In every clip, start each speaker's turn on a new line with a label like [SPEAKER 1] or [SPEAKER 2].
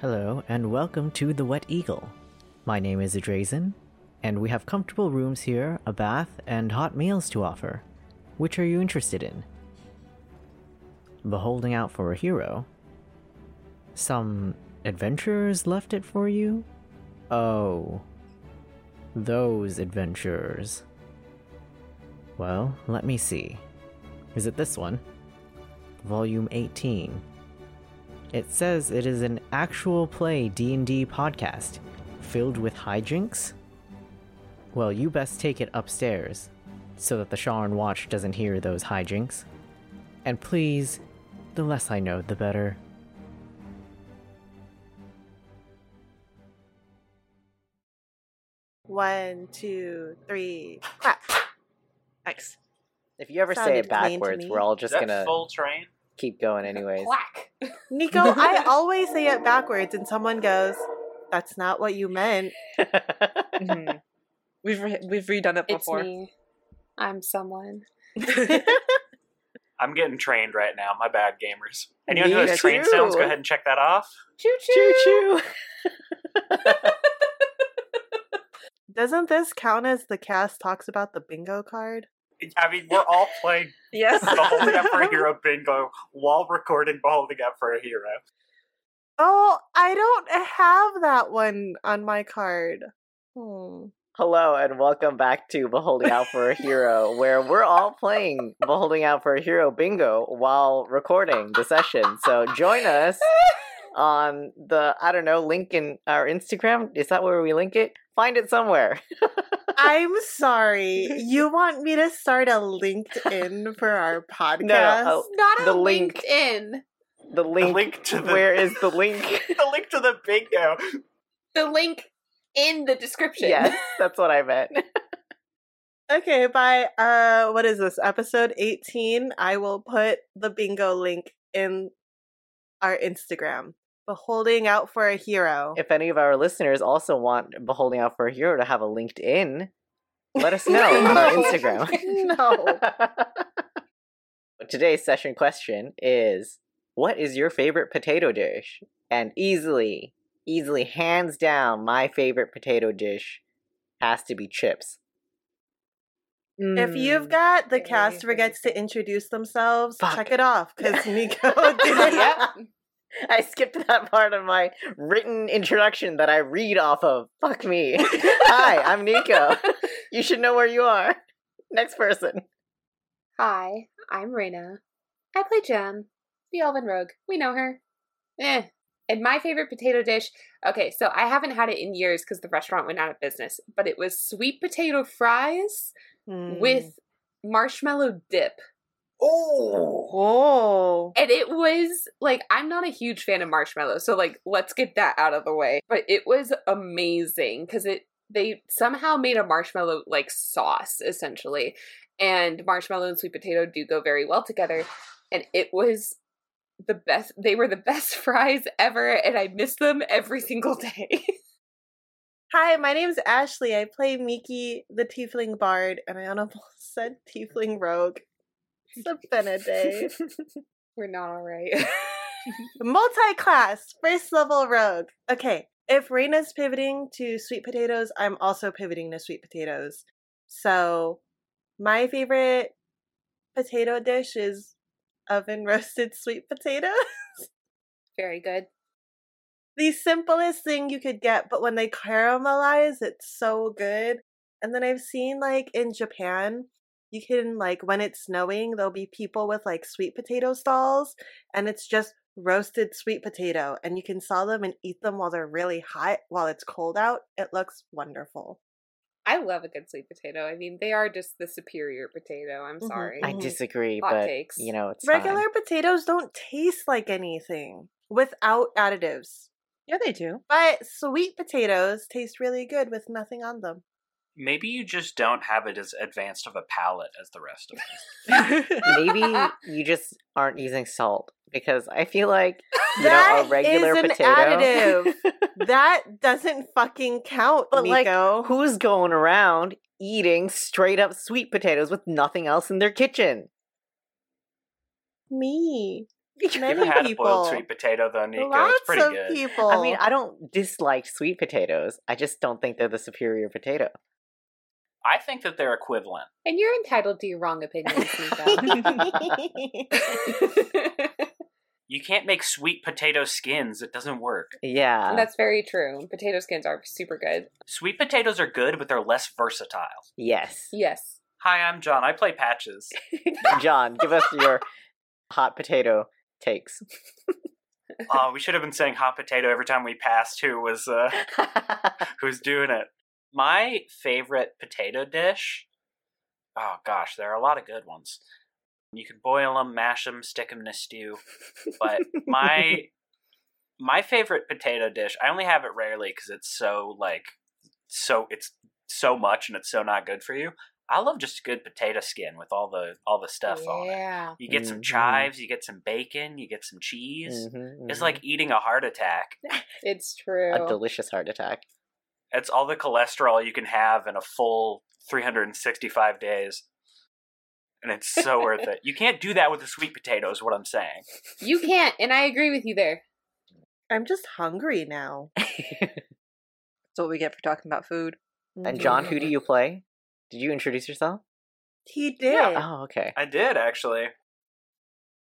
[SPEAKER 1] Hello, and welcome to The Wet Eagle. My name is Adrazen, and we have comfortable rooms here, a bath, and hot meals to offer. Which are you interested in? Beholding out for a hero? Some adventurers left it for you? Oh. Those adventurers. Well, let me see. Is it this one? Volume 18. It says it is an actual play D&D podcast filled with hijinks. Well, you best take it upstairs so that the Sharn Watch doesn't hear those hijinks. And please, the less I know, the better.
[SPEAKER 2] One, two, three, clap. Thanks.
[SPEAKER 1] If you ever say
[SPEAKER 2] Sounded
[SPEAKER 1] it
[SPEAKER 2] clean to
[SPEAKER 1] backwards,
[SPEAKER 2] me.
[SPEAKER 1] we're all just
[SPEAKER 3] Is that
[SPEAKER 1] gonna
[SPEAKER 3] full train?
[SPEAKER 1] keep going anyways.
[SPEAKER 4] Quack.
[SPEAKER 2] Nico, I always say it backwards, and someone goes, That's not what you meant.
[SPEAKER 5] Mhm. We've re- we've redone it
[SPEAKER 4] It's
[SPEAKER 5] before.
[SPEAKER 4] me. I'm someone.
[SPEAKER 3] I'm getting trained right now. My bad, gamers.
[SPEAKER 5] Me
[SPEAKER 3] Anyone who has train sounds,
[SPEAKER 5] too.
[SPEAKER 3] go ahead and check that off.
[SPEAKER 4] Choo
[SPEAKER 1] Choo choo.
[SPEAKER 2] Doesn't this count as the cast talks about the bingo card?
[SPEAKER 3] I mean, we're all playing
[SPEAKER 5] Yes.
[SPEAKER 3] the Holding Up for a Hero bingo while recording Holding Up for a Hero.
[SPEAKER 2] Oh, I don't have that one on my card. Hmm.
[SPEAKER 1] Hello and welcome back to Beholding Out for a Hero, where we're all playing Beholding Out for a Hero bingo while recording the session. So join us on the I don't know link in our Instagram. Is that where we link it? Find it somewhere.
[SPEAKER 2] I'm sorry. You want me to start a LinkedIn for our podcast?
[SPEAKER 1] no, oh,
[SPEAKER 4] Not
[SPEAKER 1] The
[SPEAKER 4] a
[SPEAKER 1] link.
[SPEAKER 4] LinkedIn.
[SPEAKER 1] The
[SPEAKER 3] The
[SPEAKER 1] link.
[SPEAKER 3] link to the
[SPEAKER 1] Where is the link?
[SPEAKER 3] the link to the bingo.
[SPEAKER 4] The link in the description.
[SPEAKER 1] yes, that's what I meant.
[SPEAKER 2] Okay, by uh what is this? Episode 18, I will put the bingo link in our Instagram. Beholding out for a hero.
[SPEAKER 1] If any of our listeners also want Beholding Out for a Hero to have a LinkedIn, let us know on our
[SPEAKER 4] No.
[SPEAKER 1] Instagram.
[SPEAKER 2] no.
[SPEAKER 1] Today's session question is What is your favorite potato dish? And easily, easily, hands down, my favorite potato dish has to be chips.
[SPEAKER 2] If you've
[SPEAKER 4] Mm.
[SPEAKER 2] got the
[SPEAKER 5] mm, Get ready
[SPEAKER 2] cast
[SPEAKER 5] for
[SPEAKER 2] forgets to introduce themselves,
[SPEAKER 1] Fuck.
[SPEAKER 2] check it off because Nico did it.
[SPEAKER 1] yep. I skipped that part of my written introduction that I read off of. Fuck me. Hi, I'm Nico. You should know where you are. Next person.
[SPEAKER 4] Hi, I'm Reyna. I play Jem, the Elven Rogue. We know her. Eh. And my favorite potato dish. Okay, so I haven't had it in years because the restaurant went out of business, but it was sweet potato fries
[SPEAKER 2] Hmm.
[SPEAKER 4] with marshmallow dip.
[SPEAKER 2] Hmm.
[SPEAKER 3] Oh,
[SPEAKER 2] Oh.
[SPEAKER 4] And it was like, I'm not a huge fan of marshmallow, so like, let's get that out of the way. But it was amazing because it they somehow made a marshmallow like sauce essentially, and marshmallow and sweet potato do go very well together, and it was the best. They were the best fries ever, and I miss them every single day.
[SPEAKER 2] Hi, my name's Ashley. I play Miki, the Tiefling Bard, and I almost said Tiefling Rogue. It's a Benedict.
[SPEAKER 4] we're not all right.
[SPEAKER 2] Multi-class, first level rogue. Okay, if Raina's pivoting to sweet potatoes, I'm also pivoting to sweet potatoes. So, my favorite potato dish is oven roasted sweet potatoes.
[SPEAKER 4] very good.
[SPEAKER 2] the simplest thing you could get, but when they caramelize, it's so good. And then I've seen like in Japan, you can like when it's snowing, there'll be people with like sweet potato stalls and it's just roasted sweet potato and you can saw them and eat them while they're really hot while it's cold out. It looks wonderful.
[SPEAKER 4] I love a good sweet potato. I mean, they are just the superior potato. I'm
[SPEAKER 2] Mhm.
[SPEAKER 4] sorry.
[SPEAKER 1] I
[SPEAKER 2] Mhm.
[SPEAKER 1] disagree,
[SPEAKER 4] Hot
[SPEAKER 1] but
[SPEAKER 4] takes.
[SPEAKER 1] you know it's
[SPEAKER 2] Regular potatoes don't taste like anything without additives.
[SPEAKER 5] yeah, they do.
[SPEAKER 2] But sweet potatoes taste really good with nothing on them.
[SPEAKER 3] maybe you just don't have it as advanced of a palate as the rest of us.
[SPEAKER 1] Fine. Maybe you just aren't using salt because I feel like you
[SPEAKER 2] That
[SPEAKER 1] know a regular
[SPEAKER 2] is an
[SPEAKER 1] potato.
[SPEAKER 2] additive. that doesn't fucking count,
[SPEAKER 1] But, like,
[SPEAKER 2] Nico.
[SPEAKER 1] Who's going around eating straight up sweet potatoes with nothing else in their kitchen?
[SPEAKER 2] Me.
[SPEAKER 3] If
[SPEAKER 2] Many
[SPEAKER 3] you had
[SPEAKER 2] people.
[SPEAKER 3] a boiled sweet potato though, Nico, it's
[SPEAKER 2] Lots
[SPEAKER 3] pretty
[SPEAKER 2] of
[SPEAKER 3] good.
[SPEAKER 2] people.
[SPEAKER 1] I mean, I don't dislike sweet potatoes. I just don't think they're the superior potato.
[SPEAKER 3] I think that they're equivalent.
[SPEAKER 4] And you're entitled to your wrong opinions, Nico.
[SPEAKER 3] You can't make sweet potato skins. It doesn't work.
[SPEAKER 1] Yeah.
[SPEAKER 4] That's very true. Potato skins are super good.
[SPEAKER 3] Sweet potatoes are good, but they're less versatile.
[SPEAKER 1] yes.
[SPEAKER 4] Yes.
[SPEAKER 3] Hi, I'm John. I play patches.
[SPEAKER 1] John, give us your hot potato takes.
[SPEAKER 3] Oh, we should have been saying hot potato every time we passed who was uh, who's doing it. My favorite potato dish. Oh gosh, there are a lot of good ones. You can boil them, mash them, stick them in a stew. But my my favorite potato dish. I only have it rarely because it's so like so it's so much and it's so not good for you. I love just a good potato skin with all the all the stuff on it.
[SPEAKER 4] yeah.
[SPEAKER 3] You get some
[SPEAKER 1] Mhm.
[SPEAKER 3] chives, you get some bacon, you get some cheese.
[SPEAKER 1] Mhm,
[SPEAKER 3] It's like eating a heart attack.
[SPEAKER 4] It's
[SPEAKER 1] mhm.
[SPEAKER 4] true.
[SPEAKER 1] a delicious heart attack.
[SPEAKER 3] It's all the cholesterol you can have in a full 365 days. And it's so worth it. You can't do that with the sweet potato, is what I'm saying.
[SPEAKER 4] you can't, and I agree with you there.
[SPEAKER 2] I'm just hungry now.
[SPEAKER 5] That's what we get for talking about food.
[SPEAKER 4] Mm-hmm.
[SPEAKER 1] and John, who do you play? Did you introduce yourself?
[SPEAKER 2] He did.
[SPEAKER 1] Oh, okay.
[SPEAKER 3] I did, actually.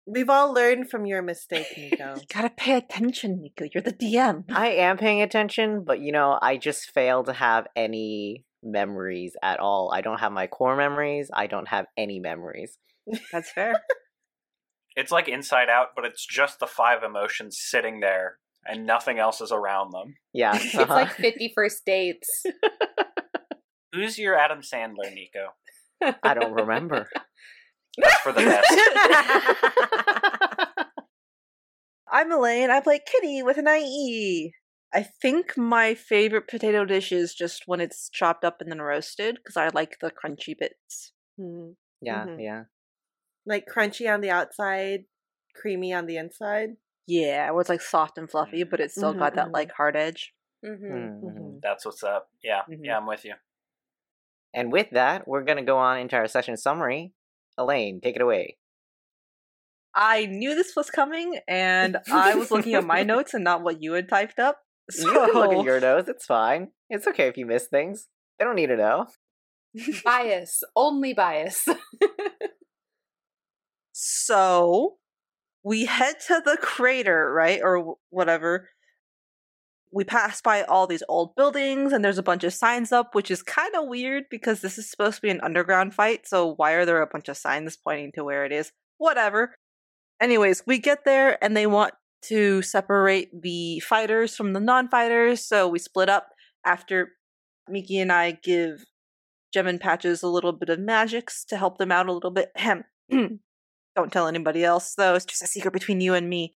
[SPEAKER 2] We've all learned from your mistake, Nico.
[SPEAKER 5] gotta pay attention, Nico. You're the DM.
[SPEAKER 1] I am paying attention, but you know, I just fail to have any memories at all. I don't have my core memories. I don't have any memories.
[SPEAKER 5] That's fair.
[SPEAKER 3] It's like Inside Out, but it's just the five emotions sitting there and nothing else is around them.
[SPEAKER 1] Yeah.
[SPEAKER 4] It's
[SPEAKER 1] uh-huh.
[SPEAKER 4] like 50 first dates.
[SPEAKER 3] Who's your Adam Sandler, Nico?
[SPEAKER 1] I don't remember.
[SPEAKER 3] That's for the best.
[SPEAKER 5] I'm Elaine. I play Kitty with an IE. I think my favorite potato dish is just when it's chopped up and then roasted because I like the crunchy bits.
[SPEAKER 2] Hmm.
[SPEAKER 1] Yeah,
[SPEAKER 4] Mm-hmm.
[SPEAKER 2] Mhm.
[SPEAKER 1] yeah.
[SPEAKER 2] like crunchy on the outside, creamy on the inside.
[SPEAKER 5] Yeah, where it's like soft and fluffy, but it's still
[SPEAKER 4] Mm-hmm,
[SPEAKER 5] got that
[SPEAKER 2] Mhm,
[SPEAKER 5] like hard edge.
[SPEAKER 4] hmm
[SPEAKER 1] Mhm.
[SPEAKER 3] That's what's up. Yeah.
[SPEAKER 5] Mhm.
[SPEAKER 3] Yeah, I'm with you.
[SPEAKER 1] And with that, we're going to go on into our session summary. Elaine, take it away.
[SPEAKER 5] I knew this was coming, and I was looking at my notes and not what you had typed up. So
[SPEAKER 1] You can look at your nose. It's fine. It's okay if you miss things. They don't need to know.
[SPEAKER 4] bias. Only bias.
[SPEAKER 5] So we head to the crater, right? Or wh- whatever. We pass by all these old buildings and there's a bunch of signs up, which is kind of weird because this is supposed to be an underground fight. So why are there a bunch of signs pointing to where it is? Whatever. Anyways, we get there and they want to separate the fighters from the non fighters. So we split up after Miki and I give Gem and Patches a little bit of magics to help them out a little bit. Ahem. Don't tell anybody else, though. It's just a secret between you and me.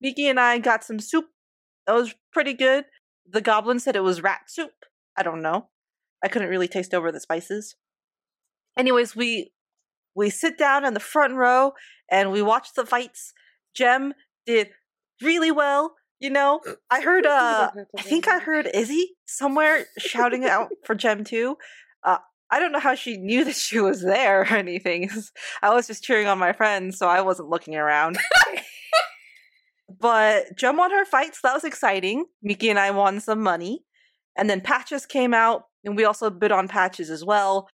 [SPEAKER 5] Miki and I got some soup. That was pretty good. The goblin said it was rat soup. I don't know. I couldn't really taste over the spices. Anyways, we we sit down in the front row and we watch the fights. Jem did really well, you know. I heard uh I think I heard Izzy somewhere shouting out for Gem too. Uh, I don't know how she knew that she was there or anything. I was just cheering on my friends, so I wasn't looking around. but Gem won her fight, so that was exciting. Miki and I won some money. And then Patches came out, and we also bid on Patches as well.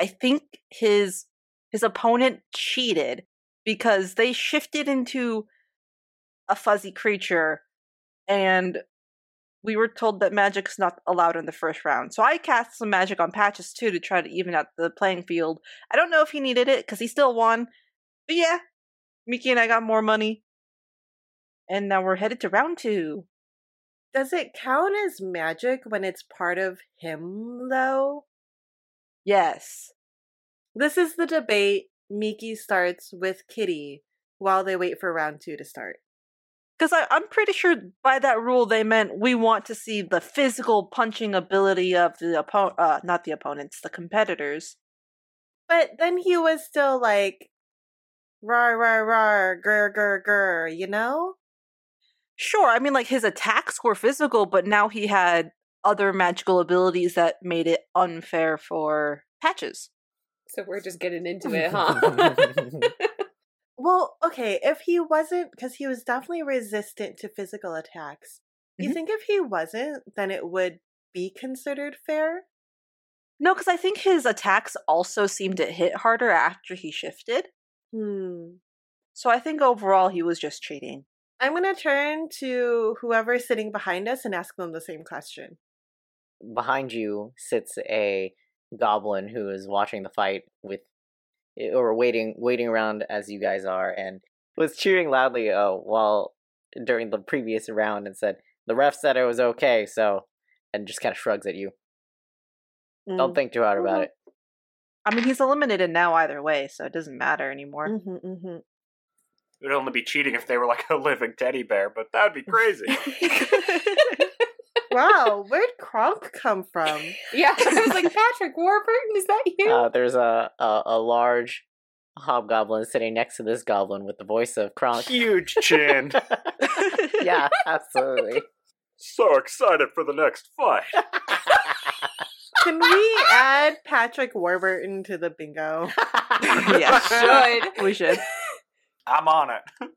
[SPEAKER 5] I think his his opponent cheated because they shifted into a fuzzy creature and we were told that magic's not allowed in the first round. So I cast some magic on Patches too to try to even out the playing field. I don't know if he needed it because he still won. But yeah, Miki and I got more money. And now we're headed to round two.
[SPEAKER 2] Does it count as magic when it's part of him, though?
[SPEAKER 5] Yes.
[SPEAKER 2] This is the debate Miki starts with Kitty while they wait for round two to start.
[SPEAKER 5] Because I'm pretty sure by that rule they meant we want to see the physical punching ability of the opponent, uh, not the opponents, the competitors.
[SPEAKER 2] But then he was still like, rar, rar, rar, grr, grr, grr, you know?
[SPEAKER 5] Sure, I mean like his attacks were physical, but now he had other magical abilities that made it unfair for patches.
[SPEAKER 4] So we're just getting into it, huh?
[SPEAKER 2] Well, okay, if he wasn't, because he was definitely resistant to physical attacks, you
[SPEAKER 5] Mhm.
[SPEAKER 2] think if he wasn't, then it would be considered fair?
[SPEAKER 5] No, because I think his attacks also seemed to hit harder after he shifted.
[SPEAKER 2] Hmm.
[SPEAKER 5] So I think overall he was just cheating.
[SPEAKER 2] I'm going to turn to whoever's sitting behind us and ask them the same question.
[SPEAKER 1] behind you sits a goblin who is watching the fight with eh, or waiting waiting around as you guys are and was cheering loudly uh, while during the previous round and said the ref said it was okay so and just kind of shrugs at you
[SPEAKER 2] Mm,
[SPEAKER 1] don't think too hard about
[SPEAKER 5] Mhm.
[SPEAKER 1] it
[SPEAKER 5] I mean, he's eliminated now either way, so it doesn't matter anymore.
[SPEAKER 2] Mm-hmm, mm-hmm.
[SPEAKER 3] It would only be cheating if they were like a living teddy bear, but that'd be crazy.
[SPEAKER 2] Wow, where'd Kronk come from?
[SPEAKER 4] yeah, I was like, Patrick Warburton, is that you?
[SPEAKER 1] uh, there's a, a a large hobgoblin sitting next to this goblin with the voice of Kronk
[SPEAKER 3] Huge chin.
[SPEAKER 1] yeah absolutely
[SPEAKER 3] so excited for the next fight.
[SPEAKER 2] Can we add Patrick Warburton to the bingo?
[SPEAKER 5] yeah,
[SPEAKER 4] Should.
[SPEAKER 5] we should.
[SPEAKER 3] I'm on it.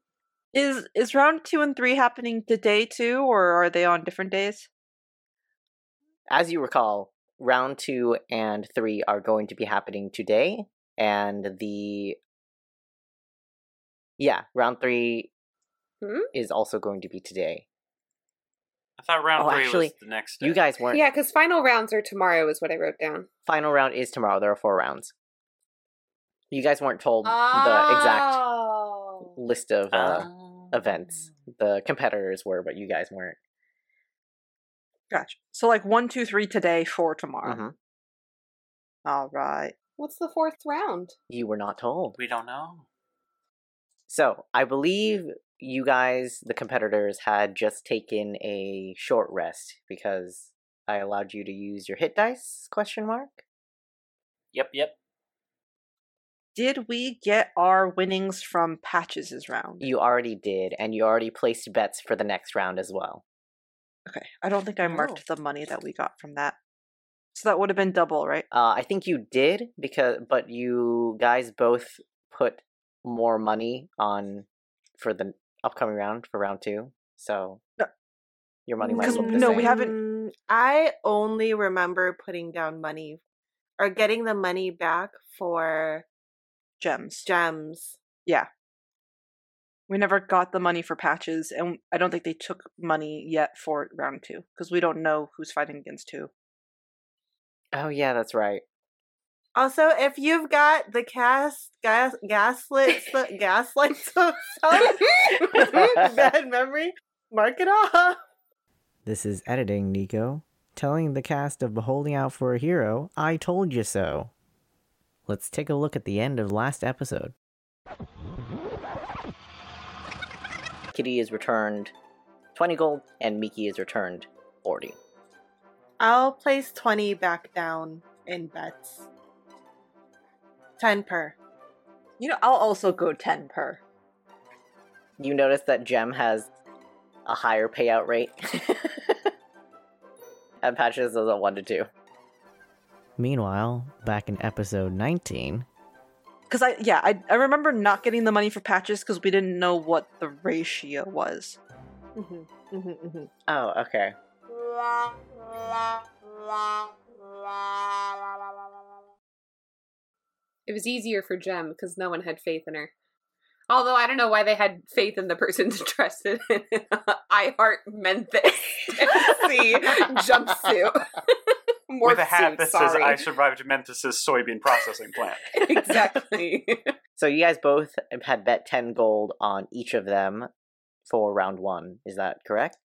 [SPEAKER 5] Is is round two and three happening today too, or are they on different days?
[SPEAKER 1] as you recall, round two and three are going to be happening today, and the yeah, round three
[SPEAKER 4] Hmm?
[SPEAKER 1] is also going to be today.
[SPEAKER 3] I thought round
[SPEAKER 1] Oh,
[SPEAKER 3] three was
[SPEAKER 1] actually,
[SPEAKER 3] the next. Day.
[SPEAKER 1] You guys weren't.
[SPEAKER 4] Yeah, because final rounds are tomorrow, is what I wrote down.
[SPEAKER 1] Final round is tomorrow. There are four rounds. You guys weren't told the exact
[SPEAKER 4] Oh.
[SPEAKER 1] list of uh, events. The competitors were, but you guys weren't.
[SPEAKER 5] Gotcha. Mm-hmm. So like one, two, three today, four tomorrow.
[SPEAKER 4] Mm-hmm.
[SPEAKER 1] Mhm.
[SPEAKER 5] All right.
[SPEAKER 4] What's the fourth round?
[SPEAKER 1] You were not told.
[SPEAKER 3] We don't know.
[SPEAKER 1] So I believe you guys, the competitors, had just taken a short rest because I allowed you to use your hit dice? Question mark.
[SPEAKER 3] Yep, yep.
[SPEAKER 5] Did we get our winnings from Patches' round?
[SPEAKER 1] You already did, and you already placed bets for the next round as well.
[SPEAKER 5] Okay. I don't think I marked the money that we got from that. So that would have been double, right?
[SPEAKER 1] Uh, I think you did because, but you guys both put more money on for the upcoming round for round two. So
[SPEAKER 5] No.
[SPEAKER 1] your money might
[SPEAKER 5] 'Cause
[SPEAKER 1] look the
[SPEAKER 5] no,
[SPEAKER 1] same.
[SPEAKER 5] we haven't-
[SPEAKER 2] Mm, I only remember putting down money or getting the money back for
[SPEAKER 5] Gems.
[SPEAKER 2] gems.
[SPEAKER 5] We never got the money for Patches, and I don't think they took money yet for round two because we don't know who's fighting against who.
[SPEAKER 1] Oh yeah, that's right.
[SPEAKER 2] Also, if you've got the cast gas gaslights the gaslights of self- bad memory, mark it off.
[SPEAKER 6] This is editing, Nico. Telling the cast of Beholding Out for a Hero, I told you so. Let's take a look at the end of last episode.
[SPEAKER 1] Kitty is returned twenty gold, and Miki is returned forty.
[SPEAKER 2] I'll place twenty back down in bets. Ten per.
[SPEAKER 5] You know, I'll also go 10 per.
[SPEAKER 1] You notice that Gem has a higher payout rate. and Patches is a 1 to 2.
[SPEAKER 6] Meanwhile, back in episode 19,
[SPEAKER 5] Because I, yeah, I, I remember not getting the money for Patches because we didn't know what the ratio was.
[SPEAKER 2] Mhm, mhm, mhm.
[SPEAKER 1] Oh, okay.
[SPEAKER 4] It was easier for Jem because no one had faith in her. Although I don't know why they had faith in the person to trust it. I heart meant this. See, jumpsuit. More
[SPEAKER 3] With a hat
[SPEAKER 4] suit,
[SPEAKER 3] that says
[SPEAKER 4] sorry.
[SPEAKER 3] "I survived Memphis's soybean processing plant."
[SPEAKER 4] exactly.
[SPEAKER 1] So you guys both had bet 10 gold on each of them for round 1. Is that correct?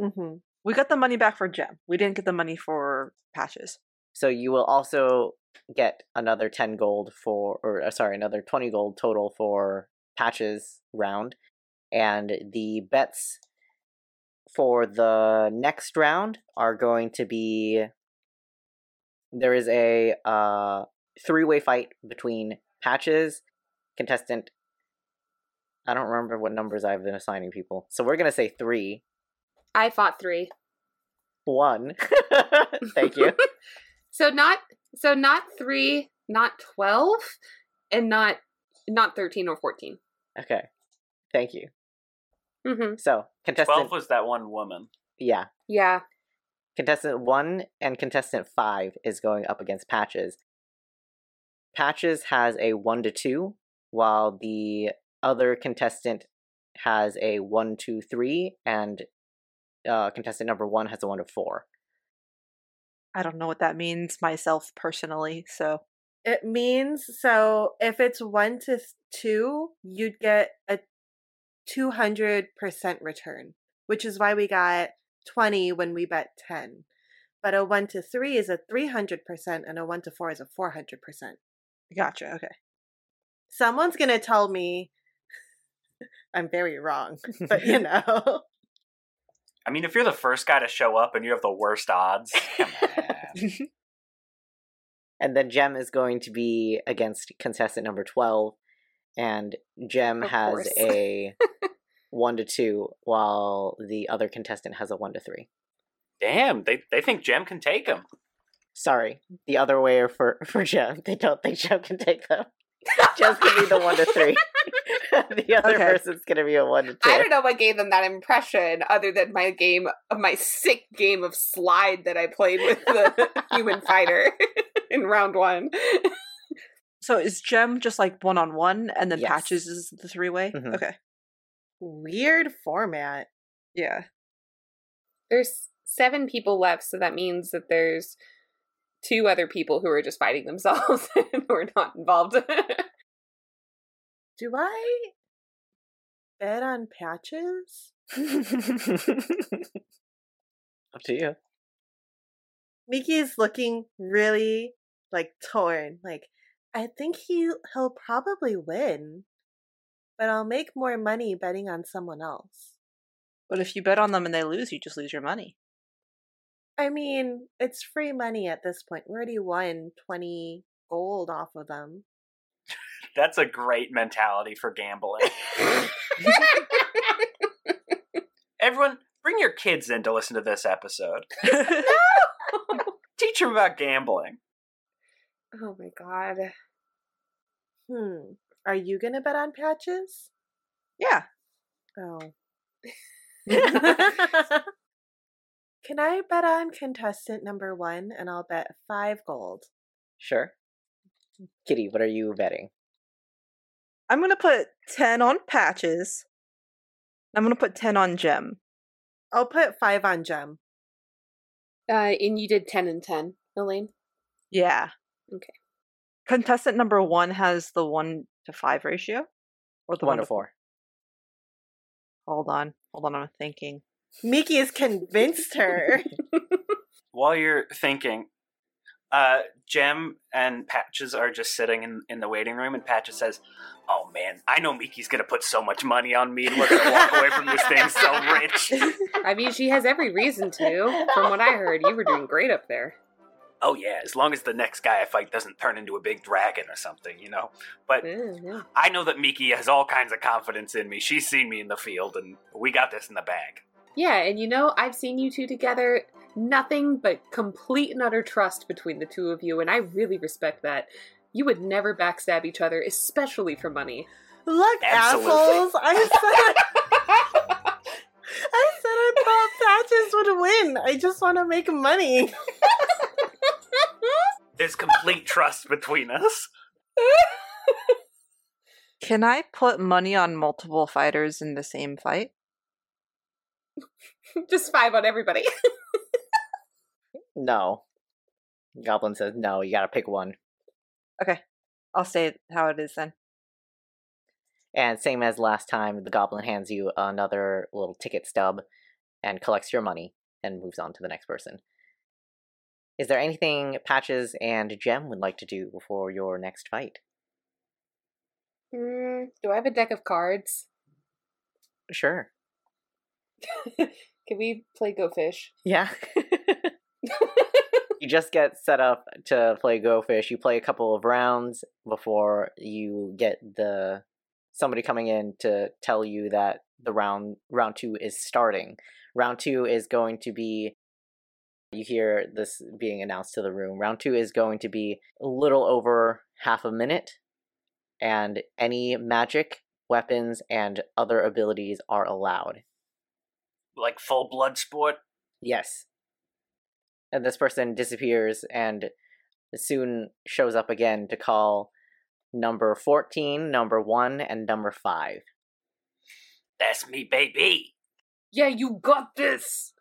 [SPEAKER 2] Mm-hmm.
[SPEAKER 5] We got the money back for Gem. We didn't get the money for Patches.
[SPEAKER 1] So you will also get another 10 gold for or uh, sorry, another 20 gold total for Patches round. And the bets for the next round are going to be there is a uh three-way fight between Patches contestant I don't remember what numbers I've been assigning people. So we're going to say 3
[SPEAKER 4] I fought three.
[SPEAKER 1] 1. Thank you.
[SPEAKER 4] So not so not three, not twelve, and not not thirteen or fourteen.
[SPEAKER 1] Okay. Thank you.
[SPEAKER 4] Mm-hmm.
[SPEAKER 1] So, contestant.
[SPEAKER 3] Twelve was that one woman.
[SPEAKER 1] Yeah.
[SPEAKER 4] Yeah.
[SPEAKER 1] Contestant 1 and contestant 5 is going up against Patches. Patches has a 1 to 2, while the other contestant has a 1 to 3, and uh, contestant number 1 has a 1 to 4.
[SPEAKER 5] I don't know what that means myself personally, so
[SPEAKER 2] It means so if it's one to th- two, you'd get a 200% return, which is why we got 20 when we bet 10. But a one to three is a 300%, and a one to four is a 400%.
[SPEAKER 5] gotcha. Okay.
[SPEAKER 2] Someone's going to tell me I'm very wrong, but you know.
[SPEAKER 3] I mean, if you're the first guy to show up and you have the worst odds, come on.
[SPEAKER 1] And then Jem is going to be against contestant number 12, and Jem
[SPEAKER 4] Of
[SPEAKER 1] has
[SPEAKER 4] course.
[SPEAKER 1] a 1 to 2, while the other contestant has a 1 to 3.
[SPEAKER 3] damn, they they think Jem can take him.
[SPEAKER 1] Sorry, the other way for for Jem. They don't think Jem can take them. Jem's gonna be the one to three. the other
[SPEAKER 5] Okay.
[SPEAKER 1] person's gonna be a one to two.
[SPEAKER 4] I don't know what gave them that impression other than my game, my sick game of slide that I played with the human fighter in round one.
[SPEAKER 5] So is Gem just like one on one, and then
[SPEAKER 1] Yes.
[SPEAKER 5] Patches is the three way?
[SPEAKER 1] Mhm.
[SPEAKER 5] Okay.
[SPEAKER 2] Weird format.
[SPEAKER 5] Yeah.
[SPEAKER 4] There's seven people left, so that means that there's two other people who are just fighting themselves and who are not involved.
[SPEAKER 2] Do I bet on patches?
[SPEAKER 1] Up to you.
[SPEAKER 2] Miki is looking really like torn. Like, I think he he'll probably win, but I'll make more money betting on someone else.
[SPEAKER 5] But if you bet on them and they lose, you just lose your money.
[SPEAKER 2] I mean, it's free money at this point. We already won twenty gold off of them.
[SPEAKER 3] That's a great mentality for gambling. Everyone, bring your kids in to listen to this episode. Teach them about gambling.
[SPEAKER 4] oh my god.
[SPEAKER 2] Hmm. Are you gonna bet on patches?
[SPEAKER 5] Yeah.
[SPEAKER 2] Oh. Can I bet on contestant number one and I'll bet five gold?
[SPEAKER 1] Sure. Kitty, what are you betting?
[SPEAKER 5] I'm gonna put ten on Patches. I'm gonna put ten on Gem.
[SPEAKER 2] I'll put five on gem.
[SPEAKER 4] Uh, and you did 10 and 10, Elaine.
[SPEAKER 5] Yeah.
[SPEAKER 4] Okay.
[SPEAKER 5] Contestant number one has the one to five ratio, or the
[SPEAKER 1] One to four.
[SPEAKER 5] Hold on, hold on. I'm thinking.
[SPEAKER 2] Miki has convinced her.
[SPEAKER 3] While you're thinking, uh, Jem and Patches are just sitting in, in the waiting room, and Patches says, Oh man, I know Miki's gonna put so much money on me, and we're gonna walk away from this thing so rich.
[SPEAKER 4] I mean, she has every reason to. From what I heard, you were doing great up there.
[SPEAKER 3] Oh yeah, as long as the next guy I fight doesn't turn into a big dragon or something, you know? But
[SPEAKER 4] Mm,
[SPEAKER 3] I know that Miki has all kinds of confidence in me. She's seen me in the field, and we got this in the bag.
[SPEAKER 4] Yeah, Yeah, and you know, I've seen you two together. Nothing but complete and utter trust between the two of you, and I really respect that. You would never backstab each other, especially for money.
[SPEAKER 2] Look,
[SPEAKER 3] Absolutely.
[SPEAKER 2] assholes! I said I, I said I thought patches would win. I just want to make money.
[SPEAKER 3] There's complete trust between us.
[SPEAKER 5] Can I put money on multiple fighters in the same fight?
[SPEAKER 4] Just five on everybody.
[SPEAKER 1] No. Goblin says no, you gotta pick one.
[SPEAKER 5] I'll say it how it is then.
[SPEAKER 1] And same as last time, the goblin hands you another little ticket stub and collects your money and moves on to the next person. Is there anything Patches and Gem would like to do before your next fight?
[SPEAKER 4] Mm, do I have a deck of cards?
[SPEAKER 1] Sure.
[SPEAKER 4] Can we play Go Fish?
[SPEAKER 1] Yeah. you just get set up to play Go Fish. You play a couple of rounds before you get the somebody coming in to tell you that the round round 2 is starting. Round 2 is going to be you hear this being announced to the room. Round 2 is going to be a little over half a minute and any magic weapons, and other abilities are allowed.
[SPEAKER 3] Like full blood sport.
[SPEAKER 1] Yes. And this person disappears and soon shows up again to call number 14, number 1, and number 5.
[SPEAKER 3] That's me, baby.
[SPEAKER 4] Yeah, you got this.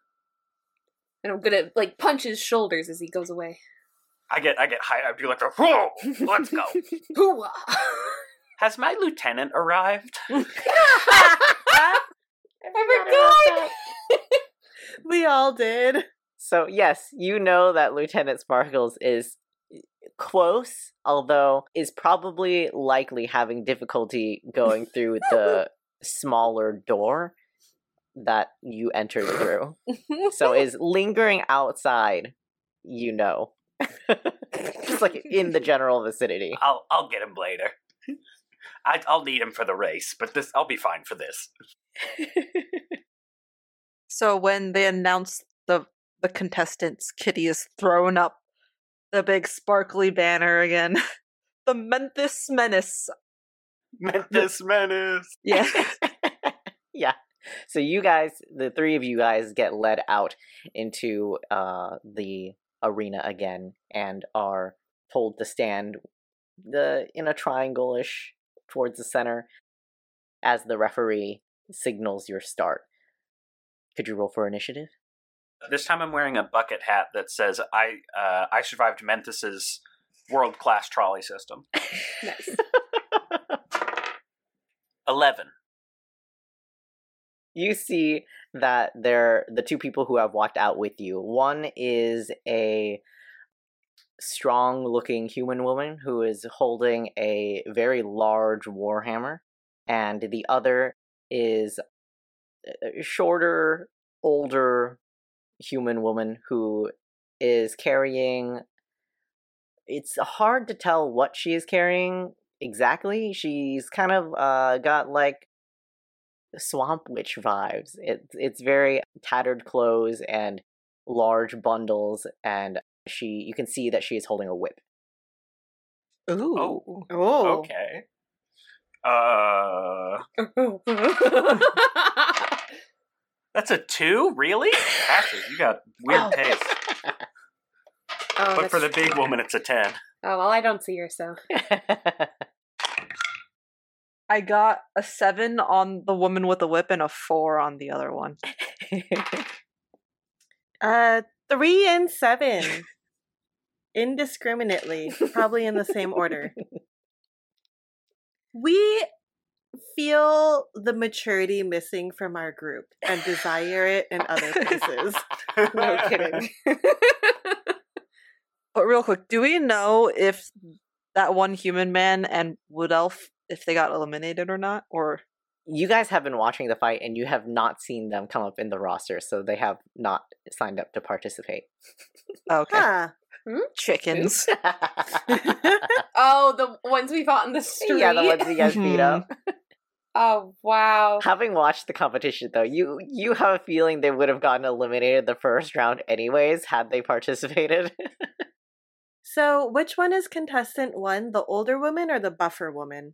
[SPEAKER 4] And I'm gonna like punch his shoulders as he goes away.
[SPEAKER 3] I get I get high. I do like a whoa. Let's go.
[SPEAKER 4] Hoo-ah.
[SPEAKER 3] Has my lieutenant arrived?
[SPEAKER 4] I forgot.
[SPEAKER 2] We all did.
[SPEAKER 1] So, yes, you know that Lieutenant Sparkles is eh, close, although is probably likely having difficulty going through the smaller door that you entered through. So, is lingering outside, you know. Just like in the general vicinity.
[SPEAKER 3] I'll I'll get him later. I, I'll need him for the race, but this I'll be fine for this.
[SPEAKER 5] So when they announce the the contestants, Kitty is throwing up the big sparkly banner again. The Memphis Menace.
[SPEAKER 3] Memphis Menace.
[SPEAKER 5] Yeah.
[SPEAKER 1] yeah. So you guys, the three of you guys, get led out into uh, the arena again and are told to stand the in a triangle ish towards the center as the referee signals your start. Could you roll for initiative?
[SPEAKER 3] This time I'm wearing a bucket hat that says I uh, I survived Memphis's world class trolley system.
[SPEAKER 4] Nice.
[SPEAKER 3] Eleven.
[SPEAKER 1] you see that they're the two people who have walked out with you. One is a strong looking human woman who is holding a very large warhammer, and the other is a shorter, older human woman who is carrying. It's hard to tell what she is carrying exactly. She's kind of uh, got like swamp witch vibes. It, it's very tattered clothes and large bundles, and she you can see that she is holding a whip.
[SPEAKER 5] Ooh.
[SPEAKER 3] Oh.
[SPEAKER 5] Oh.
[SPEAKER 3] Okay. Uh, that's a two, really? Ashley, you got weird taste.
[SPEAKER 4] Oh,
[SPEAKER 3] But for the
[SPEAKER 4] that's-
[SPEAKER 3] big woman, it's a ten.
[SPEAKER 4] Oh well, I don't see her, so
[SPEAKER 5] I got a seven on the woman with the whip and a four on the other one.
[SPEAKER 2] Uh, three and seven. Indiscriminately, probably in the same order. We feel the maturity missing from our group and desire it in other places.
[SPEAKER 4] no kidding.
[SPEAKER 5] But real quick, do we know if that one human man and wood elf if they got eliminated or not? Or
[SPEAKER 1] you guys have been watching the fight, and you have not seen them come up in the roster, so they have not signed up to participate.
[SPEAKER 5] okay,
[SPEAKER 2] Huh.
[SPEAKER 5] chickens.
[SPEAKER 4] oh, the ones we fought in the street.
[SPEAKER 1] yeah, the ones you guys beat up.
[SPEAKER 4] Oh wow.
[SPEAKER 1] Having watched the competition, though, you you have a feeling they would have gotten eliminated the first round anyways had they participated.
[SPEAKER 2] So, which one is contestant one, the older woman or the buffer woman?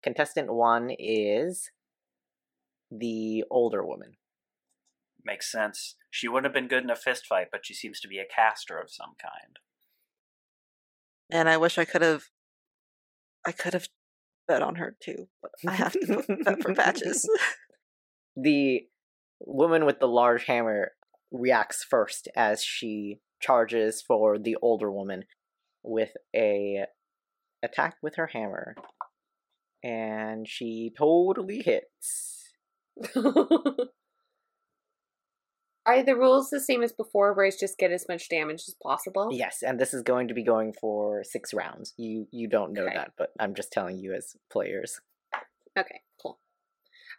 [SPEAKER 1] Contestant one is the older woman.
[SPEAKER 3] Makes sense. She wouldn't have been good in a fist fight, but she seems to be a caster of some kind.
[SPEAKER 5] and I wish I could have, I could have bet on her too, but I have to bet for patches.
[SPEAKER 1] the woman with the large hammer reacts first as she charges for the older woman with a attack with her hammer and she totally hits
[SPEAKER 4] Are the rules the same as before, where it's just get as much damage as possible?
[SPEAKER 1] yes and this is going to be going for six rounds you you don't know
[SPEAKER 4] Okay.
[SPEAKER 1] that but i'm just telling you as players
[SPEAKER 4] Okay, cool.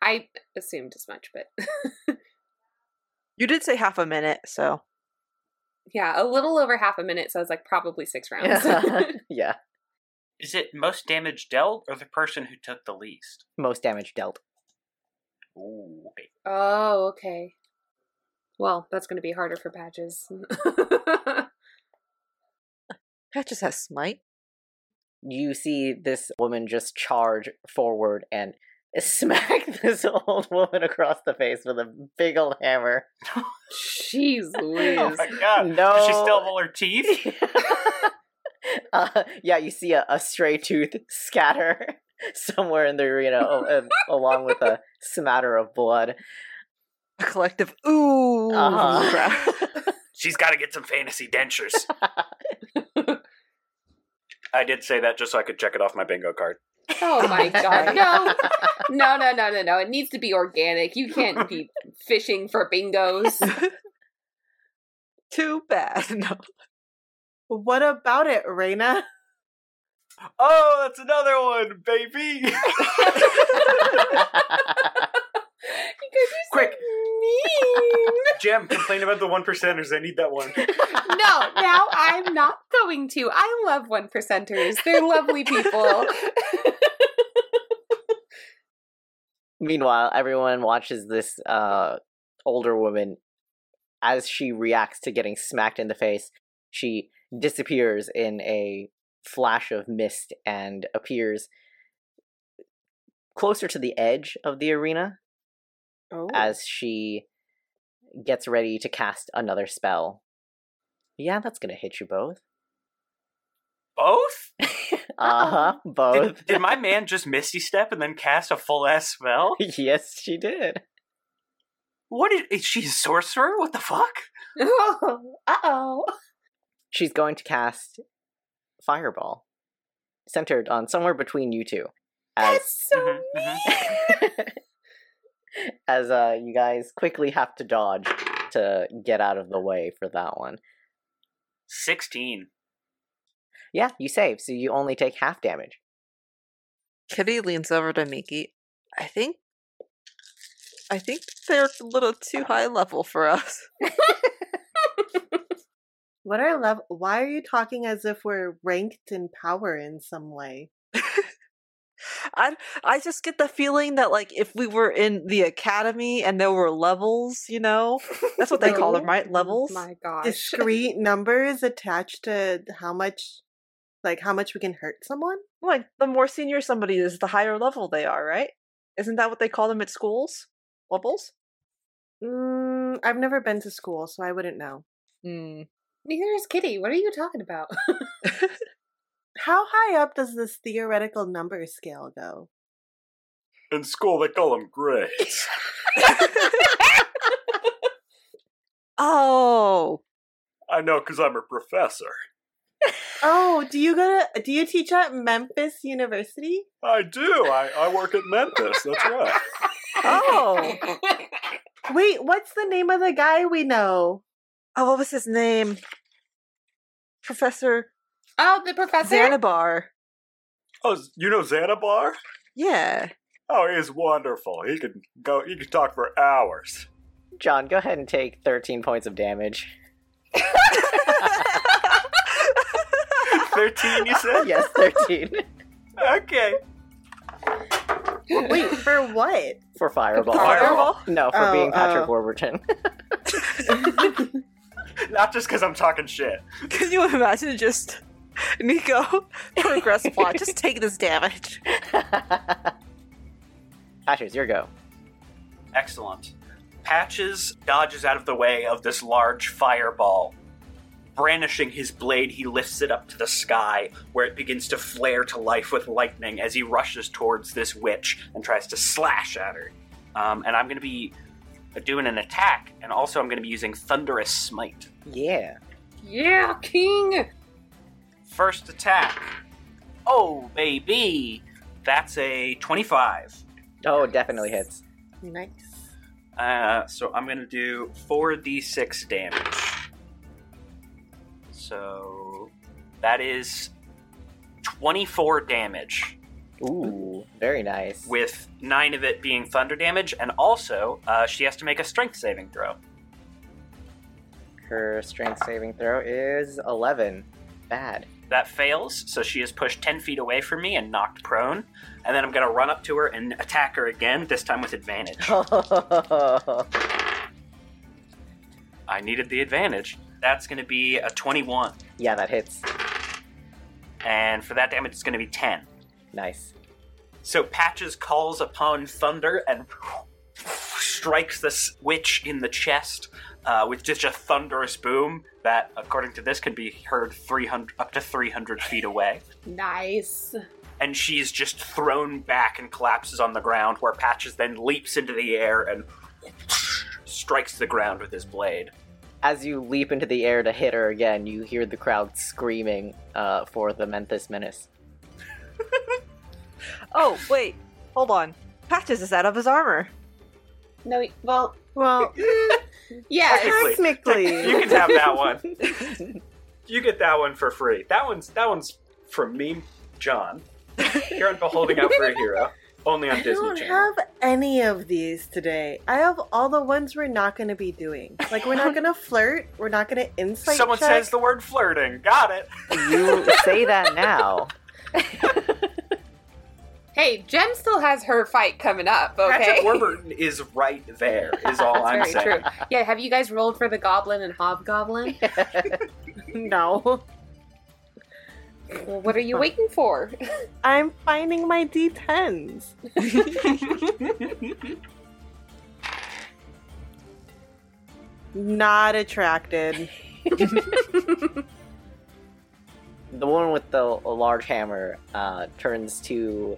[SPEAKER 4] I assumed as much, but
[SPEAKER 5] You did say half a minute, so
[SPEAKER 4] yeah, a little over half a minute, so it's like probably six rounds.
[SPEAKER 1] yeah
[SPEAKER 3] Is it most damage dealt or the person who took the least?
[SPEAKER 1] most damage dealt
[SPEAKER 3] Ooh, okay.
[SPEAKER 4] oh, okay. Well, that's going to be harder for patches.
[SPEAKER 5] patches has smite.
[SPEAKER 1] you see this woman just charge forward and smack this old woman across the face with a big old hammer.
[SPEAKER 4] Jeez
[SPEAKER 3] Oh
[SPEAKER 4] Louise.
[SPEAKER 3] my god.
[SPEAKER 1] No.
[SPEAKER 3] Does she still have her teeth?
[SPEAKER 1] uh, yeah, you see a, a stray tooth scatter somewhere in the arena, o- uh, along with a smatter of blood.
[SPEAKER 5] A collective ooh
[SPEAKER 1] Uh-huh.
[SPEAKER 5] crowd.
[SPEAKER 3] She's got to get some fantasy dentures. I did say that just so I could check it off my bingo card.
[SPEAKER 4] Oh my god. No. No, no, no, no, no. It needs to be organic. You can't be fishing for bingos.
[SPEAKER 5] Too bad. No.
[SPEAKER 2] What about it, Raina?
[SPEAKER 3] Oh, that's another one, baby.
[SPEAKER 4] Quick.
[SPEAKER 3] Quick.
[SPEAKER 4] Mean.
[SPEAKER 3] Jim, complain about the one percenters. I need that one.
[SPEAKER 4] No, now I'm not going to. I love one percenters. They're lovely people.
[SPEAKER 1] Meanwhile, everyone watches this uh, older woman as she reacts to getting smacked in the face. She disappears in a flash of mist and appears closer to the edge of the arena
[SPEAKER 5] Oh.
[SPEAKER 1] as she gets ready to cast another spell. Yeah, that's gonna hit you both.
[SPEAKER 3] Both?
[SPEAKER 1] Uh huh, both.
[SPEAKER 3] Oh. Did, did my man just misty step and then cast a full ass spell?
[SPEAKER 1] yes, she did.
[SPEAKER 3] What is, is she a sorcerer? What the fuck?
[SPEAKER 4] uh oh.
[SPEAKER 1] She's going to cast Fireball, centered on somewhere between you two. As
[SPEAKER 4] That's so
[SPEAKER 3] Mhm, mhm.
[SPEAKER 1] as uh, you guys quickly have to dodge to get out of the way for that one.
[SPEAKER 3] Sixteen.
[SPEAKER 1] Yeah, you save, so you only take half damage.
[SPEAKER 5] Kitty leans over to Miki. I think I think they're a little too high level for us.
[SPEAKER 2] What I love, why are you talking as if we're ranked in power in some way?
[SPEAKER 5] I I just get the feeling that like if we were in the academy and there were levels, you know, that's what they call them,
[SPEAKER 4] No.
[SPEAKER 5] right? Levels.
[SPEAKER 4] Oh My gosh.
[SPEAKER 2] Discrete numbers attached to how much, like how much we can hurt someone?
[SPEAKER 5] Like the more senior somebody is, the higher level they are, right? Isn't that what they call them at schools? Levels.
[SPEAKER 2] Mm, I've never been to school, so I wouldn't know.
[SPEAKER 5] Mm.
[SPEAKER 4] Neither is Kitty. What are you talking about?
[SPEAKER 2] How high up does this theoretical number scale go?
[SPEAKER 3] In school, they call them grades.
[SPEAKER 5] Oh,
[SPEAKER 3] I know because I'm a professor.
[SPEAKER 2] Oh, do you go to, do you teach at Memphis University?
[SPEAKER 3] I do. I, I work at Memphis. That's right.
[SPEAKER 5] oh,
[SPEAKER 2] Wait, what's the name of the guy we know?
[SPEAKER 5] oh! What was his name? Professor
[SPEAKER 4] oh, the professor.
[SPEAKER 5] Xanabar.
[SPEAKER 3] Oh, you know Xanabar?
[SPEAKER 5] Yeah.
[SPEAKER 3] Oh, he's wonderful. He can go. He can talk for hours.
[SPEAKER 1] John, go ahead and take 13 points of damage.
[SPEAKER 3] Thirteen, you said?
[SPEAKER 1] yes, 13
[SPEAKER 3] Okay.
[SPEAKER 2] Wait, for what?
[SPEAKER 1] for Fireball.
[SPEAKER 3] Fireball?
[SPEAKER 1] No, for
[SPEAKER 2] Oh,
[SPEAKER 1] being Patrick
[SPEAKER 2] oh.
[SPEAKER 1] Warburton.
[SPEAKER 3] Not just because I'm talking shit.
[SPEAKER 5] Can you imagine just Nico progress plot? Just take this damage.
[SPEAKER 1] Ashes, your go.
[SPEAKER 3] Excellent. Patches dodges out of the way of this large fireball. Brandishing his blade, he lifts it up to the sky, where it begins to flare to life with lightning as he rushes towards this witch and tries to slash at her. Um, and I'm going to be doing an attack, and also I'm going to be using Thunderous Smite.
[SPEAKER 1] Yeah.
[SPEAKER 4] Yeah, King.
[SPEAKER 3] First attack. Oh, baby! That's a 25.
[SPEAKER 1] Oh, it definitely hits.
[SPEAKER 2] Nice.
[SPEAKER 3] Uh, so I'm gonna do 4d6 damage. So that is 24 damage,
[SPEAKER 1] Ooh, very nice.
[SPEAKER 3] with nine of it being thunder damage, and also uh, she has to make a strength saving throw.
[SPEAKER 1] Her strength saving throw is 11. Bad.
[SPEAKER 3] That fails, so she is pushed 10 feet away from me and knocked prone. And then I'm gonna run up to her and attack her again, this time with advantage. I needed the advantage. That's gonna be a 21,
[SPEAKER 1] yeah, that hits.
[SPEAKER 3] and for that damage, it's gonna be 10.
[SPEAKER 1] Nice.
[SPEAKER 3] So Patches calls upon thunder and strikes this witch in the chest uh, with just a thunderous boom that, according to this, can be heard 300 up to 300 feet away.
[SPEAKER 4] Nice.
[SPEAKER 3] And she's just thrown back and collapses on the ground, where Patches then leaps into the air and strikes the ground with his blade.
[SPEAKER 1] As you leap into the air to hit her again, you hear the crowd screaming uh, for the Memphis Menace.
[SPEAKER 5] Oh, wait. Hold on. Patches is out of his armor.
[SPEAKER 4] No, well,
[SPEAKER 2] Well,
[SPEAKER 4] yeah.
[SPEAKER 3] Technically. You
[SPEAKER 2] technically.
[SPEAKER 3] can have that one. You get that one for free. That one's that one's from me, John. Here on Beholding Out for a Hero, only on
[SPEAKER 2] I
[SPEAKER 3] Disney
[SPEAKER 2] don't
[SPEAKER 3] Channel.
[SPEAKER 2] have any of these today. I have all the ones we're not going to be doing. Like, we're not going to flirt. We're not going to insight
[SPEAKER 3] Someone
[SPEAKER 2] check.
[SPEAKER 3] says the word flirting. Got it.
[SPEAKER 1] you say that now.
[SPEAKER 4] Hey, Jem still has her fight coming up. Okay.
[SPEAKER 3] Patrick Warburton is right there. Is all
[SPEAKER 4] That's
[SPEAKER 3] I'm
[SPEAKER 4] very
[SPEAKER 3] saying.
[SPEAKER 4] true. Yeah. Have you guys rolled for the Goblin and Hobgoblin?
[SPEAKER 6] No.
[SPEAKER 4] Well, what are you waiting for?
[SPEAKER 2] I'm finding my D10s. Not attracted.
[SPEAKER 1] the woman with the large hammer uh, turns to.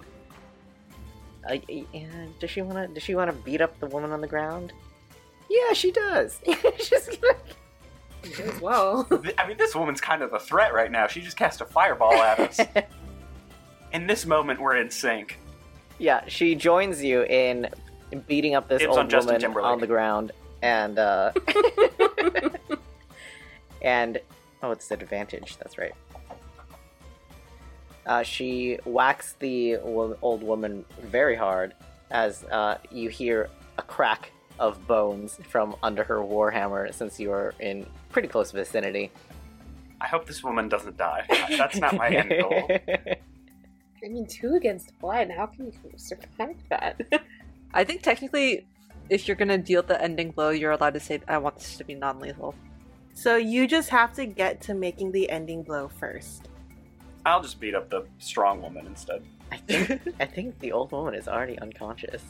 [SPEAKER 1] Uh, uh, does she want to? Does she want to beat up the woman on the ground? Yeah, she does. She's gonna-
[SPEAKER 4] As well.
[SPEAKER 3] Th- I mean, this woman's kind of a threat right now. She just cast a fireball at us. In this moment, we're in sync.
[SPEAKER 1] yeah, she joins you in beating up this
[SPEAKER 3] Dibs
[SPEAKER 1] old
[SPEAKER 3] on Justin
[SPEAKER 1] woman
[SPEAKER 3] Timberlake.
[SPEAKER 1] on the ground, and uh, and oh, it's advantage. That's right. Uh, she whacks the wo- old woman very hard as uh, you hear a crack of bones from under her warhammer since you are in pretty close vicinity.
[SPEAKER 3] I hope this woman doesn't die. That's not my end goal.
[SPEAKER 4] I mean, two against one. How can you survive that?
[SPEAKER 5] I think technically, if you're gonna deal the ending blow, you're allowed to say, "I want this to be non-lethal."
[SPEAKER 2] So you just have to get to making the ending blow first.
[SPEAKER 3] I'll just beat up the strong woman instead.
[SPEAKER 1] I think I think the old woman is already unconscious.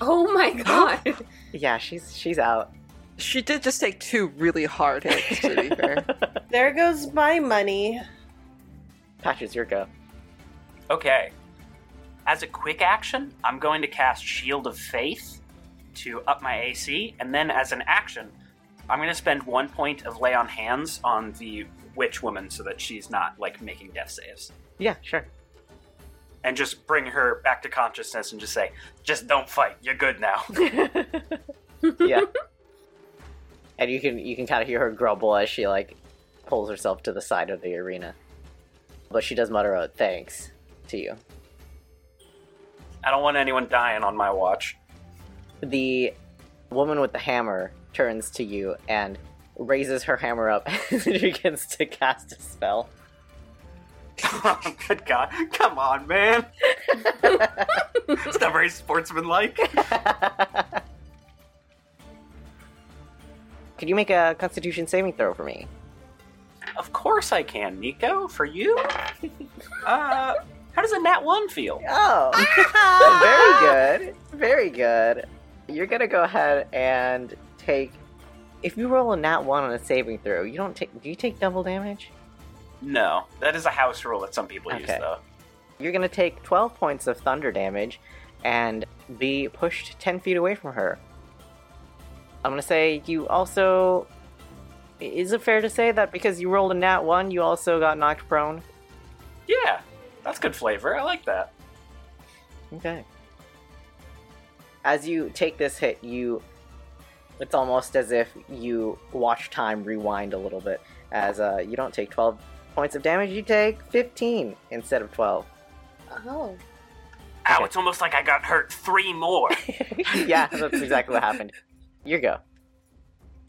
[SPEAKER 4] oh my god.
[SPEAKER 1] Yeah, she's she's out.
[SPEAKER 5] She did just take two really hard hits. To be fair,
[SPEAKER 2] There goes my money.
[SPEAKER 1] Patches, your go.
[SPEAKER 3] Okay. As a quick action, I'm going to cast Shield of Faith to up my AC, and then as an action, I'm going to spend one point of Lay on Hands on the witch woman so that she's not like making death saves,
[SPEAKER 1] Yeah, sure.
[SPEAKER 3] and just bring her back to consciousness and just say, "Just don't fight. You're good now."
[SPEAKER 1] Yeah. and you can you can kind of hear her grumble as she like pulls herself to the side of the arena, but she does mutter out thanks to you.
[SPEAKER 3] I don't want anyone dying on my watch.
[SPEAKER 1] The woman with the hammer turns to you and raises her hammer up as she begins to cast a spell.
[SPEAKER 3] good God, come on, man! it's not very sportsmanlike.
[SPEAKER 1] Could you make a Constitution saving throw for me?
[SPEAKER 3] Of course I can, Nico. For you? uh, how does a nat one feel?
[SPEAKER 1] Oh, very good, very good. You're gonna go ahead and take. If you roll a nat one on a saving throw, you don't take. Do you take double damage?
[SPEAKER 3] No, that is a house rule that some people use,
[SPEAKER 1] Okay.
[SPEAKER 3] though.
[SPEAKER 1] You're gonna take 12 points of thunder damage, and be pushed 10 feet away from her. I'm gonna say you also. Is it fair to say that because you rolled a nat one, you also got knocked prone?
[SPEAKER 3] Yeah, that's good flavor. I like that.
[SPEAKER 1] Okay. As you take this hit, you. It's almost as if you watch time rewind a little bit. As uh, you don't take 12 points of damage, you take 15 instead of 12.
[SPEAKER 4] Oh.
[SPEAKER 3] Ow, it's almost like I got hurt three more.
[SPEAKER 1] yeah, that's exactly what happened. Your go.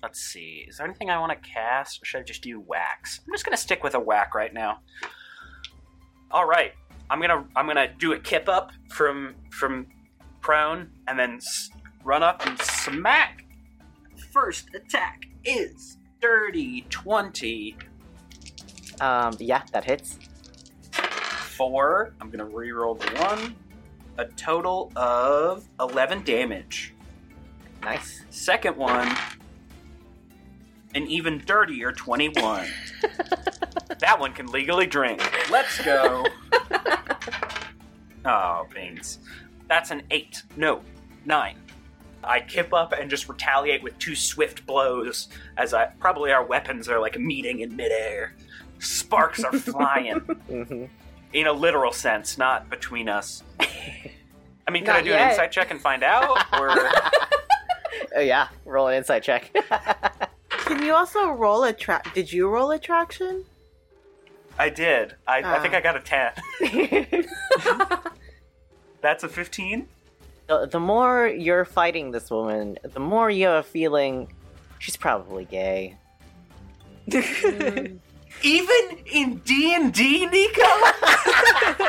[SPEAKER 3] Let's see. Is there anything I want to cast, or should I just do wax? I'm just gonna stick with a whack right now. All right, I'm gonna I'm gonna do a kip up from from prone, and then s- run up and smack. First attack is dirty twenty
[SPEAKER 1] Um, yeah, that hits.
[SPEAKER 3] four. I'm gonna reroll the one. A total of eleven damage.
[SPEAKER 1] Nice.
[SPEAKER 3] Second one, an even dirtier twenty-one. that one can legally drink. Let's go. oh, beans. That's an eight. No, nine. I kip up and just retaliate with two swift blows as I probably our weapons are like meeting in midair. Sparks are flying
[SPEAKER 1] hmm
[SPEAKER 3] in a literal sense, not between us. I mean, can I
[SPEAKER 4] Not
[SPEAKER 3] do an
[SPEAKER 4] yet.
[SPEAKER 3] insight check and find out? Or
[SPEAKER 1] Oh, yeah, roll an insight check.
[SPEAKER 2] Can you also roll a track? Did you roll attraction?
[SPEAKER 3] I did. I, I think
[SPEAKER 2] Ah.
[SPEAKER 3] I got a ten. That's a fifteen.
[SPEAKER 1] the, the more you're fighting this woman, the more you have a feeling she's probably gay.
[SPEAKER 4] Mm.
[SPEAKER 3] Even in D and D, Nico,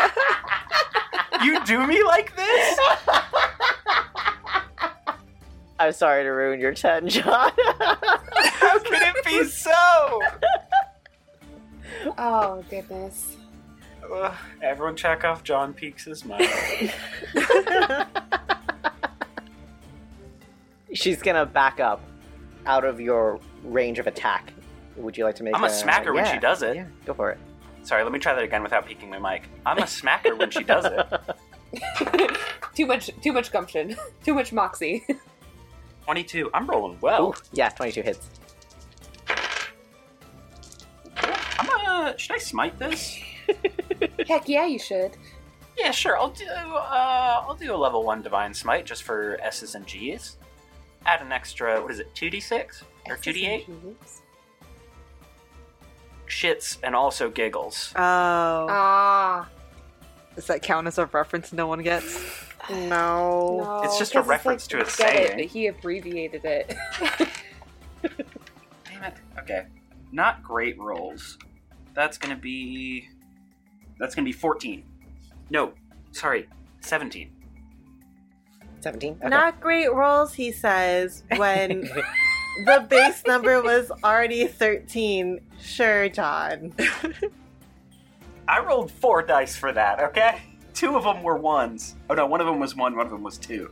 [SPEAKER 3] you do me like this.
[SPEAKER 1] I'm sorry to ruin your 10, John.
[SPEAKER 3] How could it be so?
[SPEAKER 4] oh goodness.
[SPEAKER 3] Ugh, everyone, check off John Peaks' mind.
[SPEAKER 1] she's gonna back up out of your range of attack. Would you like to make
[SPEAKER 3] I'm
[SPEAKER 1] a
[SPEAKER 3] gonna smack her when she
[SPEAKER 1] yeah,
[SPEAKER 3] does it.
[SPEAKER 1] Yeah, go for it.
[SPEAKER 3] Sorry, let me try that again without peeking my mic. I'm a smacker when she does it.
[SPEAKER 4] too much too much gumption. too much moxie.
[SPEAKER 3] 22. I'm rolling well.
[SPEAKER 1] Ooh, yeah, 22 hits.
[SPEAKER 3] I'm gonna. Should I smite this?
[SPEAKER 4] Heck yeah, you should.
[SPEAKER 3] Yeah, sure. I'll do. Uh, I'll do a level one divine smite just for S's and G's. Add an extra. What is it? Two d six or two d eight? Shits and also giggles.
[SPEAKER 5] Oh.
[SPEAKER 4] Ah.
[SPEAKER 5] Does that count as a reference no one gets?
[SPEAKER 2] No.
[SPEAKER 4] No,
[SPEAKER 3] It's just a
[SPEAKER 4] 'cause
[SPEAKER 3] reference to a
[SPEAKER 4] we get it,
[SPEAKER 3] saying.
[SPEAKER 4] but he abbreviated it.
[SPEAKER 3] Damn it. Okay. Not great rolls. That's gonna be. That's gonna be 14. No, sorry, 17.
[SPEAKER 1] 17? Okay.
[SPEAKER 2] Not great rolls, he says, when the base number was already 13. Sure, John.
[SPEAKER 3] I rolled four dice for that. Okay. Two of them were ones. Oh no, one of them was one. One of them was two.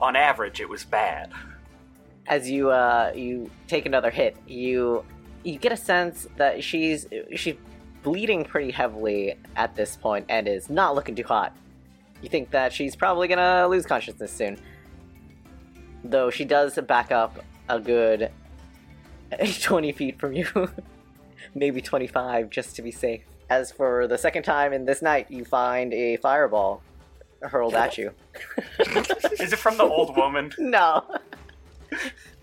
[SPEAKER 3] On average, it was bad.
[SPEAKER 1] as you uh, you take another hit, you you get a sense that she's she's bleeding pretty heavily at this point and is not looking too hot. You think that she's probably gonna lose consciousness soon, though she does back up a good twenty feet from you, maybe twenty five just to be safe. As for the second time in this night, you find a fireball hurled at you.
[SPEAKER 3] Is it from the old woman?
[SPEAKER 1] No.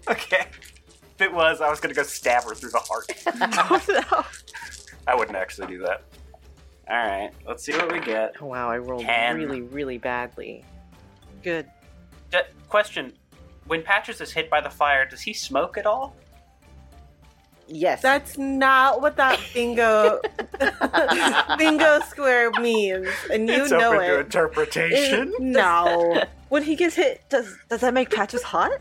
[SPEAKER 3] Okay. If it was, I was gonna go stab her through the heart. I wouldn't actually do that. All right, let's see what we get.
[SPEAKER 1] Oh, wow, I rolled
[SPEAKER 3] Ten.
[SPEAKER 1] really, really badly.
[SPEAKER 5] Good.
[SPEAKER 3] D- question: When Patches is hit by the fire, does he smoke at all?
[SPEAKER 1] Yes.
[SPEAKER 2] That's not what that bingo bingo square means. And you know it.
[SPEAKER 3] interpretation.
[SPEAKER 2] It- No.
[SPEAKER 5] When he gets hit, does does that make patches hot?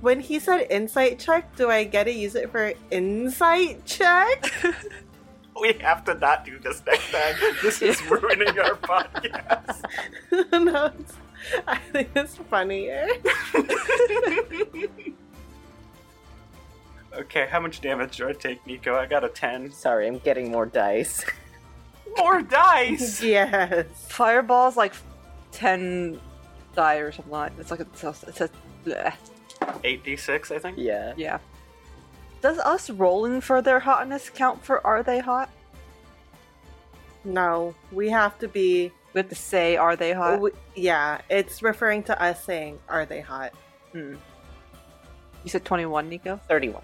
[SPEAKER 2] When he said insight check, do I get to use it for insight check?
[SPEAKER 3] we have to not do this next time. This is ruining our podcast.
[SPEAKER 2] no, it's- I think it's funnier.
[SPEAKER 3] Okay, how much damage do I take, Nico? I got a ten.
[SPEAKER 1] Sorry, I'm getting more dice.
[SPEAKER 3] More dice.
[SPEAKER 2] Yes.
[SPEAKER 5] Fireball's like ten die or something. Like it's like a, it's a bleh.
[SPEAKER 3] Eight d six, I think.
[SPEAKER 1] Yeah.
[SPEAKER 5] yeah. Does us rolling for their hotness count for are they hot?
[SPEAKER 2] No, we have to be.
[SPEAKER 5] We have to say are they hot.
[SPEAKER 2] we- yeah, it's referring to us saying, "Are they hot?"
[SPEAKER 5] Hmm. You said twenty one, Nico.
[SPEAKER 1] 31.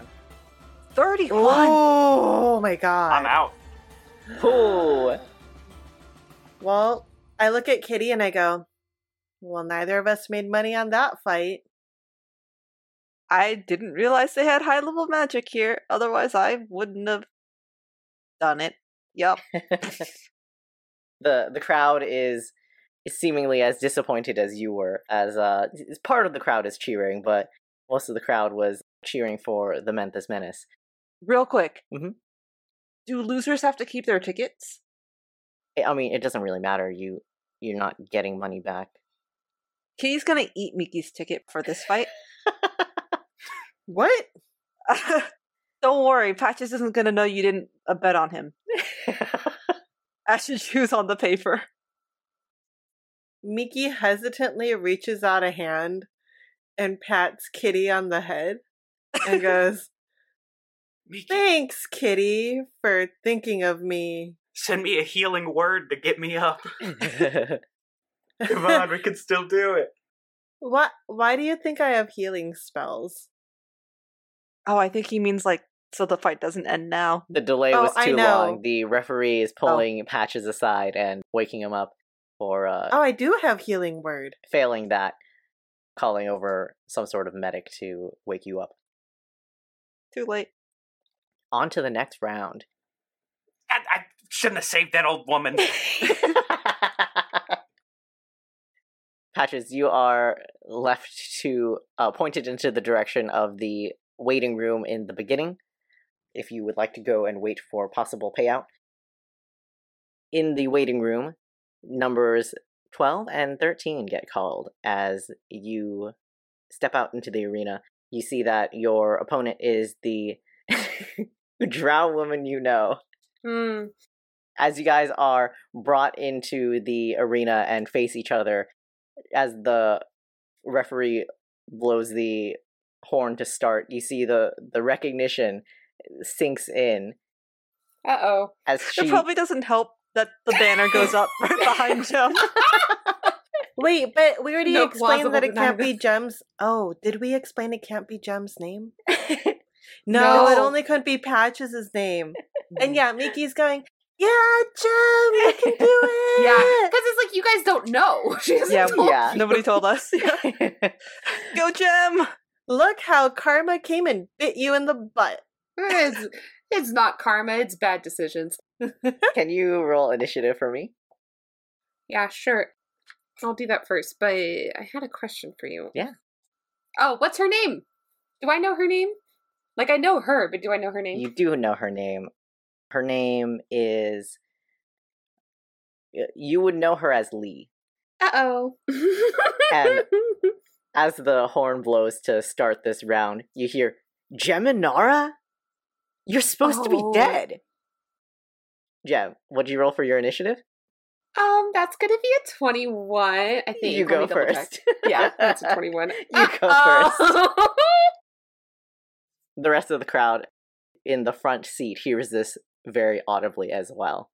[SPEAKER 5] Thirty one.
[SPEAKER 2] Oh my
[SPEAKER 3] I'm
[SPEAKER 2] god!
[SPEAKER 3] out.
[SPEAKER 1] Ooh.
[SPEAKER 2] Well, I look at Kitty and I go, "Well, neither of us made money on that fight."
[SPEAKER 5] I didn't realize they had high level magic here. Otherwise, I wouldn't have done it. Yup.
[SPEAKER 1] the the crowd is seemingly as disappointed as you were as uh s- part of the crowd is cheering, but most of the crowd was cheering for the Memphis Menace.
[SPEAKER 5] Mm-hmm. Real quick.
[SPEAKER 1] Mhm.
[SPEAKER 5] Do losers have to keep their tickets?
[SPEAKER 1] I- I mean, it doesn't really matter. You you're not getting money back.
[SPEAKER 5] Kitty's gonna eat Miki's ticket for this fight.
[SPEAKER 2] What?
[SPEAKER 5] Don't worry, Patches isn't gonna know you didn't uh, bet on him. Ashen shoes on the paper.
[SPEAKER 2] Miki hesitantly reaches out a hand and pats Kitty on the head and goes,
[SPEAKER 3] Miki,
[SPEAKER 2] Thanks, Kitty, for thinking of me.
[SPEAKER 3] send me a healing word to get me up. Come on, we can still do it.
[SPEAKER 2] What? Why do you think I have healing spells?
[SPEAKER 5] Oh, I think he means like so the fight doesn't end now.
[SPEAKER 1] the delay
[SPEAKER 2] Oh,
[SPEAKER 1] was
[SPEAKER 2] I
[SPEAKER 1] too
[SPEAKER 2] know. Oh.
[SPEAKER 1] long. The referee is pulling patches aside and waking him up for uh,
[SPEAKER 2] Oh, I do have healing word.
[SPEAKER 1] failing that, calling over some sort of medic to wake you up.
[SPEAKER 5] Too late.
[SPEAKER 1] On to the next round.
[SPEAKER 3] I, I shouldn't have saved that old woman.
[SPEAKER 1] Patches, you are left to uh, pointed into the direction of the waiting room in the beginning. If you would like to go and wait for possible payout, in the waiting room, numbers twelve and thirteen get called as you step out into the arena. You see that your opponent is the drow woman you know
[SPEAKER 4] Hmm.
[SPEAKER 1] as you guys are brought into the arena and face each other as the referee blows the horn to start you see the the recognition sinks in
[SPEAKER 4] Uh oh.
[SPEAKER 1] as she
[SPEAKER 5] It probably doesn't help that the banner goes up right behind him.
[SPEAKER 2] Wait, but we already
[SPEAKER 4] No plausible
[SPEAKER 2] explained that it can't be
[SPEAKER 4] deniability.
[SPEAKER 2] Gem's. Oh, did we explain it can't be Gem's name?
[SPEAKER 4] No.
[SPEAKER 2] No, it only couldn't be Patches' name. and yeah, Miki's going, Yeah, Gem, you can do it.
[SPEAKER 4] Yeah, because it's like you guys don't know. She hasn't
[SPEAKER 5] Yeah,
[SPEAKER 4] told
[SPEAKER 1] yeah.
[SPEAKER 4] you.
[SPEAKER 5] Nobody told us. Go, Jim!
[SPEAKER 2] Look how karma came and bit you in the butt.
[SPEAKER 4] It's, it's not karma. It's bad decisions.
[SPEAKER 1] can you roll initiative for me
[SPEAKER 4] Yeah, sure. I'll do that first. But I had a question for you.
[SPEAKER 1] Yeah.
[SPEAKER 4] Oh, what's her name? Do I know her name? Like I know her, but do I know her name?
[SPEAKER 1] you do know her name her name is y- you would know her as lee
[SPEAKER 4] Uh oh.
[SPEAKER 1] And- as the horn blows to start this round, you hear Geminara? You're supposed to
[SPEAKER 4] Oh.
[SPEAKER 1] be dead. Gem, what'd you roll for your initiative?
[SPEAKER 4] um, that's gonna be a twenty-one. I think
[SPEAKER 1] you
[SPEAKER 4] Let
[SPEAKER 1] go
[SPEAKER 4] me double check.
[SPEAKER 1] first.
[SPEAKER 4] Yeah, that's a twenty-one.
[SPEAKER 1] You go
[SPEAKER 4] first.
[SPEAKER 1] the rest of the crowd in the front seat hears this very audibly as well.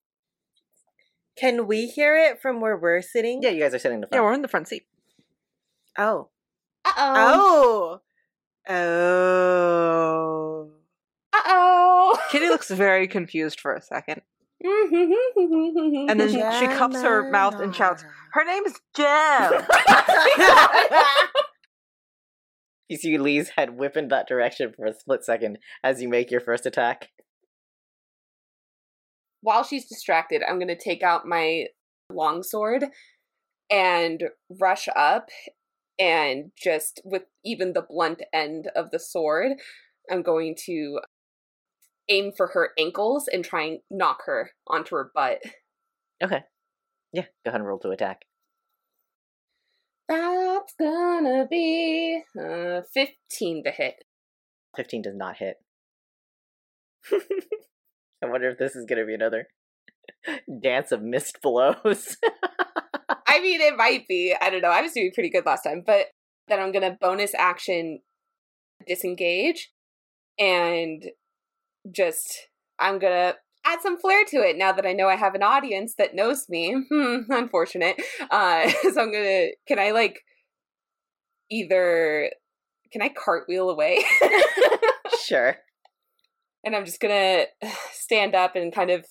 [SPEAKER 2] Can we hear it from where we're sitting?
[SPEAKER 1] Yeah, you guys are sitting in the
[SPEAKER 5] Yeah, we're
[SPEAKER 1] front.
[SPEAKER 5] in the front seat.
[SPEAKER 2] Oh.
[SPEAKER 4] uh
[SPEAKER 5] Um
[SPEAKER 4] oh.
[SPEAKER 2] Oh. Oh.
[SPEAKER 4] Uh oh.
[SPEAKER 5] Kitty looks very confused for a second.
[SPEAKER 4] and Mm-hmm.
[SPEAKER 5] then she- she cups her mouth and shouts, Her name is Jem!
[SPEAKER 1] You see Lee's head whip in that direction for a split second as you make your first attack.
[SPEAKER 4] While she's distracted, I'm going to take out my longsword and rush up and just with even the blunt end of the sword, I'm going to aim for her ankles and try and knock her onto her butt.
[SPEAKER 1] Yeah, go ahead and roll to attack.
[SPEAKER 4] That's gonna be uh, 15 to hit.
[SPEAKER 1] 15 does not hit. I wonder if this is going to be another dance of missed blows.
[SPEAKER 4] I mean, it might be. I don't know. I was doing pretty good last time, but then I'm gonna bonus action disengage and just I'm gonna add some flair to it now that I know I have an audience that knows me. Hmm, unfortunate. Uh, so I'm gonna. Can I like either? Can I cartwheel away?
[SPEAKER 1] sure.
[SPEAKER 4] and I'm just gonna stand up and kind of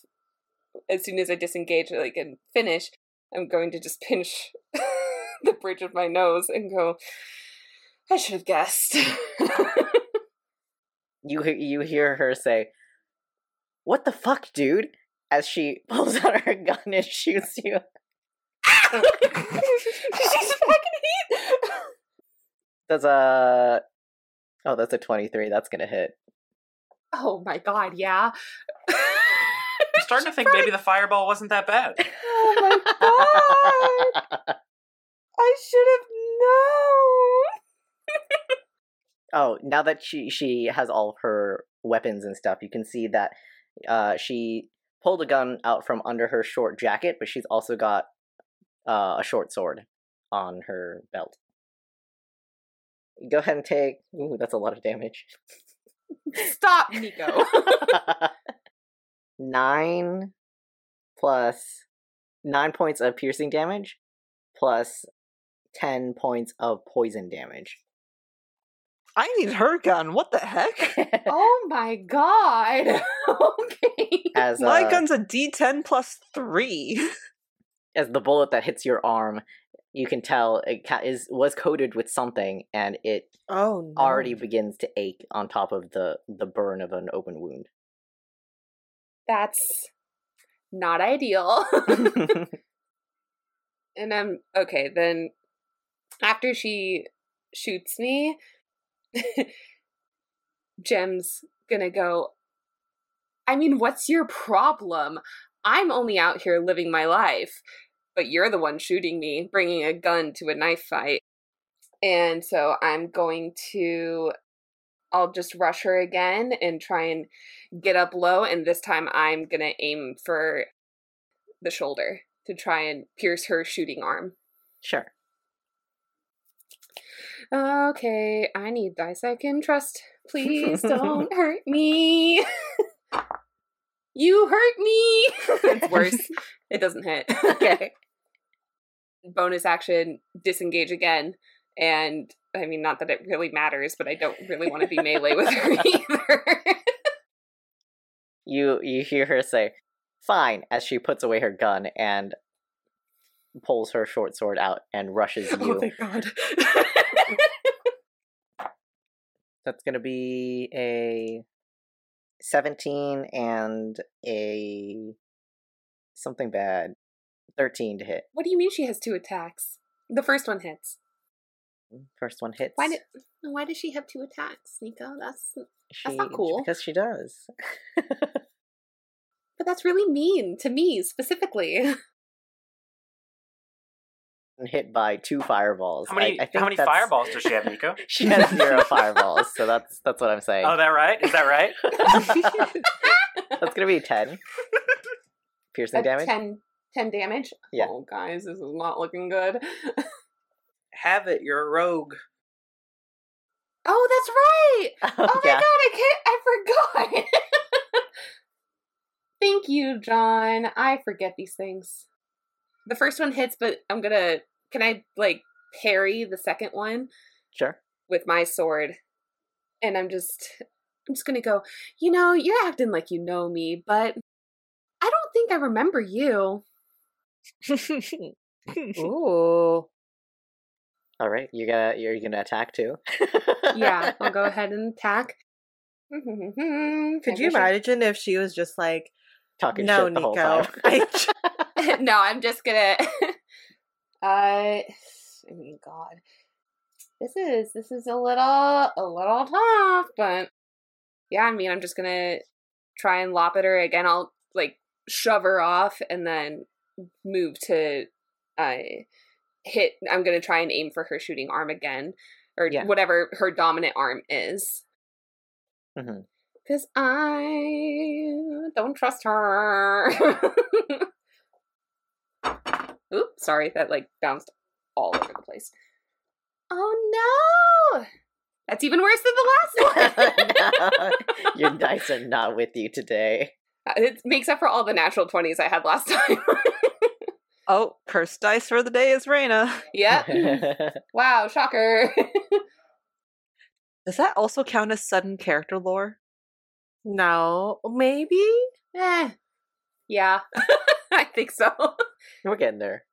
[SPEAKER 4] as soon as I disengage like and finish, I'm going to just pinch the bridge of my nose and go. I should have guessed.
[SPEAKER 1] You he- you hear her say, "What the fuck, dude?" as she pulls out her gun and shoots you.
[SPEAKER 4] She's fucking heat.
[SPEAKER 1] That's a Oh, that's a 23. That's going to hit.
[SPEAKER 4] Oh my god, yeah.
[SPEAKER 3] starting to think maybe the fireball wasn't that bad.
[SPEAKER 5] Oh my god! I should
[SPEAKER 1] oh, now that she she has all of her weapons and stuff, you can see that uh, she pulled a gun out from under her short jacket, but she's also got uh, a short sword on her belt. Go ahead and take. Ooh, that's a lot of damage.
[SPEAKER 4] Stop, Nico.
[SPEAKER 1] nine plus nine points of piercing damage, plus ten points of poison damage.
[SPEAKER 5] I need her gun. What the heck?
[SPEAKER 4] oh my god. okay.
[SPEAKER 1] as
[SPEAKER 5] My
[SPEAKER 1] uh,
[SPEAKER 5] gun's a D10 plus three.
[SPEAKER 1] as the bullet that hits your arm, you can tell it ca- is was coated with something, and it
[SPEAKER 2] Oh, no.
[SPEAKER 1] already begins to ache on top of the the burn of an open wound.
[SPEAKER 4] That's not ideal. and I'm okay, then after she shoots me, Jem's gonna go, I mean, what's your problem? I'm only out here living my life, but you're the one shooting me, bringing a gun to a knife fight. And so I'm going to, I'll just rush her again and try and get up low. And this time I'm gonna aim for the shoulder to try and pierce her shooting arm.
[SPEAKER 1] sure.
[SPEAKER 4] Okay, I need dice I can trust. Please don't hurt me. you hurt me. it's worse. It doesn't hit.
[SPEAKER 1] Okay.
[SPEAKER 4] Bonus action, disengage again. And I mean, not that it really matters, but I don't really want to be melee with her either.
[SPEAKER 1] You you hear her say, "Fine," as she puts away her gun and pulls her short sword out and rushes you.
[SPEAKER 4] Oh, thank God.
[SPEAKER 1] That's gonna be a seventeen and a something bad, thirteen to hit.
[SPEAKER 4] what do you mean she has two attacks? The first one hits.
[SPEAKER 1] First one hits.
[SPEAKER 4] Why did why does she have two attacks, Nico? That's
[SPEAKER 1] she,
[SPEAKER 4] not cool.
[SPEAKER 1] because she does.
[SPEAKER 4] but that's really mean to me specifically.
[SPEAKER 1] Hit by two fireballs.
[SPEAKER 3] How many
[SPEAKER 1] I, I think
[SPEAKER 3] how many
[SPEAKER 1] that's-
[SPEAKER 3] fireballs does she have, Nico?
[SPEAKER 1] She has zero fireballs, so that's that's what I'm saying.
[SPEAKER 3] Oh, that right? Is that right?
[SPEAKER 1] That's gonna be ten. Piercing
[SPEAKER 4] A
[SPEAKER 1] damage.
[SPEAKER 4] 10, 10 damage?
[SPEAKER 1] Yeah.
[SPEAKER 4] Oh, guys, this is not looking good.
[SPEAKER 3] Have it. You're a rogue.
[SPEAKER 4] Oh, that's right! Oh my
[SPEAKER 1] yeah.
[SPEAKER 4] god, I can't, I forgot! Thank you, John. I forget these things. The first one hits, but I'm gonna. Can I, like, parry the second one
[SPEAKER 1] Sure.
[SPEAKER 4] with my sword? And I'm just. I'm just gonna go, you know, you're acting like you know me, but I don't think I remember you.
[SPEAKER 5] Ooh.
[SPEAKER 1] All right. You're gonna you're gonna attack too.
[SPEAKER 4] yeah, oh I'll go ahead and attack. Could
[SPEAKER 2] Could you imagine if she was just like,
[SPEAKER 1] Talking
[SPEAKER 2] no,
[SPEAKER 1] shit the whole
[SPEAKER 2] Nico.
[SPEAKER 1] time.
[SPEAKER 2] I
[SPEAKER 4] no, I'm just gonna. uh, I mean, God, this is this is a little a little tough, but yeah, I mean, I'm just gonna try and lop at her again. I'll like shove her off and then move to uh, hit. I'm gonna try and aim for her shooting arm again, or
[SPEAKER 1] Yeah.
[SPEAKER 4] whatever her dominant arm is.
[SPEAKER 1] Mhm.
[SPEAKER 4] Because I don't trust her. Oop, sorry, that like bounced all over the place. Oh no! That's even worse than the last one!
[SPEAKER 1] No, Your dice are not with you today.
[SPEAKER 4] it makes up for all the natural 20s I had last time.
[SPEAKER 5] Oh, cursed dice for the day is Raina.
[SPEAKER 4] yep. Wow, shocker.
[SPEAKER 5] Does that also count as sudden character lore?
[SPEAKER 2] no, maybe.
[SPEAKER 4] Eh, yeah, I think so.
[SPEAKER 1] We're getting there.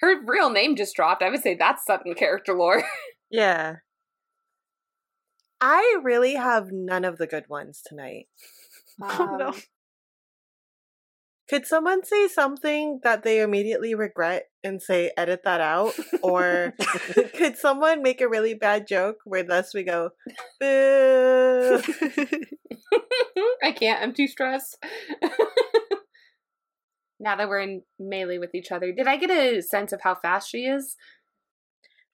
[SPEAKER 4] Her real name just dropped. I would say that's sudden character lore.
[SPEAKER 2] Yeah. I really have none of the good ones tonight.
[SPEAKER 5] Oh, no.
[SPEAKER 4] Um,
[SPEAKER 2] Could someone say something that they immediately regret and say, edit that out? Or could someone make a really bad joke where thus we go, boo?
[SPEAKER 4] Um, I can't. I'm too stressed. Now that we're in melee with each other, did I get a sense of how fast she is?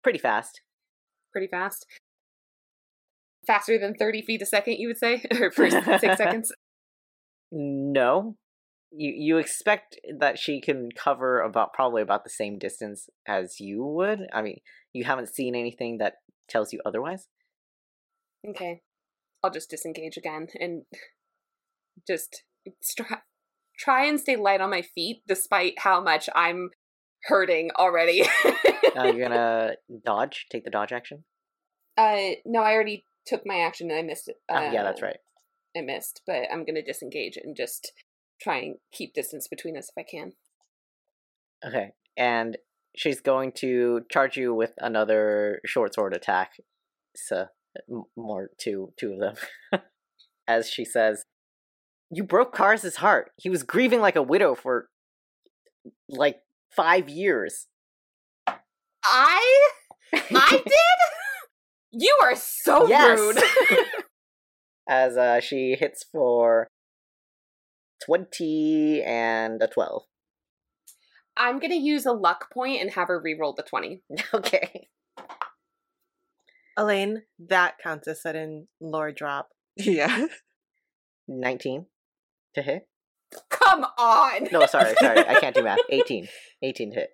[SPEAKER 1] Pretty fast.
[SPEAKER 4] Pretty fast. Faster than 30 feet a second, you would say? or for six seconds?
[SPEAKER 1] No. You you expect that she can cover about probably about the same distance as you would. I mean, you haven't seen anything that tells you otherwise.
[SPEAKER 4] Okay. I'll just disengage again and just stri- try and stay light on my feet despite how much I'm hurting already.
[SPEAKER 1] Uh, you're gonna dodge, take the dodge action.
[SPEAKER 4] uh, no, I already took my action and I missed it.
[SPEAKER 1] Ah, yeah, that's
[SPEAKER 4] Uh,
[SPEAKER 1] right.
[SPEAKER 4] I missed, but I'm going to disengage and just try and keep distance between us if I can.
[SPEAKER 1] Okay, and she's going to charge you with another short sword attack. So m- more two two of them, as she says, "You broke Kars's heart. He was grieving like a widow for like five years."
[SPEAKER 4] I I did? You are so
[SPEAKER 1] Yes.
[SPEAKER 4] rude.
[SPEAKER 1] as uh, she hits for twenty and a twelve.
[SPEAKER 4] I'm going to use a luck point and have her reroll the 20.
[SPEAKER 1] Okay.
[SPEAKER 2] Elaine, that counts as sudden lore drop.
[SPEAKER 5] Yeah.
[SPEAKER 1] 19 to hit.
[SPEAKER 4] Come on.
[SPEAKER 1] No, sorry, sorry. I can't do math. 18. 18 to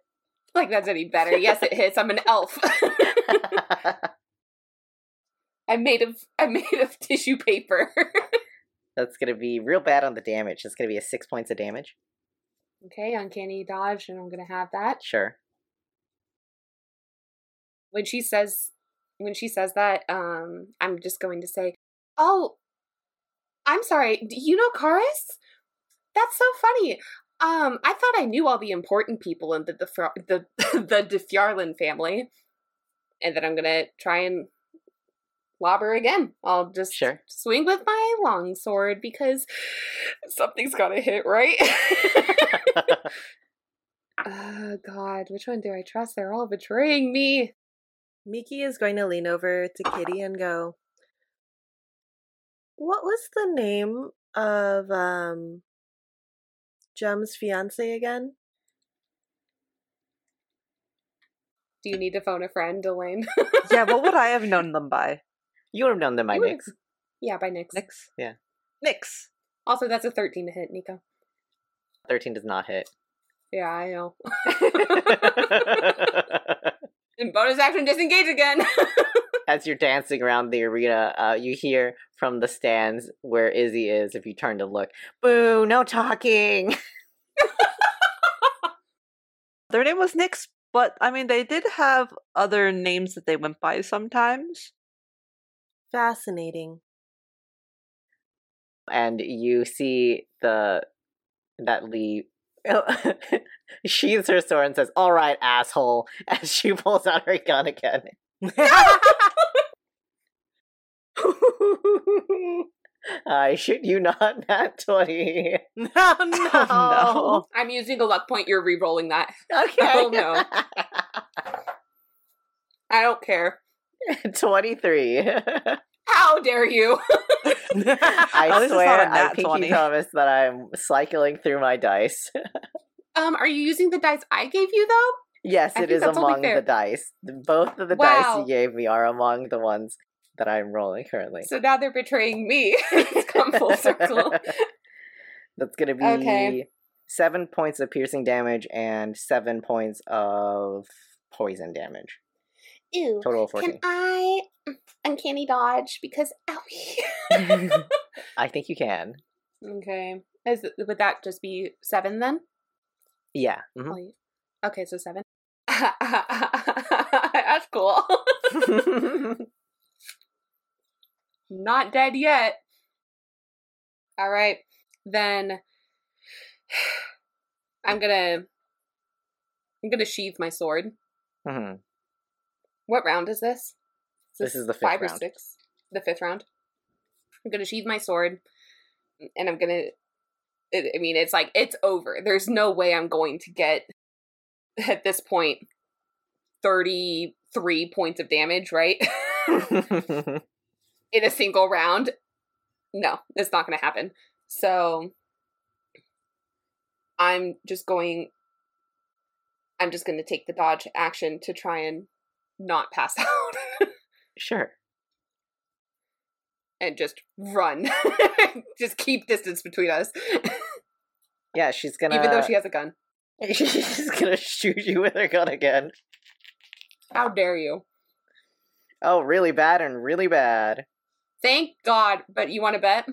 [SPEAKER 4] Like that's any better. Yes, it hits. I'm an elf.
[SPEAKER 1] hit.
[SPEAKER 4] I'm made of I'm made of tissue paper.
[SPEAKER 1] That's going to be real bad on the damage. That's going to be a six points of damage.
[SPEAKER 4] okay, uncanny dodge and I'm going to have that.
[SPEAKER 1] Sure.
[SPEAKER 4] when she says when she says that um i'm just going to say oh i'm sorry do you know Karis? that's so funny um i thought i knew all the important people in the the the, the defjarlin family and then i'm gonna try and lob her again i'll just
[SPEAKER 1] Sure.
[SPEAKER 4] swing with my long sword because something's gotta hit right oh god which one do i trust they're all betraying me
[SPEAKER 2] Miki is going to lean over to Kitty and go, What was the name of um Jem's fiance again?
[SPEAKER 4] Do you need to phone a friend, Elaine?
[SPEAKER 5] Yeah, what would I have known them by?
[SPEAKER 1] You would have known them by
[SPEAKER 4] You would've-
[SPEAKER 1] Nyx.
[SPEAKER 4] yeah, by Nyx.
[SPEAKER 5] Nix?
[SPEAKER 1] Yeah.
[SPEAKER 5] Nix.
[SPEAKER 4] Also, that's a 13 to hit, Nico.
[SPEAKER 1] 13 does not hit.
[SPEAKER 4] Yeah, I know. and bonus action disengage again.
[SPEAKER 1] As you're dancing around the arena, uh, you hear from the stands where Izzy is if you turn to look. Boo, no talking.
[SPEAKER 5] Their name was Nix, but I mean, they did have other names that they went by sometimes.
[SPEAKER 2] Fascinating.
[SPEAKER 1] and you see the that Lee sheathes her sword and says, "All right, asshole," as she pulls out her gun again. I shoot you not, Nat twenty.
[SPEAKER 2] No, no.
[SPEAKER 5] no.
[SPEAKER 4] I'm using a luck point. You're re rolling that.
[SPEAKER 1] Okay,
[SPEAKER 4] Oh, no. I don't care.
[SPEAKER 1] twenty-three.
[SPEAKER 4] How dare you?
[SPEAKER 5] At
[SPEAKER 1] I
[SPEAKER 5] least it's not
[SPEAKER 1] swear,
[SPEAKER 5] a
[SPEAKER 1] I
[SPEAKER 5] nat
[SPEAKER 1] pinky
[SPEAKER 5] 20.
[SPEAKER 1] promise that I'm cycling through my dice.
[SPEAKER 4] Um, are you using the dice I gave you, though?
[SPEAKER 1] Yes,
[SPEAKER 4] I
[SPEAKER 1] it
[SPEAKER 4] think
[SPEAKER 1] is
[SPEAKER 4] that's only
[SPEAKER 1] among the
[SPEAKER 4] fair.
[SPEAKER 1] dice. Both of the dice
[SPEAKER 4] Wow.
[SPEAKER 1] you gave me are among the ones that I'm rolling currently.
[SPEAKER 4] So now they're betraying me. it's come full circle.
[SPEAKER 1] That's gonna be
[SPEAKER 4] Okay.
[SPEAKER 1] seven points of piercing damage and seven points of poison damage.
[SPEAKER 4] Ew.
[SPEAKER 1] Total of fourteen.
[SPEAKER 4] Can I uncanny dodge? Because, owie.
[SPEAKER 1] I-, think you can.
[SPEAKER 4] Okay. Is would that just be seven then?
[SPEAKER 1] Yeah. mhm.
[SPEAKER 4] Like- Okay, so seven. That's cool. Not dead yet. All right, then I'm gonna I'm gonna sheathe my sword.
[SPEAKER 1] Mhm.
[SPEAKER 4] What round is this?
[SPEAKER 1] This is the fifth
[SPEAKER 4] five or
[SPEAKER 1] round.
[SPEAKER 4] six. The fifth round. I'm gonna sheathe my sword, and I'm gonna. It, I mean, it's like it's over. There's no way I'm going to get at this point thirty three points of damage, right?
[SPEAKER 1] Mm-hmm.
[SPEAKER 4] In a single round. No, it's not gonna happen. So I'm just going. I'm just going to take the dodge action to try and not pass out
[SPEAKER 1] Sure.
[SPEAKER 4] and just run. just keep distance between us,
[SPEAKER 1] Yeah, she's gonna.
[SPEAKER 4] even though she has a gun.
[SPEAKER 1] she's gonna shoot you with her gun again.
[SPEAKER 4] How dare you?
[SPEAKER 1] Oh, really bad and really bad.
[SPEAKER 4] Thank God, but you want to bet?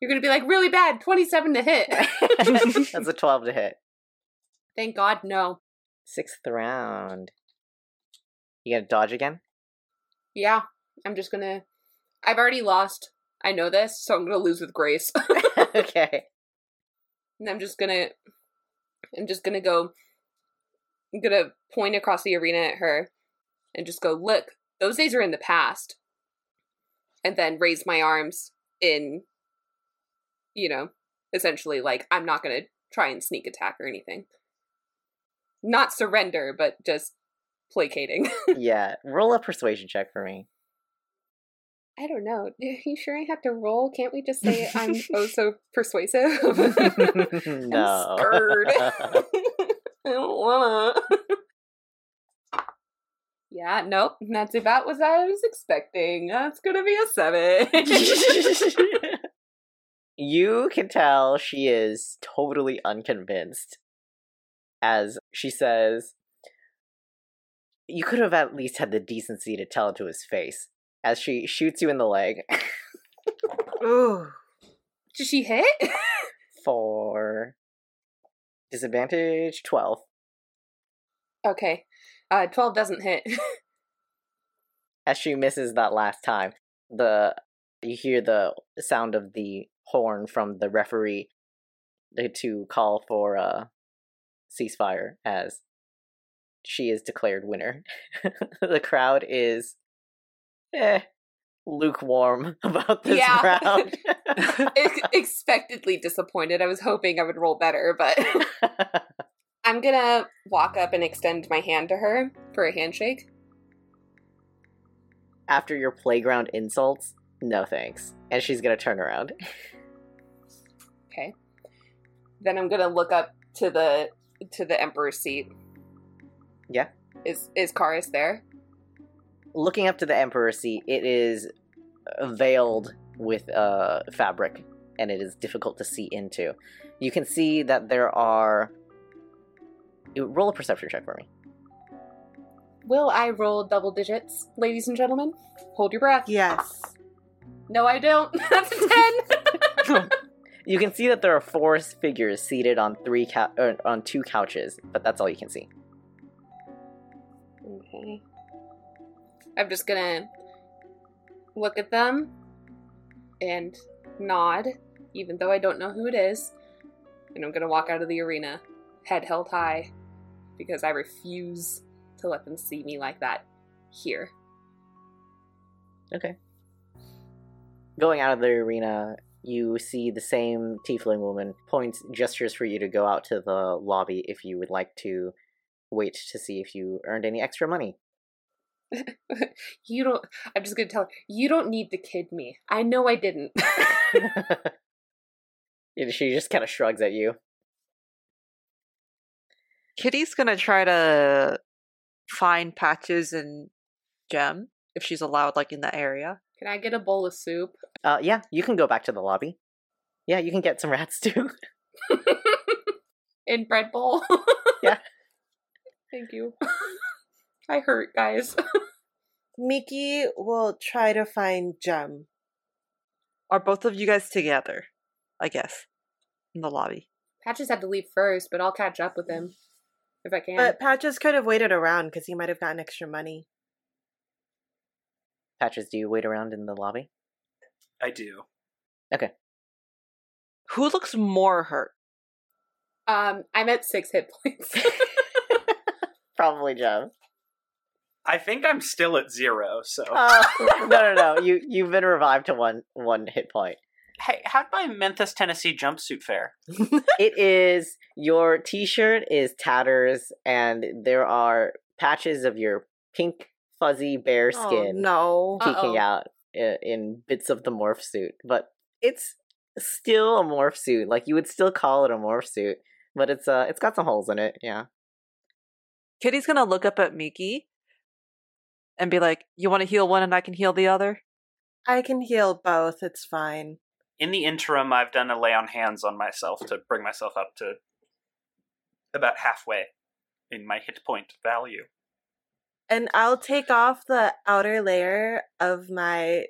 [SPEAKER 4] You're going to be like, really bad, 27 to hit.
[SPEAKER 1] That's a twelve to hit.
[SPEAKER 4] Thank God, no.
[SPEAKER 1] Sixth round. You gonna dodge again?
[SPEAKER 4] Yeah, I'm just going to. I've already lost. I know this, so I'm going to lose with grace.
[SPEAKER 1] okay.
[SPEAKER 4] and I'm just going to. I'm just going to go. I'm going to point across the arena at her and just go, look, those days are in the past. And then raise my arms in, you know, essentially like, I'm not going to try and sneak attack or anything. Not surrender, but just placating.
[SPEAKER 1] yeah. Roll a persuasion check for me.
[SPEAKER 4] I don't know. You sure I have to roll? Can't we just say I'm oh so persuasive?
[SPEAKER 1] no.
[SPEAKER 4] I'm scared. I don't wanna. yeah, nope. That's about what I was expecting. That's gonna be a seven.
[SPEAKER 1] you can tell she is totally unconvinced as she says you could have at least had the decency to tell it to his face as she shoots you in the leg
[SPEAKER 2] Ooh.
[SPEAKER 4] Did she hit?
[SPEAKER 1] for disadvantage 12
[SPEAKER 4] okay. Uh, 12 doesn't hit.
[SPEAKER 1] as she misses that last time the you hear the sound of the horn from the referee uh, to call for a ceasefire as she is declared winner the crowd is eh, lukewarm about this
[SPEAKER 4] Yeah.
[SPEAKER 1] round
[SPEAKER 4] Ex- expectedly disappointed. I was hoping I would roll better, but I'm gonna walk up and extend my hand to her for a handshake.
[SPEAKER 1] after your playground insults no thanks and she's gonna turn around
[SPEAKER 4] Okay. Then I'm gonna look up to the to the emperor's seat.
[SPEAKER 1] Yeah.
[SPEAKER 4] Is is Karis there?
[SPEAKER 1] looking up to the emperor seat it is veiled with uh, fabric and it is difficult to see into you can see that there are roll a perception check for me
[SPEAKER 4] Will I roll double digits, ladies and gentlemen? Hold your breath.
[SPEAKER 2] Yes.
[SPEAKER 4] No, I don't. That's a ten.
[SPEAKER 1] you can see that there are four figures seated on three cou- or on two couches but that's all you can see
[SPEAKER 4] okay. I'm just gonna look at them and nod, even though I don't know who it is. And I'm gonna walk out of the arena, head held high, because I refuse to let them see me like that here.
[SPEAKER 1] going out of the arena you see the same tiefling woman points gestures for you to go out to the lobby if you would like to wait to see if you earned any extra money
[SPEAKER 4] You don't. I'm just gonna tell her, you don't need to kid me. I know I didn't.
[SPEAKER 1] And she just kind of shrugs at you.
[SPEAKER 5] Kitty's gonna try to find patches and gem if she's allowed, like in the area.
[SPEAKER 4] Can I get a bowl of soup?
[SPEAKER 1] Uh, yeah, you can go back to the lobby. Yeah, you can get some rats too.
[SPEAKER 4] In bread bowl?
[SPEAKER 1] Yeah.
[SPEAKER 4] Thank you. I hurt, guys.
[SPEAKER 2] Miki will try to find Jem.
[SPEAKER 5] Are both of you guys together? I guess in the lobby.
[SPEAKER 4] Patches had to leave first, but I'll catch up with him if I can.
[SPEAKER 2] But Patches could have waited around because he might have gotten extra money.
[SPEAKER 1] Patches, do you wait around in the lobby?
[SPEAKER 3] I do.
[SPEAKER 5] Who looks more hurt?
[SPEAKER 4] um, I'm at six hit points.
[SPEAKER 1] Probably Joe.
[SPEAKER 3] I think I'm still at zero, so.
[SPEAKER 1] Uh, no, no, no. You you've been revived to one one hit point.
[SPEAKER 3] hey, how'd my Memphis, Tennessee jumpsuit fare?
[SPEAKER 1] It is your T-shirt is tatters, and there are patches of your pink fuzzy bear
[SPEAKER 2] Oh,
[SPEAKER 1] skin
[SPEAKER 2] no.
[SPEAKER 4] Uh,
[SPEAKER 1] peeking
[SPEAKER 4] Uh-oh.
[SPEAKER 1] out i- in bits of the morph suit. But it's still a morph suit. Like you would still call it a morph suit, but it's uh it's got some holes in it. Yeah.
[SPEAKER 5] Kitty's gonna look up at Miki and be like, "You want to heal one, and I can heal the other."
[SPEAKER 2] I can heal both. It's fine.
[SPEAKER 3] In the interim, I've done a lay on hands on myself to bring myself up to about halfway in my hit point value.
[SPEAKER 2] And I'll take off the outer layer of my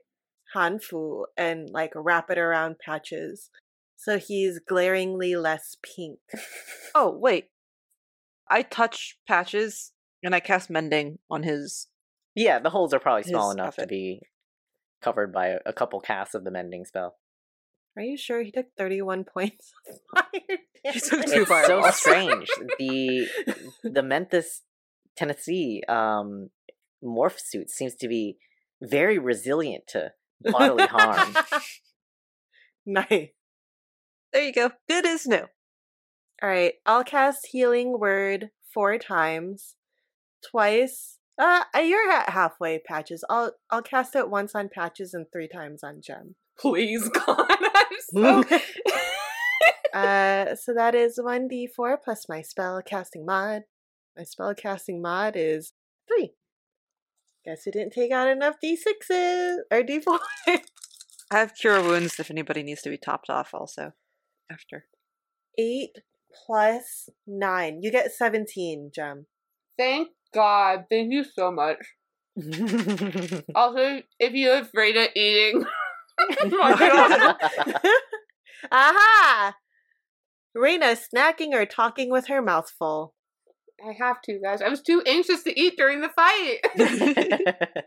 [SPEAKER 2] Hanfu and like wrap it around patches. So he's glaringly less pink.
[SPEAKER 5] Oh wait, I touch patches and I cast mending on his.
[SPEAKER 1] Yeah, the holes are probably small
[SPEAKER 5] His
[SPEAKER 1] enough to
[SPEAKER 5] outfit.
[SPEAKER 1] be covered by a, a couple casts of the mending spell.
[SPEAKER 2] Are you sure he took 31 points of fire?
[SPEAKER 5] He
[SPEAKER 2] damage?
[SPEAKER 5] took two
[SPEAKER 1] It's so
[SPEAKER 5] fireballs.
[SPEAKER 1] strange. The the Memphis, Tennessee um morph suit seems to be very resilient to bodily harm.
[SPEAKER 2] nice.
[SPEAKER 5] There you go. Good is new.
[SPEAKER 2] All right, I'll cast Healing Word four times, twice. Uh, you're at halfway patches. I'll I'll cast it once on patches and three times on Gem.
[SPEAKER 4] Please, God. I'm so.
[SPEAKER 2] Uh, so that is one d four plus my spell casting mod. My spell casting mod is three. Guess we didn't take out enough d sixes or d four.
[SPEAKER 5] I have cure wounds if anybody needs to be topped off. Also, after
[SPEAKER 2] Eight plus nine, you get seventeen, Gem.
[SPEAKER 4] Thank God. Thank you so much. Also, if you're afraid of eating. my God.
[SPEAKER 2] Aha! Reina snacking or talking with her mouth full.
[SPEAKER 4] I have to, guys. I was too anxious to eat during the fight.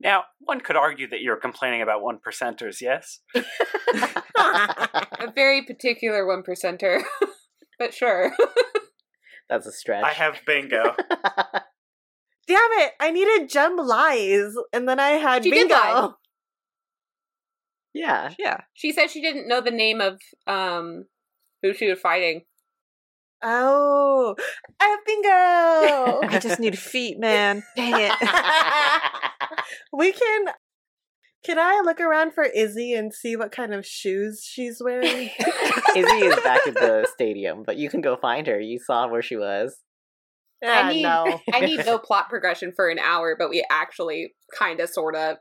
[SPEAKER 3] Now, one could argue that you're complaining about one percenters, yes?
[SPEAKER 4] A very particular one percenter. but sure.
[SPEAKER 1] That's a stretch.
[SPEAKER 3] I have bingo.
[SPEAKER 2] Damn it! I needed gem lies, and then I had
[SPEAKER 4] She did lie.
[SPEAKER 2] bingo.
[SPEAKER 1] yeah.
[SPEAKER 5] yeah,
[SPEAKER 4] She said she didn't know the name of um who she was fighting.
[SPEAKER 2] Oh, I have bingo.
[SPEAKER 5] I just need feet, man. Dang it.
[SPEAKER 2] we can. Can I look around for Izzy and see what kind of shoes she's wearing?
[SPEAKER 1] Izzy is back at the stadium, but you can go find her. You saw where she was.
[SPEAKER 2] Ah,
[SPEAKER 4] need-
[SPEAKER 2] no.
[SPEAKER 4] Oh, I need no plot progression for an hour, but we actually kinda sorta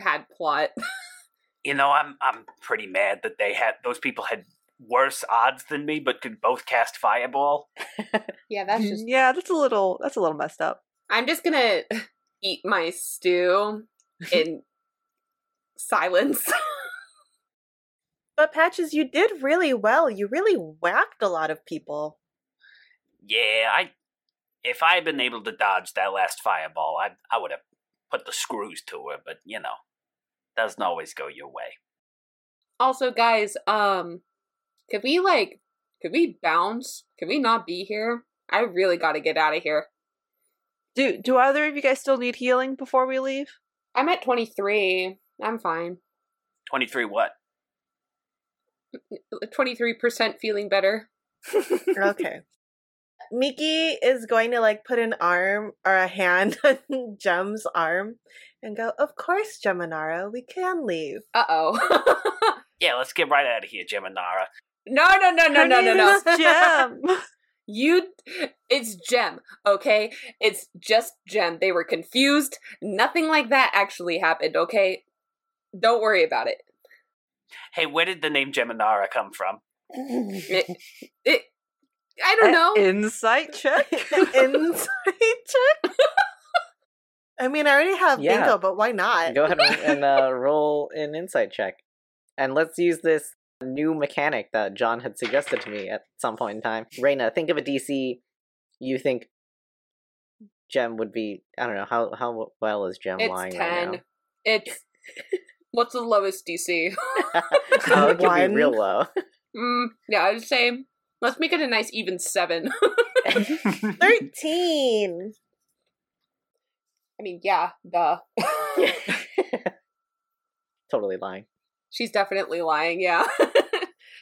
[SPEAKER 4] had plot.
[SPEAKER 3] you know, I'm I'm pretty mad that they had those people had worse odds than me, but could both cast fireball.
[SPEAKER 4] Yeah, that's just
[SPEAKER 5] Mm, yeah, that's a little. That's a little messed up.
[SPEAKER 4] I'm just gonna eat my stew in silence.
[SPEAKER 2] But Patches, you did really well. You really whacked a lot of people.
[SPEAKER 3] Yeah, I if I had been able to dodge that last fireball, I I would have put the screws to it, but you know, doesn't always go your way.
[SPEAKER 4] Also, guys, um, could we like, could we bounce? Could we not be here? I really got to get out of here.
[SPEAKER 5] Do Do either of you guys still need healing before we leave?
[SPEAKER 4] I'm at 23. I'm fine.
[SPEAKER 3] Twenty three what?
[SPEAKER 4] 23% feeling better.
[SPEAKER 2] okay. Miki is going to like put an arm or a hand on Jem's arm and go, Of course, Geminara, we can leave.
[SPEAKER 4] Uh oh.
[SPEAKER 3] Yeah, let's get right out of here, Geminara.
[SPEAKER 4] no, no, no, no,
[SPEAKER 2] Her
[SPEAKER 4] no, no,
[SPEAKER 2] name
[SPEAKER 4] no.
[SPEAKER 2] is-
[SPEAKER 5] Gem.
[SPEAKER 4] You, it's Gem, okay? It's just Gem. They were confused. Nothing like that actually happened, okay? Don't worry about it.
[SPEAKER 3] Hey, where did the name Geminara come from?
[SPEAKER 4] It, it I don't know.
[SPEAKER 5] Insight check.
[SPEAKER 2] Inside check. I mean, I already have
[SPEAKER 1] Yeah.
[SPEAKER 2] bingo, but why not?
[SPEAKER 1] go ahead and uh, roll an insight check, and let's use this new mechanic that John had suggested to me at some point in time. Reina, think of a DC you think Gem would be. I don't know how how well is Gem lying
[SPEAKER 4] It's ten.
[SPEAKER 1] right
[SPEAKER 4] It's what's the lowest DC?
[SPEAKER 1] now? oh, it could
[SPEAKER 2] One.
[SPEAKER 1] be real low.
[SPEAKER 4] mm, yeah, I'd say let's make it a nice even seven.
[SPEAKER 2] 13.
[SPEAKER 4] I mean, yeah, duh.
[SPEAKER 1] totally lying.
[SPEAKER 4] she's definitely lying. Yeah,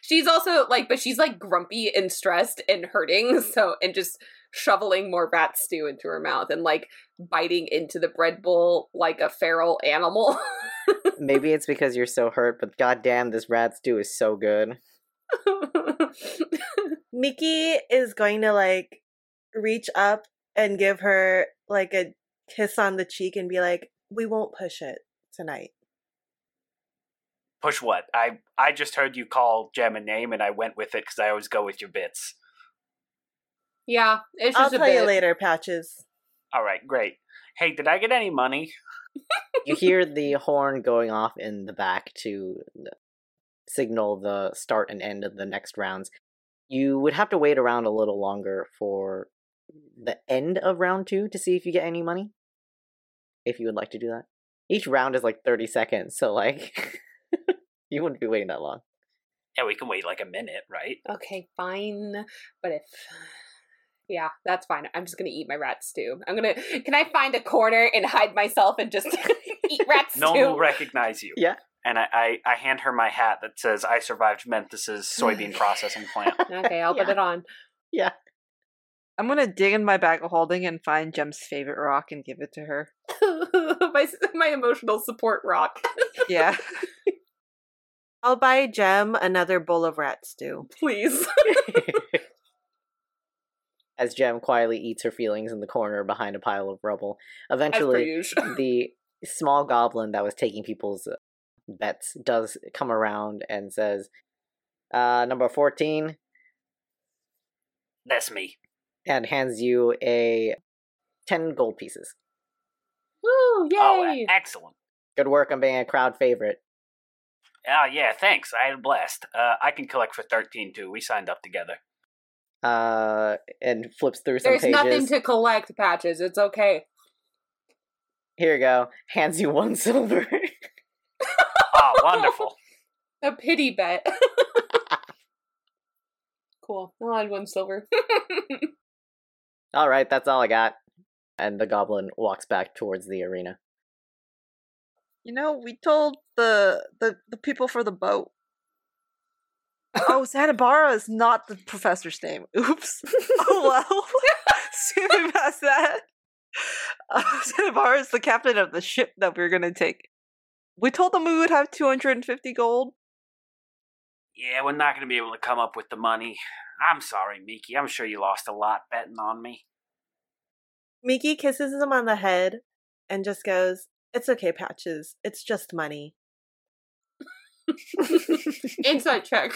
[SPEAKER 4] she's also like, but she's like grumpy and stressed and hurting. So and just shoveling more rat stew into her mouth and like biting into the bread bowl like a feral animal.
[SPEAKER 1] Maybe it's because you're so hurt, but goddamn, this rat stew is so good.
[SPEAKER 2] Miki is going to like reach up and give her like a kiss on the cheek and be like, "We won't push it tonight."
[SPEAKER 3] Push what? I I just heard you call Jem a name, and I went with it because I always go with your bits.
[SPEAKER 4] yeah, it's
[SPEAKER 2] I'll
[SPEAKER 4] just a
[SPEAKER 2] tell you
[SPEAKER 4] bit.
[SPEAKER 2] later, patches.
[SPEAKER 3] All right, great. Hey, did I get any money?
[SPEAKER 1] You hear the horn going off in the back to signal the start and end of the next rounds. You would have to wait around a little longer for the end of round two to see if you get any money. If you would like to do that. Each round is like 30 seconds, so like, you wouldn't be waiting that long.
[SPEAKER 3] Yeah, we can wait like a minute, right?
[SPEAKER 4] Okay, fine. But if yeah, that's fine. I'm just gonna eat my rat stew. I'm gonna. Can I find a corner and hide myself and just eat rat stew?
[SPEAKER 3] No one will recognize you.
[SPEAKER 1] Yeah.
[SPEAKER 3] And I, I, I hand her my hat that says I survived Memphis's soybean processing plant.
[SPEAKER 4] Okay, I'll put
[SPEAKER 1] Yeah.
[SPEAKER 4] it on.
[SPEAKER 5] I'm gonna dig in my bag of holding and find Jem's favorite rock and give it to her.
[SPEAKER 4] my my emotional support rock.
[SPEAKER 5] Yeah.
[SPEAKER 2] I'll buy Jem another bowl of rat stew.
[SPEAKER 4] Please.
[SPEAKER 1] As Jem quietly eats her feelings in the corner behind a pile of rubble.
[SPEAKER 4] As per
[SPEAKER 1] Eventually,
[SPEAKER 4] usual.
[SPEAKER 1] the small goblin that was taking people's uh, bets does come around and says, uh, number 14,
[SPEAKER 3] That's me.
[SPEAKER 1] and hands you a 10 gold pieces.
[SPEAKER 4] Woo,
[SPEAKER 3] Oh,
[SPEAKER 4] yay!
[SPEAKER 3] excellent.
[SPEAKER 1] Good work on being a crowd favorite.
[SPEAKER 3] Oh, yeah, thanks. I had a blast. Uh, I can collect for 13 too. We signed up together.
[SPEAKER 1] Uh, and flips through some
[SPEAKER 4] There's
[SPEAKER 1] pages.
[SPEAKER 4] nothing to collect, patches. It's okay.
[SPEAKER 1] Here you go. Hands you one silver.
[SPEAKER 3] Oh, wonderful.
[SPEAKER 4] A pity bet. cool. I'll add one silver.
[SPEAKER 1] all right, that's all I got. And the goblin walks back towards the arena.
[SPEAKER 5] You know, we told the the, the people for the boat. oh, Sanabara is not the professor's name. Oops. oh well. Skipping past that. Uh, Sanabara is the captain of the ship that we are gonna take. We told them we would have 250 gold.
[SPEAKER 3] yeah, we're not going to be able to come up with the money. I'm sorry, Miki. I'm sure you lost a lot betting on me.
[SPEAKER 2] Miki kisses him on the head and just goes, "It's okay, patches. It's just money."
[SPEAKER 4] Insight check.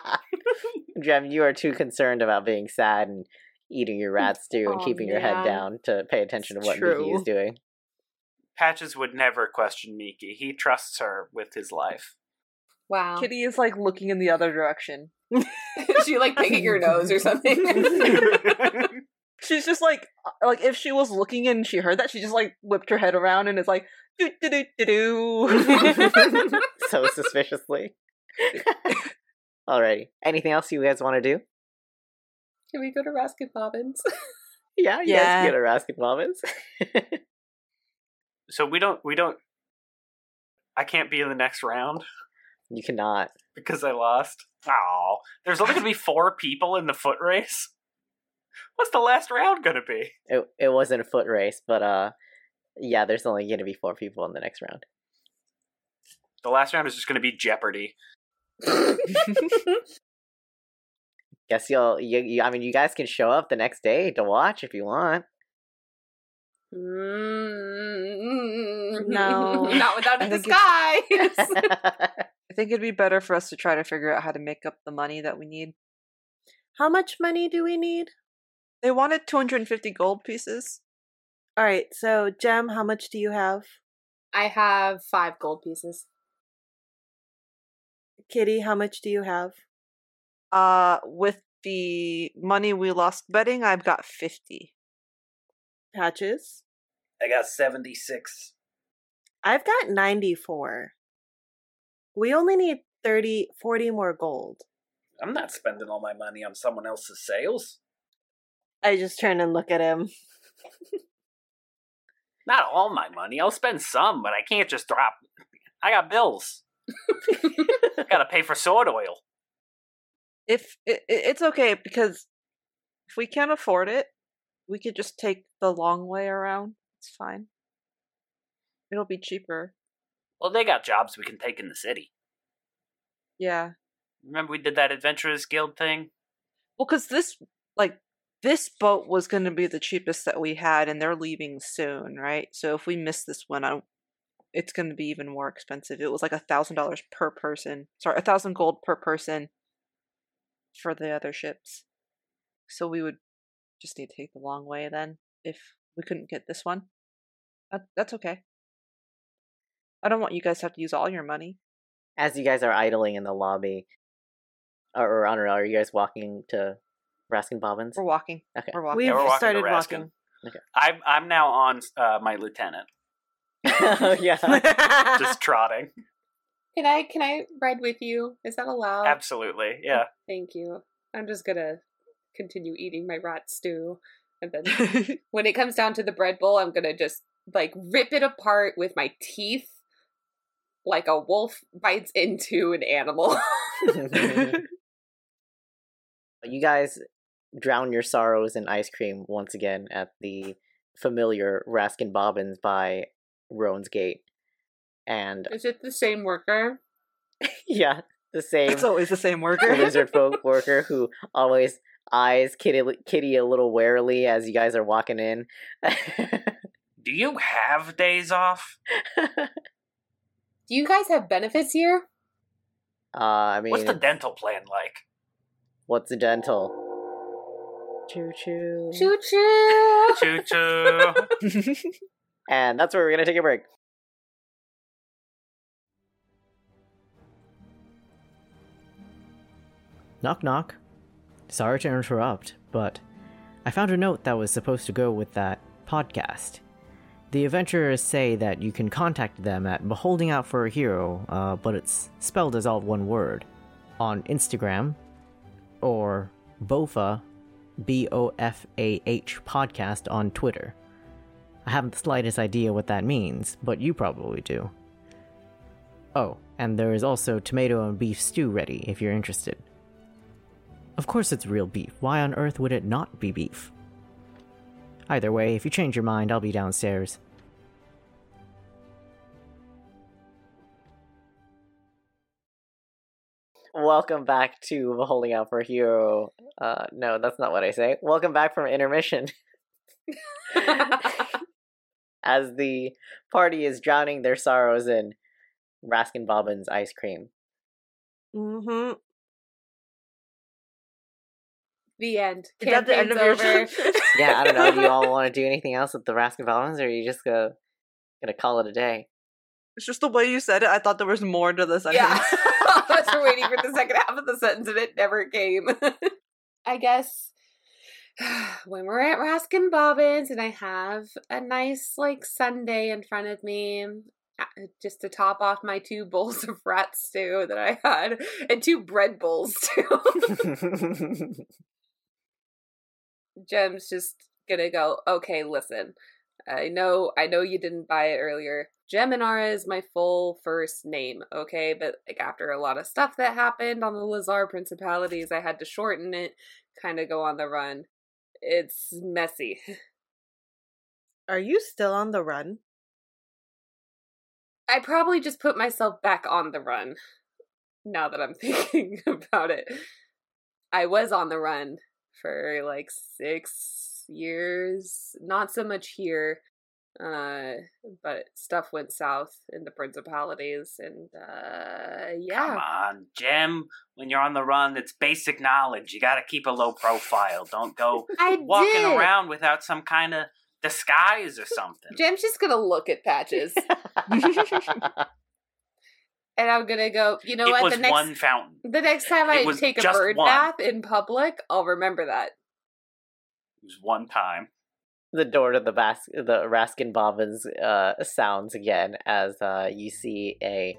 [SPEAKER 1] Jem, you are too concerned about being sad and eating your rat stew and
[SPEAKER 4] Aw,
[SPEAKER 1] keeping your head
[SPEAKER 4] man.
[SPEAKER 1] down to pay attention to
[SPEAKER 5] Oh, It's
[SPEAKER 1] what Miki
[SPEAKER 5] true.
[SPEAKER 1] is doing.
[SPEAKER 3] Patches would never question Miki. He trusts her with his life.
[SPEAKER 4] wow.
[SPEAKER 5] Kitty is like looking in the other direction.
[SPEAKER 4] she like picking your nose or something.
[SPEAKER 5] She's just like uh, like if she was looking and she heard that, she just like whipped her head around and is like doo doo doo doo doo.
[SPEAKER 1] so suspiciously. Alrighty. Anything else you guys want to do?
[SPEAKER 4] Can we go to Baskin Robbins?
[SPEAKER 1] Yeah, you guys
[SPEAKER 5] Yeah.
[SPEAKER 1] can get a Raskin Robbins.
[SPEAKER 3] so we don't, we don't. I can't be in the next round
[SPEAKER 1] you cannot.
[SPEAKER 3] because I lost. Oh, there's only going to be four people in the foot race. What's the last round going to be?
[SPEAKER 1] It it wasn't a foot race, but uh yeah, there's only gonna be four people in the next round.
[SPEAKER 3] The last round is just going to be Jeopardy.
[SPEAKER 1] Guess you'll you, you I mean you guys can show up the next day to watch if you want.
[SPEAKER 4] no. Mm.
[SPEAKER 5] No.
[SPEAKER 4] Not without a
[SPEAKER 5] I think
[SPEAKER 4] disguise.
[SPEAKER 5] I think it'd be better for us to try to figure out how to make up the money that we need.
[SPEAKER 2] How much money do we need?
[SPEAKER 5] They wanted 250 gold pieces.
[SPEAKER 2] All right, so Jem, how much do you have?
[SPEAKER 4] I have five gold pieces.
[SPEAKER 2] Kitty, how much do you have?
[SPEAKER 5] Uh, with the money we lost betting, I've got 50.
[SPEAKER 2] Patches?
[SPEAKER 3] I got 76.
[SPEAKER 2] I've got 94. We only need 30, 40 more gold.
[SPEAKER 3] I'm not spending all my money on someone else's sales.
[SPEAKER 2] I just turn and look at him.
[SPEAKER 3] Not all my money. I'll spend some, but I can't just drop. I got bills. Gotta pay for sword oil.
[SPEAKER 5] If it, it- it's okay because if we can't afford it, we could just take the long way around. It's fine. It'll be cheaper.
[SPEAKER 3] Well, they got jobs we can take in the city.
[SPEAKER 5] Yeah.
[SPEAKER 3] Remember we did that Adventurers Guild thing?
[SPEAKER 5] Well, because this like this boat was going to be the cheapest that we had, and they're leaving soon, right? So if we miss this one, I, it's going to be even more expensive. It was like a thousand dollars per person. Sorry, a thousand gold per person for the other ships. So we would just need to take the long way then if we couldn't get this one. That, that's okay. I don't want you guys to have to use all your money.
[SPEAKER 1] As you guys are idling in the lobby, or, or I don't know, are you guys walking to Baskin Bobbins?
[SPEAKER 5] We're walking.
[SPEAKER 1] Okay.
[SPEAKER 5] We're walking.
[SPEAKER 2] We've
[SPEAKER 3] Yeah, we're walking to
[SPEAKER 2] started
[SPEAKER 3] Raskin.
[SPEAKER 2] walking.
[SPEAKER 3] I'm I'm now on uh, my lieutenant,
[SPEAKER 1] Oh, yeah.
[SPEAKER 3] just trotting.
[SPEAKER 4] Can I can I ride with you? Is that allowed?
[SPEAKER 3] Absolutely, yeah.
[SPEAKER 4] Thank you. I'm just gonna continue eating my rat stew, and then when it comes down to the bread bowl, I'm gonna just like rip it apart with my teeth, like a wolf bites into an animal.
[SPEAKER 1] you guys drown your sorrows in ice cream once again at the familiar Raskin Bobbins by Roan's Gate. And
[SPEAKER 4] Is it the same worker?
[SPEAKER 1] yeah, the same
[SPEAKER 5] It's always the same worker.
[SPEAKER 1] lizard folk worker who always eyes Kitty, Kitty a little warily as you guys are walking in.
[SPEAKER 3] Do you have days off?
[SPEAKER 4] Do you guys have benefits here?
[SPEAKER 1] uh, I mean,
[SPEAKER 3] What's the dental plan like?
[SPEAKER 1] what's the dental? Choo choo.
[SPEAKER 4] Choo choo.
[SPEAKER 3] Choo choo.
[SPEAKER 1] and that's where we're going to take a break.
[SPEAKER 6] Knock knock. Sorry to interrupt, but I found a note that was supposed to go with that podcast. The adventurers say that you can contact them at Beholding Out for a Hero, uh, but it's spelled as all one word, on Instagram, or BOFA, B O F A H podcast on Twitter. I haven't the slightest idea what that means, but you probably do. Oh, and there is also tomato and beef stew ready if you're interested. Of course it's real beef. Why on earth would it not be beef? Either way, if you change your mind, I'll be downstairs.
[SPEAKER 1] Welcome back to the Holding Out for a Hero. Uh, no, that's not what I say. Welcome back from intermission. as the party is drowning their sorrows in Raskin Bobbins ice cream.
[SPEAKER 2] Mm-hmm.
[SPEAKER 4] the end.
[SPEAKER 5] Is that the end
[SPEAKER 4] Campaign's
[SPEAKER 5] of your-
[SPEAKER 4] over.
[SPEAKER 1] Yeah, I don't know. do you all want to do anything else with the Raskin Bobbins, or are you just gonna gonna call it a day?
[SPEAKER 5] It's just the way you said it. I thought there was more to the sentence.
[SPEAKER 4] Yeah. I was waiting for the second half of the sentence and it never came. I guess when we're at Raskin Bobbins and I have a nice like Sunday in front of me, uh, just to top off my two bowls of rat stew that I had and two bread bowls too. Jem's just gonna go, okay, listen. I know I know you didn't buy it earlier. Geminara is my full first name, okay? But like after a lot of stuff that happened on the Lazar Principalities, I had to shorten it, kinda go on the run. It's messy.
[SPEAKER 2] Are you still on the run?
[SPEAKER 4] I probably just put myself back on the run now that I'm thinking about it. I was on the run for like six years, not so much here, uh, but stuff went south in the principalities, and uh,
[SPEAKER 3] Come
[SPEAKER 4] yeah,
[SPEAKER 3] on, Jim. When you're on the run, it's basic knowledge. You got to keep a low profile. Don't go
[SPEAKER 4] I
[SPEAKER 3] walking
[SPEAKER 4] did.
[SPEAKER 3] around without some kind of disguise or something.
[SPEAKER 4] Jim's just gonna look at patches, and I'm gonna go. You know
[SPEAKER 3] it
[SPEAKER 4] what?
[SPEAKER 3] was
[SPEAKER 4] the next
[SPEAKER 3] one fountain.
[SPEAKER 4] the next time
[SPEAKER 3] it
[SPEAKER 4] I
[SPEAKER 3] was
[SPEAKER 4] take a
[SPEAKER 3] just
[SPEAKER 4] bird
[SPEAKER 3] one.
[SPEAKER 4] bath in public, I'll remember that.
[SPEAKER 3] It was one time.
[SPEAKER 1] the door to the bas- the Raskin Bobbins uh, sounds again as uh, you see a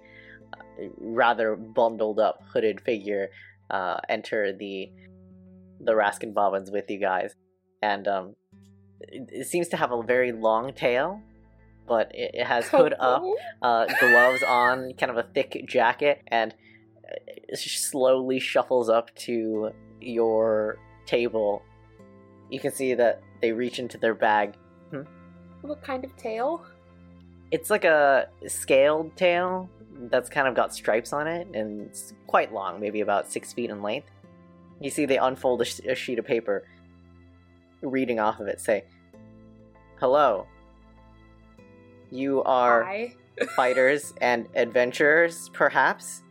[SPEAKER 1] uh, rather bundled up hooded figure uh, enter the the Raskin Bobbins with you guys, and um, it, it seems to have a very long tail, but it, it has
[SPEAKER 4] Oh,
[SPEAKER 1] hood up, uh, gloves on, kind of a thick jacket, and uh, it slowly shuffles up to your table. You can see that they reach into their bag.
[SPEAKER 4] What kind of tail?
[SPEAKER 1] It's like a scaled tail that's kind of got stripes on it, and it's quite long, maybe about six feet in length. You see, they unfold a, sh- a sheet of paper, reading off of it, say, "Hello, you are."
[SPEAKER 4] Hi.
[SPEAKER 1] fighters and adventurers, perhaps.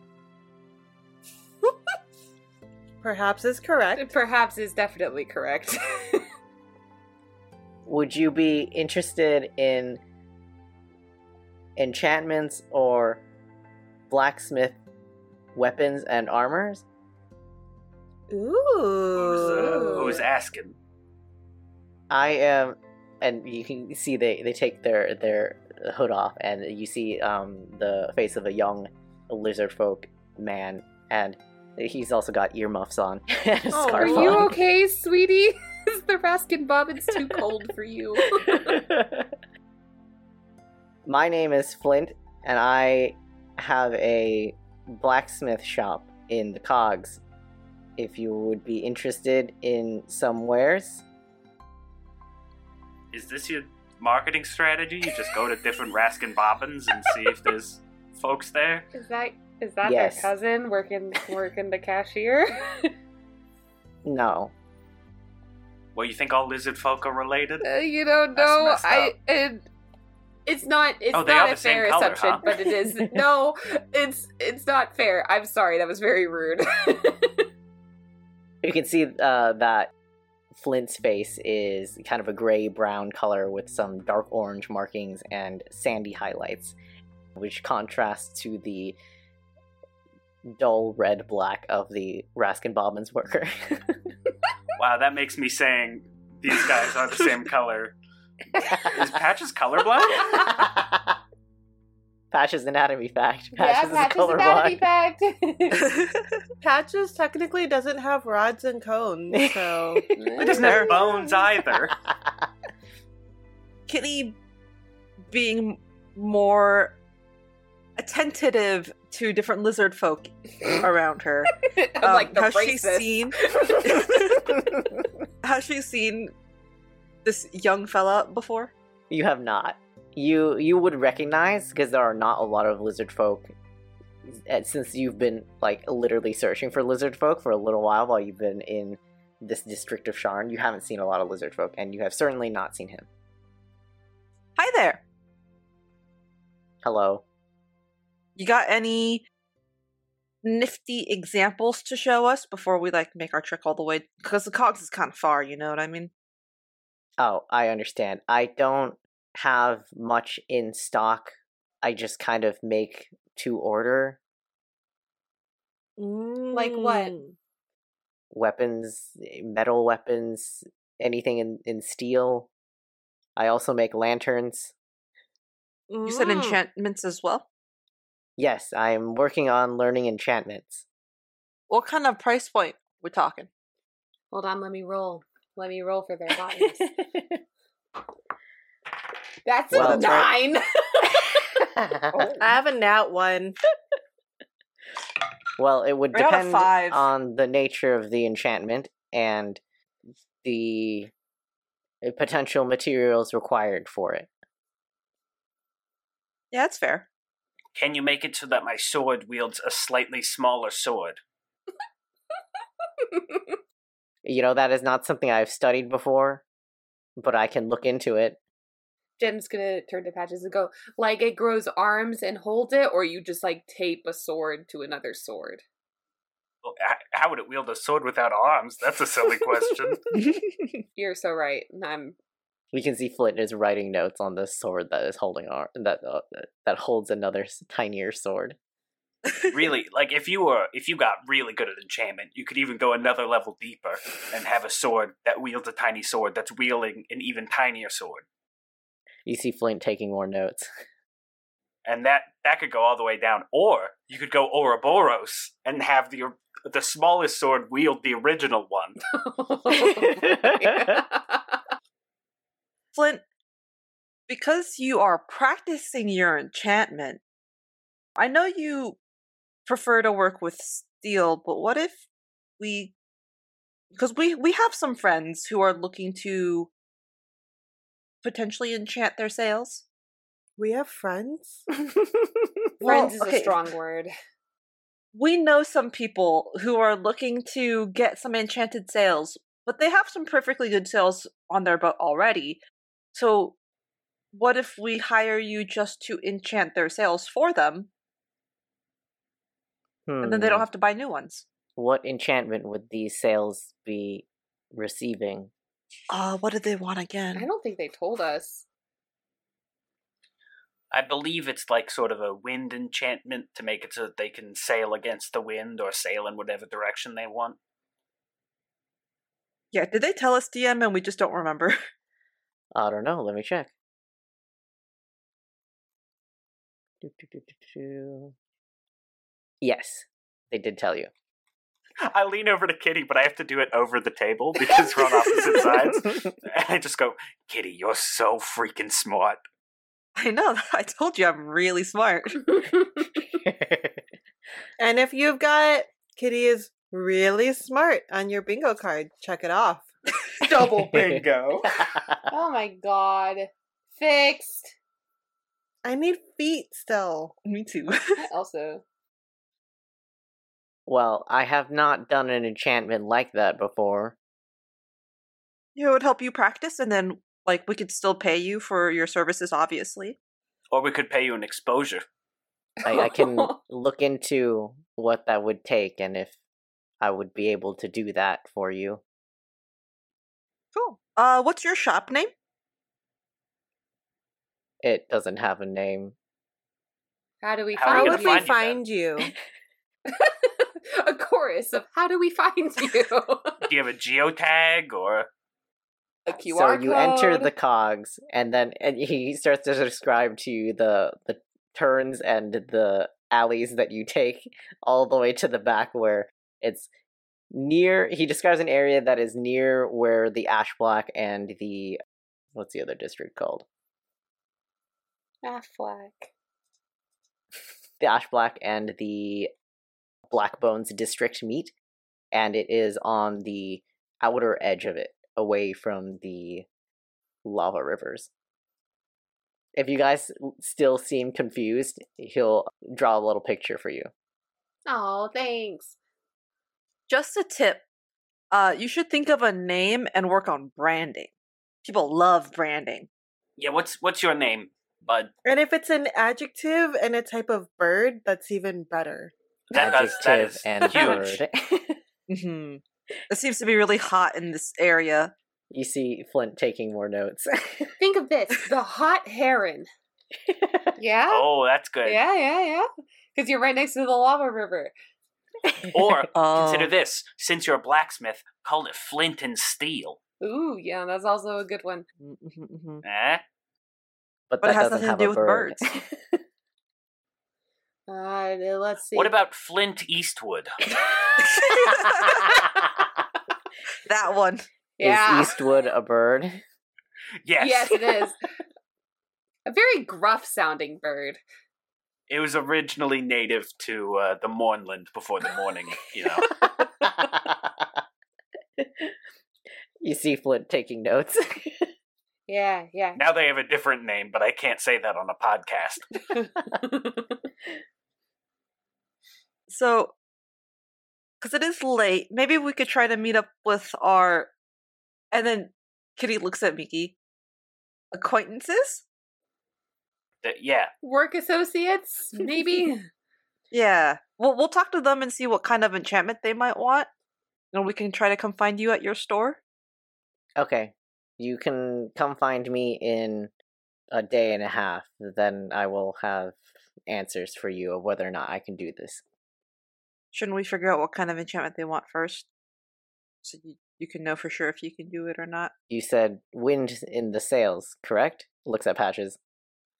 [SPEAKER 2] Perhaps is correct.
[SPEAKER 4] Perhaps is definitely correct.
[SPEAKER 1] Would you be interested in enchantments or blacksmith weapons and armors?
[SPEAKER 3] Who's, uh,
[SPEAKER 2] Ooh.
[SPEAKER 3] who's asking?
[SPEAKER 1] I am, and you can see they, they take their their hood off, and you see um, the face of a young lizard folk man, and he's also got earmuffs on, and a
[SPEAKER 2] Oh,
[SPEAKER 4] Are
[SPEAKER 1] scarf
[SPEAKER 4] you
[SPEAKER 1] on.
[SPEAKER 4] okay, sweetie? Is the Baskin Bobbins too cold for you?
[SPEAKER 1] My name is Flint, and I have a blacksmith shop in the Cogs. If you would be interested in some wares,
[SPEAKER 3] Is this your marketing strategy? You just go to different Raskin Bobbins and see if there's folks there?
[SPEAKER 4] Is that is that
[SPEAKER 1] Yes.
[SPEAKER 4] their cousin working working the cashier?
[SPEAKER 1] no.
[SPEAKER 3] Well, you think all lizard folk are related?
[SPEAKER 4] Uh, you don't
[SPEAKER 3] That's
[SPEAKER 4] know.
[SPEAKER 3] messed
[SPEAKER 4] I
[SPEAKER 3] up.
[SPEAKER 4] it, it's not it's
[SPEAKER 3] Oh, they are
[SPEAKER 4] not
[SPEAKER 3] the
[SPEAKER 4] a
[SPEAKER 3] same
[SPEAKER 4] fair
[SPEAKER 3] color,
[SPEAKER 4] assumption,
[SPEAKER 3] huh?
[SPEAKER 4] but it is no. It's it's not fair. I'm sorry. That was very rude.
[SPEAKER 1] You can see uh, that Flint's face is kind of a gray brown color with some dark orange markings and sandy highlights, which contrasts to the dull red black of the Raskin Bobbins worker.
[SPEAKER 3] Wow, that makes me saying these guys are the same color. Is Patches colorblind?
[SPEAKER 1] Patch's anatomy fact. Patch's
[SPEAKER 4] Patches
[SPEAKER 1] is colorblind.
[SPEAKER 4] fact.
[SPEAKER 2] Patches technically doesn't have rods and cones, so
[SPEAKER 3] It doesn't
[SPEAKER 5] Fair.
[SPEAKER 3] have bones either.
[SPEAKER 5] Kitty being more attentive to different lizard folk around her.
[SPEAKER 4] I'm
[SPEAKER 5] Um,
[SPEAKER 4] like the
[SPEAKER 5] how she's
[SPEAKER 4] racist.
[SPEAKER 5] seen how she's seen this young fella before.
[SPEAKER 1] you have not. You you would recognize because there are not a lot of lizard folk. and Since you've been like literally searching for lizard folk for a little while while you've been in this district of Sharn, you haven't seen a lot of lizard folk, and you have certainly not seen him.
[SPEAKER 5] Hi there.
[SPEAKER 1] Hello.
[SPEAKER 5] You got any nifty examples to show us before we like make our trek all the way because the cogs is kind of far, you know what I mean?
[SPEAKER 1] Oh, I understand. I don't have much in stock. I just kind of make to order
[SPEAKER 4] Like what?
[SPEAKER 2] Mm.
[SPEAKER 1] weapons, eh, metal weapons, anything in, in steel. I also make lanterns.
[SPEAKER 5] You said
[SPEAKER 2] Mm.
[SPEAKER 5] enchantments as well.
[SPEAKER 1] Yes, I'm working on learning enchantments.
[SPEAKER 5] What kind of price point we're talking?
[SPEAKER 4] Hold on, let me roll. Let me roll for their bottoms. That's
[SPEAKER 1] Well,
[SPEAKER 4] a
[SPEAKER 1] that's right.
[SPEAKER 4] nine.
[SPEAKER 2] I have a nat one.
[SPEAKER 1] well, it would
[SPEAKER 5] Right out of
[SPEAKER 1] depend
[SPEAKER 5] five.
[SPEAKER 1] on the nature of the enchantment and the uh, potential materials required for it.
[SPEAKER 5] Yeah, that's fair.
[SPEAKER 3] Can you make it so that my sword wields a slightly smaller sword?
[SPEAKER 1] You know, that is not something I've studied before, but I can look into it.
[SPEAKER 4] Jen's gonna turn to Patches and go, like it grows arms and holds it, or you just like tape a sword to another sword.
[SPEAKER 3] Well, h- How would it wield a sword without arms? That's a silly question.
[SPEAKER 4] You're so right. and I'm
[SPEAKER 1] We can see Flint is writing notes on the sword that is holding our that uh, that holds another s- tinier sword.
[SPEAKER 3] really, like if you were if you got really good at enchantment, you could even go another level deeper and have a sword that wields a tiny sword that's wielding an even tinier sword.
[SPEAKER 1] You see Flint taking more notes.
[SPEAKER 3] and that that could go all the way down. Or you could go Ouroboros and have the the smallest sword wield the original one.
[SPEAKER 5] Flint, because you are practicing your enchantment, I know you prefer to work with steel, but what if we because we we have some friends who are looking to potentially enchant their sails.
[SPEAKER 2] We have friends?
[SPEAKER 5] Well,
[SPEAKER 4] Friends is
[SPEAKER 5] okay.
[SPEAKER 4] a strong word.
[SPEAKER 5] we know some people who are looking to get some enchanted sales, but they have some perfectly good sales on their boat already. So, what if we hire you just to enchant their sales for them, and then they don't
[SPEAKER 1] Hmm.
[SPEAKER 5] have to buy new ones?
[SPEAKER 1] What enchantment would these sales be receiving?
[SPEAKER 5] Uh, what do they want
[SPEAKER 4] I
[SPEAKER 5] again?
[SPEAKER 4] don't think they told us.
[SPEAKER 3] I believe it's like sort of a wind enchantment to make it so that they can sail against the wind or sail in whatever direction they want.
[SPEAKER 5] Yeah, did they tell us DM and we just don't remember?
[SPEAKER 1] I don't know. Let me check. Do, do, do, do, do. Yes, they did tell you.
[SPEAKER 3] I lean over to Kitty, but I have to do it over the table because we're on opposite sides. And I just go, Kitty, you're so freaking smart.
[SPEAKER 5] I know. I told you I'm really smart.
[SPEAKER 2] And if you've got Kitty is really smart on your bingo card, check it off.
[SPEAKER 1] Double
[SPEAKER 3] bingo.
[SPEAKER 4] oh my god. Fixed.
[SPEAKER 2] I need feet still.
[SPEAKER 5] Me too.
[SPEAKER 4] I also.
[SPEAKER 1] well, I have not done an enchantment like that before.
[SPEAKER 5] it would help you practice, and then like we could still pay you for your services, obviously.
[SPEAKER 3] Or we could pay you an exposure.
[SPEAKER 1] I, I can look into what that would take and if I would be able to do that for you.
[SPEAKER 5] Cool. Uh, what's your shop name?
[SPEAKER 1] It doesn't have a name.
[SPEAKER 4] How do we
[SPEAKER 3] How are
[SPEAKER 4] find
[SPEAKER 2] How
[SPEAKER 3] we
[SPEAKER 2] would
[SPEAKER 3] gonna
[SPEAKER 2] we
[SPEAKER 3] find
[SPEAKER 4] you?
[SPEAKER 2] find,
[SPEAKER 3] you then?
[SPEAKER 2] you?
[SPEAKER 4] a chorus of how do we find you?
[SPEAKER 3] Do you have a geotag or
[SPEAKER 4] a QR
[SPEAKER 1] so you enter
[SPEAKER 4] code.
[SPEAKER 1] the cogs and then and he starts to describe to you the the turns and the alleys that you take all the way to the back where it's near he describes an area that is near where the ash block and the what's the other district called
[SPEAKER 4] Affleck.
[SPEAKER 1] the Ash Black and the Black Bones district meet, and it is on the outer edge of it, away from the lava rivers. If you guys l- still seem confused, he'll draw a little picture for you.
[SPEAKER 4] Oh, thanks.
[SPEAKER 5] Just a tip. Uh, you should think of a name and work on branding. People love branding.
[SPEAKER 3] Yeah, what's what's your name, bud?
[SPEAKER 2] and if it's an adjective and a type of bird, that's even better.
[SPEAKER 3] That does- that is
[SPEAKER 1] and
[SPEAKER 3] huge.
[SPEAKER 1] bird.
[SPEAKER 5] Mm-hmm. It seems to be really hot in this area.
[SPEAKER 1] you see Flint taking more notes.
[SPEAKER 4] Think of this the hot heron. Yeah?
[SPEAKER 3] Oh, that's good.
[SPEAKER 4] Yeah, yeah, yeah. Because you're right next to the lava river.
[SPEAKER 3] Or
[SPEAKER 5] Oh,
[SPEAKER 3] consider this: since you're a blacksmith, call it flint and steel.
[SPEAKER 4] Ooh, yeah, that's also a good one.
[SPEAKER 5] Mm-hmm.
[SPEAKER 3] Eh?
[SPEAKER 1] but
[SPEAKER 5] But it
[SPEAKER 1] that
[SPEAKER 5] has
[SPEAKER 1] doesn't have
[SPEAKER 5] nothing to do
[SPEAKER 1] a
[SPEAKER 5] with
[SPEAKER 1] bird.
[SPEAKER 5] birds.
[SPEAKER 4] Uh, let's see.
[SPEAKER 3] What about Flint Eastwood?
[SPEAKER 5] that one.
[SPEAKER 4] yeah.
[SPEAKER 1] Is Eastwood a bird?
[SPEAKER 3] Yes.
[SPEAKER 4] Yes, it is. a very gruff sounding bird.
[SPEAKER 3] It was originally native to uh, the moorland before the morning, you know.
[SPEAKER 1] you see Flint taking notes.
[SPEAKER 4] Yeah, yeah.
[SPEAKER 3] now they have a different name, but I can't say that on a podcast.
[SPEAKER 5] So, because it is late, maybe we could try to meet up with our. And then Kitty looks at Miki. Acquaintances?
[SPEAKER 3] Th- yeah.
[SPEAKER 4] Work associates, maybe?
[SPEAKER 5] Yeah. Well, we'll talk to them and see what kind of enchantment they might want. And we can try to come find you at your store.
[SPEAKER 1] okay, you can come find me in a day and a half. Then I will have answers for you of whether or not I can do this.
[SPEAKER 5] Shouldn't we figure out what kind of enchantment they want first? So you, you can know for sure if you can do it or not.
[SPEAKER 1] You said wind in the sails, correct? Looks at patches.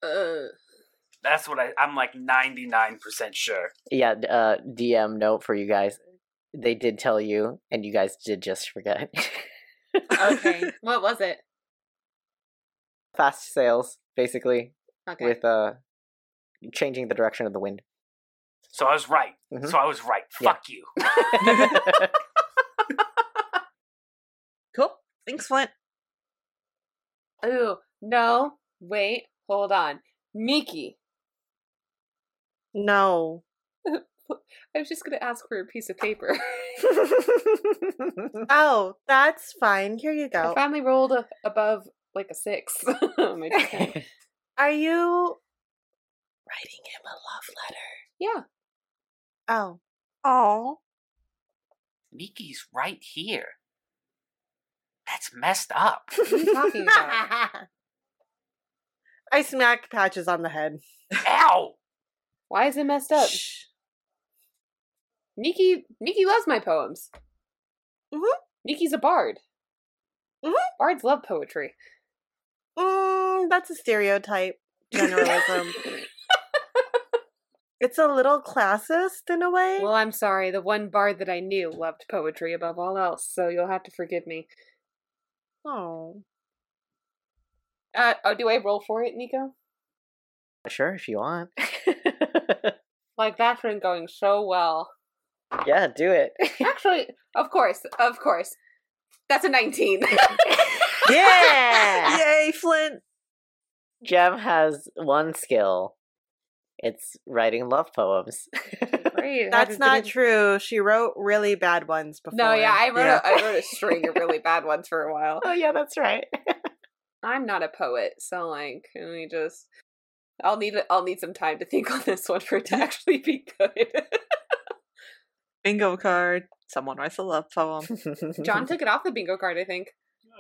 [SPEAKER 4] uh,
[SPEAKER 3] That's what I, I'm like 99% sure.
[SPEAKER 1] Yeah, d- uh, DM note for you guys. They did tell you, and you guys did just forget.
[SPEAKER 4] okay. what was it?
[SPEAKER 1] Fast sails, basically,
[SPEAKER 4] Okay.
[SPEAKER 1] with uh, changing the direction of the wind.
[SPEAKER 3] So I was right.
[SPEAKER 1] Mhm.
[SPEAKER 4] Mm-hmm.
[SPEAKER 3] So I was right.
[SPEAKER 1] Yeah.
[SPEAKER 3] Fuck you.
[SPEAKER 5] Cool. Thanks, Flint.
[SPEAKER 4] Ooh, no. Wait, hold on. Miki.
[SPEAKER 2] No.
[SPEAKER 4] I was just gonna ask for a piece of paper.
[SPEAKER 2] Oh, that's fine. Here you
[SPEAKER 4] I
[SPEAKER 2] go.
[SPEAKER 4] finally rolled a, above like a six. on my D10.
[SPEAKER 2] Are you writing him a love letter?
[SPEAKER 4] yeah.
[SPEAKER 2] Oh,
[SPEAKER 5] Oh,
[SPEAKER 3] Miki's right here. That's messed up.
[SPEAKER 4] What are you talking about?
[SPEAKER 2] I smack patches on the head.
[SPEAKER 3] Ow!
[SPEAKER 4] Why is it messed up?
[SPEAKER 2] Shh.
[SPEAKER 4] Nikki Nikki loves my poems.
[SPEAKER 2] Mhm.
[SPEAKER 4] Nikki's a bard.
[SPEAKER 2] Mhm.
[SPEAKER 4] Bards love poetry.
[SPEAKER 2] Mm, that's a stereotype generalism. it's a little classist in a way.
[SPEAKER 4] Well, I'm sorry. The one bard that I knew loved poetry above all else, so you'll have to forgive me.
[SPEAKER 2] oh.
[SPEAKER 4] Uh, oh, do I roll for it, Nico?
[SPEAKER 1] sure, if you want.
[SPEAKER 4] Like that's been going so well.
[SPEAKER 1] yeah, do it.
[SPEAKER 4] Actually, of course, of course. That's a 19.
[SPEAKER 1] yeah.
[SPEAKER 5] yay, Flint!
[SPEAKER 1] Jem has one skill. It's writing love poems.
[SPEAKER 4] Great. I
[SPEAKER 2] That's
[SPEAKER 4] just
[SPEAKER 2] not
[SPEAKER 4] didn't-
[SPEAKER 2] true. She wrote really bad ones before.
[SPEAKER 4] No, yeah, I wrote
[SPEAKER 1] Yeah.
[SPEAKER 4] A, I wrote a string of really bad ones for a while.
[SPEAKER 1] oh yeah, that's right.
[SPEAKER 4] I'm not a poet, so like, let me just. I'll need I'll need some time to think on this one for it to actually be good.
[SPEAKER 5] Bingo card. Someone writes a love poem.
[SPEAKER 4] John took it off the bingo card, I think.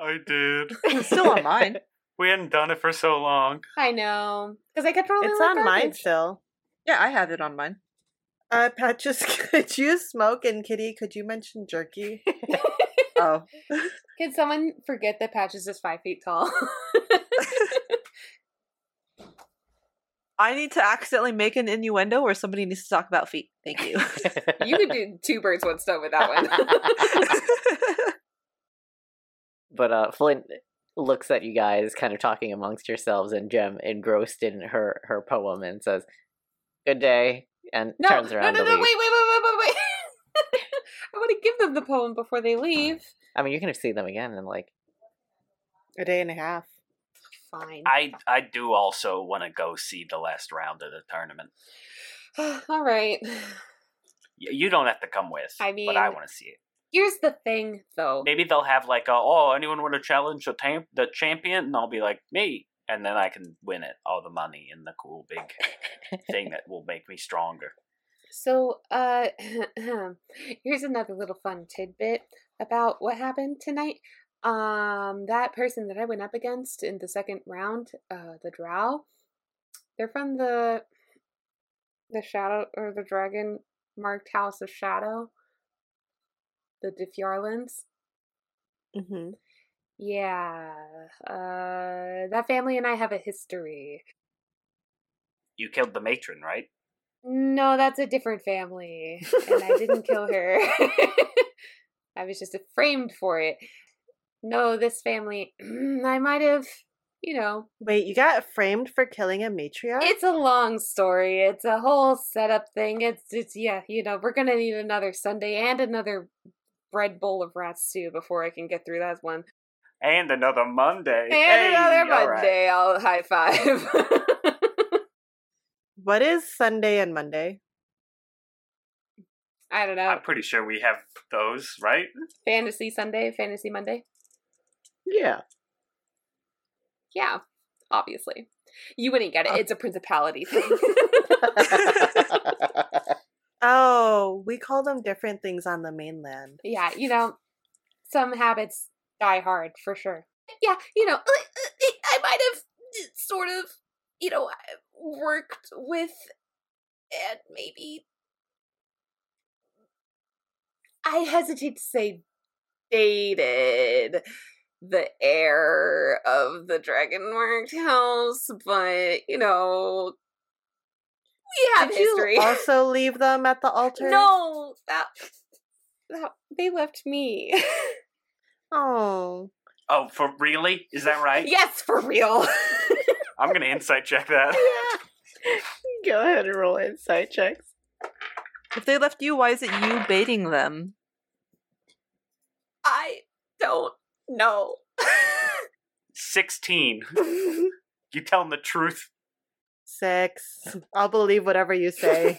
[SPEAKER 3] I did.
[SPEAKER 5] It's still on mine.
[SPEAKER 3] We hadn't done it for so long.
[SPEAKER 4] I know because I kept rolling.
[SPEAKER 2] It's
[SPEAKER 4] like
[SPEAKER 2] on mine
[SPEAKER 4] garbage.
[SPEAKER 2] still.
[SPEAKER 5] Yeah, I have it on mine.
[SPEAKER 2] Uh, Patches, could you smoke? And Kitty, could you mention jerky?
[SPEAKER 5] Oh,
[SPEAKER 4] Could someone forget that Patches is five feet tall?
[SPEAKER 5] I need to accidentally make an innuendo, or somebody needs to talk about feet. Thank you.
[SPEAKER 4] you could do two birds one stone with that one.
[SPEAKER 1] but uh, Flint looks at you guys, kind of talking amongst yourselves, and Jem, engrossed in her her poem, and says, "Good day," and
[SPEAKER 4] no,
[SPEAKER 1] turns
[SPEAKER 4] no, no,
[SPEAKER 1] around
[SPEAKER 4] no! Wait,
[SPEAKER 1] to
[SPEAKER 4] wait, wait,
[SPEAKER 1] leave.
[SPEAKER 4] wait, wait, wait! I want to give them the poem before they leave.
[SPEAKER 1] I mean, you're gonna see them again in like
[SPEAKER 2] A day and a half.
[SPEAKER 4] Fine.
[SPEAKER 3] I I do also want to go see the last round of the tournament.
[SPEAKER 4] All right.
[SPEAKER 3] Y- You don't have to come with.
[SPEAKER 4] I
[SPEAKER 3] but I
[SPEAKER 4] mean-
[SPEAKER 3] want to see it.
[SPEAKER 4] Here's the thing, though.
[SPEAKER 3] Maybe they'll have like a oh, anyone want to challenge the tam- the champion, and I'll be like me, and then I can win it, all the money and the cool big thing that will make me stronger.
[SPEAKER 4] So, uh, here's another little fun tidbit about what happened tonight. Um, that person that I went up against in the second round, uh, the Drow, they're from the the Shadow or the Dragon Marked House of Shadow, the Diffyarlands.
[SPEAKER 2] Mm-hmm.
[SPEAKER 4] Yeah, uh, that family and I have a history.
[SPEAKER 3] You killed the matron, right?
[SPEAKER 4] No, that's a different family. And I didn't kill her. I was just framed for it. No, this family, I might have, you know,
[SPEAKER 2] Wait, you got framed for killing a matriarch?
[SPEAKER 4] it's a long story. It's a whole setup thing. It's, it's yeah, you know, we're going to need another Sunday and another bread bowl of rat stew before I can get through that one.
[SPEAKER 3] And another Monday.
[SPEAKER 4] And
[SPEAKER 3] Hey,
[SPEAKER 4] another
[SPEAKER 3] all right.
[SPEAKER 4] Monday. I'll high five.
[SPEAKER 2] what is Sunday and Monday?
[SPEAKER 4] I don't know.
[SPEAKER 3] I'm pretty sure we have those, right?
[SPEAKER 4] Fantasy Sunday, Fantasy Monday.
[SPEAKER 1] yeah.
[SPEAKER 4] Yeah, obviously. You wouldn't get it. It's a principality thing.
[SPEAKER 2] Oh, we call them different things on the mainland.
[SPEAKER 4] yeah, you know, some habits die hard for sure. Yeah, you know, uh, I might have sort of, you know, worked with and maybe I hesitate to say dated the heir of the Dragonmarked house, but you know, we have
[SPEAKER 2] Did
[SPEAKER 4] history.
[SPEAKER 2] you also leave them at the altar?
[SPEAKER 4] No, that, that they left me.
[SPEAKER 2] Oh.
[SPEAKER 3] Oh, for really? Is that right?
[SPEAKER 4] yes, for real.
[SPEAKER 3] I'm gonna insight check that.
[SPEAKER 1] Go ahead and roll insight checks.
[SPEAKER 5] if they left you, why is it you baiting them?
[SPEAKER 4] I don't know.
[SPEAKER 3] Sixteen. you tell him the truth.
[SPEAKER 2] Six. I'll believe whatever you say.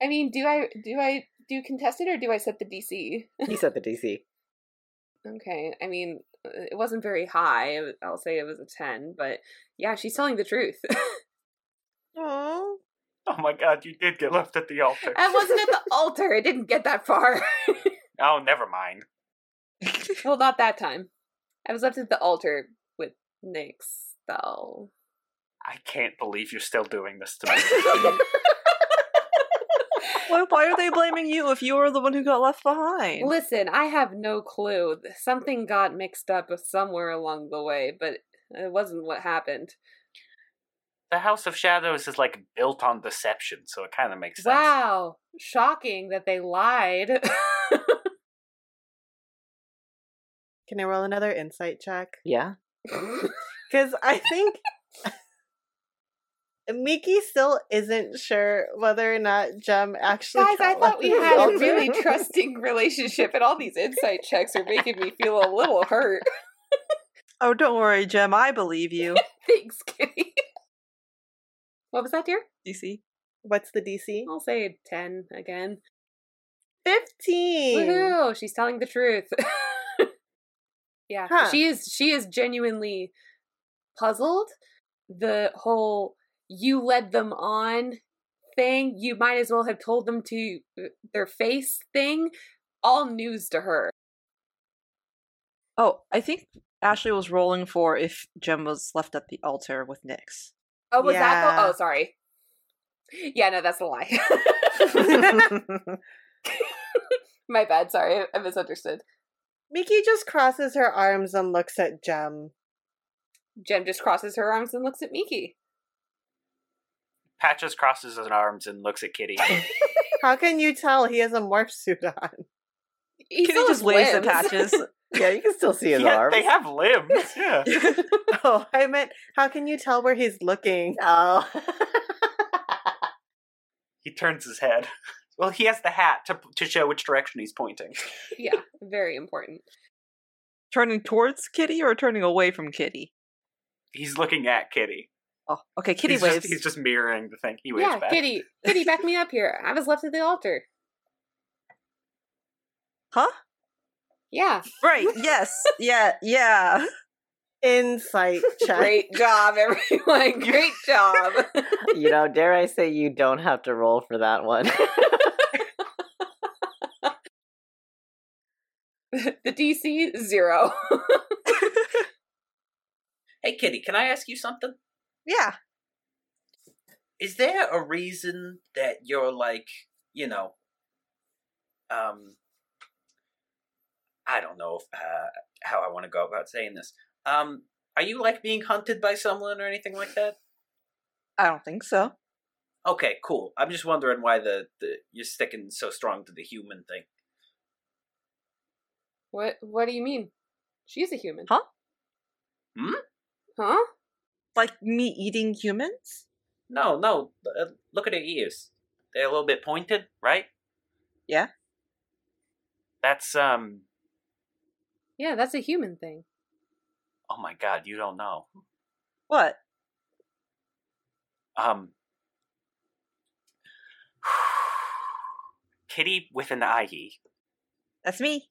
[SPEAKER 4] I mean, do I do I do contested or do I set the DC?
[SPEAKER 1] He set the DC.
[SPEAKER 4] Okay, I mean, it wasn't very high. I- I'll say it was a ten, but yeah, she's telling the truth.
[SPEAKER 5] Aww.
[SPEAKER 3] Oh my god, you did get left at the altar.
[SPEAKER 4] I wasn't at the altar. It didn't get that far.
[SPEAKER 3] Oh, never mind.
[SPEAKER 4] well, not that time. I was left at the altar with Nyx, though.
[SPEAKER 3] I can't believe you're still doing this to me.
[SPEAKER 5] Why, why are they blaming you if you were the one who got left behind?
[SPEAKER 4] Listen, I have no clue. Something got mixed up somewhere along the way, but it wasn't what happened.
[SPEAKER 3] the House of Shadows is like built on deception, so it kind of makes sense.
[SPEAKER 4] Wow, shocking that they lied.
[SPEAKER 2] Can I roll another insight check?
[SPEAKER 1] Yeah.
[SPEAKER 2] Because I think Miki still isn't sure whether or not Jem actually.
[SPEAKER 4] Guys, I
[SPEAKER 2] got
[SPEAKER 4] thought we
[SPEAKER 2] left
[SPEAKER 4] had a
[SPEAKER 2] alone.
[SPEAKER 4] really trusting relationship, and all these insight checks are making me feel a little hurt.
[SPEAKER 5] oh, don't worry, Jem. I believe you.
[SPEAKER 4] Thanks, Kitty. What was that, dear?
[SPEAKER 5] DC.
[SPEAKER 2] What's the DC?
[SPEAKER 4] I'll say 10 again.
[SPEAKER 2] 15.
[SPEAKER 4] Woohoo! She's telling the truth. yeah,
[SPEAKER 2] Huh.
[SPEAKER 4] she is. She is genuinely puzzled. The whole "you led them on" thing. You might as well have told them to uh, their face thing. All news to her.
[SPEAKER 5] Oh, I think Ashley was rolling for if Jem was left at the altar with Nyx.
[SPEAKER 4] Oh, was that? The,
[SPEAKER 2] Yeah.
[SPEAKER 4] oh, sorry. Yeah, no, that's a lie. My bad. Sorry, I misunderstood.
[SPEAKER 2] Miki just crosses her arms and looks at Jem.
[SPEAKER 4] Jem just crosses her arms and looks at Miki.
[SPEAKER 3] Patches crosses his arms and looks at Kitty.
[SPEAKER 2] How can you tell he has a morph suit on?
[SPEAKER 4] He
[SPEAKER 5] Kitty
[SPEAKER 4] still
[SPEAKER 5] just
[SPEAKER 4] has
[SPEAKER 5] waves at
[SPEAKER 4] limbs.
[SPEAKER 5] patches.
[SPEAKER 1] Yeah, you can still see his
[SPEAKER 3] Yeah,
[SPEAKER 1] arms.
[SPEAKER 3] They have limbs. Yeah.
[SPEAKER 2] Oh, I meant, how can you tell where he's looking?
[SPEAKER 1] Oh.
[SPEAKER 3] he turns his head. Well, he has the hat to to show which direction he's pointing.
[SPEAKER 4] yeah, very important.
[SPEAKER 5] turning towards Kitty or turning away from Kitty?
[SPEAKER 3] He's looking at Kitty.
[SPEAKER 5] Oh, okay. Kitty
[SPEAKER 3] he's
[SPEAKER 5] waves.
[SPEAKER 3] Just, he's just mirroring the thing. He waves
[SPEAKER 4] yeah,
[SPEAKER 3] back.
[SPEAKER 4] Kitty, Kitty, back me up here. I was left at the altar.
[SPEAKER 5] Huh?
[SPEAKER 4] Yeah.
[SPEAKER 5] Right. Yes. Yeah. Yeah.
[SPEAKER 2] Insight check.
[SPEAKER 4] Great job, everyone. Great job.
[SPEAKER 1] you know, dare I say you don't have to roll for that one.
[SPEAKER 4] the DC zero.
[SPEAKER 3] Hey, Kitty, can I ask you something?
[SPEAKER 5] Yeah.
[SPEAKER 3] Is there a reason that you're like, you know, um, I don't know if, uh, how I want to go about saying this. Um, are you like being hunted by someone or anything like that?
[SPEAKER 5] I don't think so.
[SPEAKER 3] Okay, cool. I'm just wondering why the, the you're sticking so strong to the human thing.
[SPEAKER 4] what? What do you mean? She's a human.
[SPEAKER 5] Huh?
[SPEAKER 3] Hmm?
[SPEAKER 4] Huh?
[SPEAKER 5] Like me eating humans?
[SPEAKER 3] No, no. Uh, look at her ears. They're a little bit pointed, right?
[SPEAKER 5] Yeah.
[SPEAKER 3] That's um.
[SPEAKER 4] Yeah, that's a human thing.
[SPEAKER 3] Oh my god, you don't know.
[SPEAKER 5] What?
[SPEAKER 3] Um. Kitty with an E. IE.
[SPEAKER 5] That's me.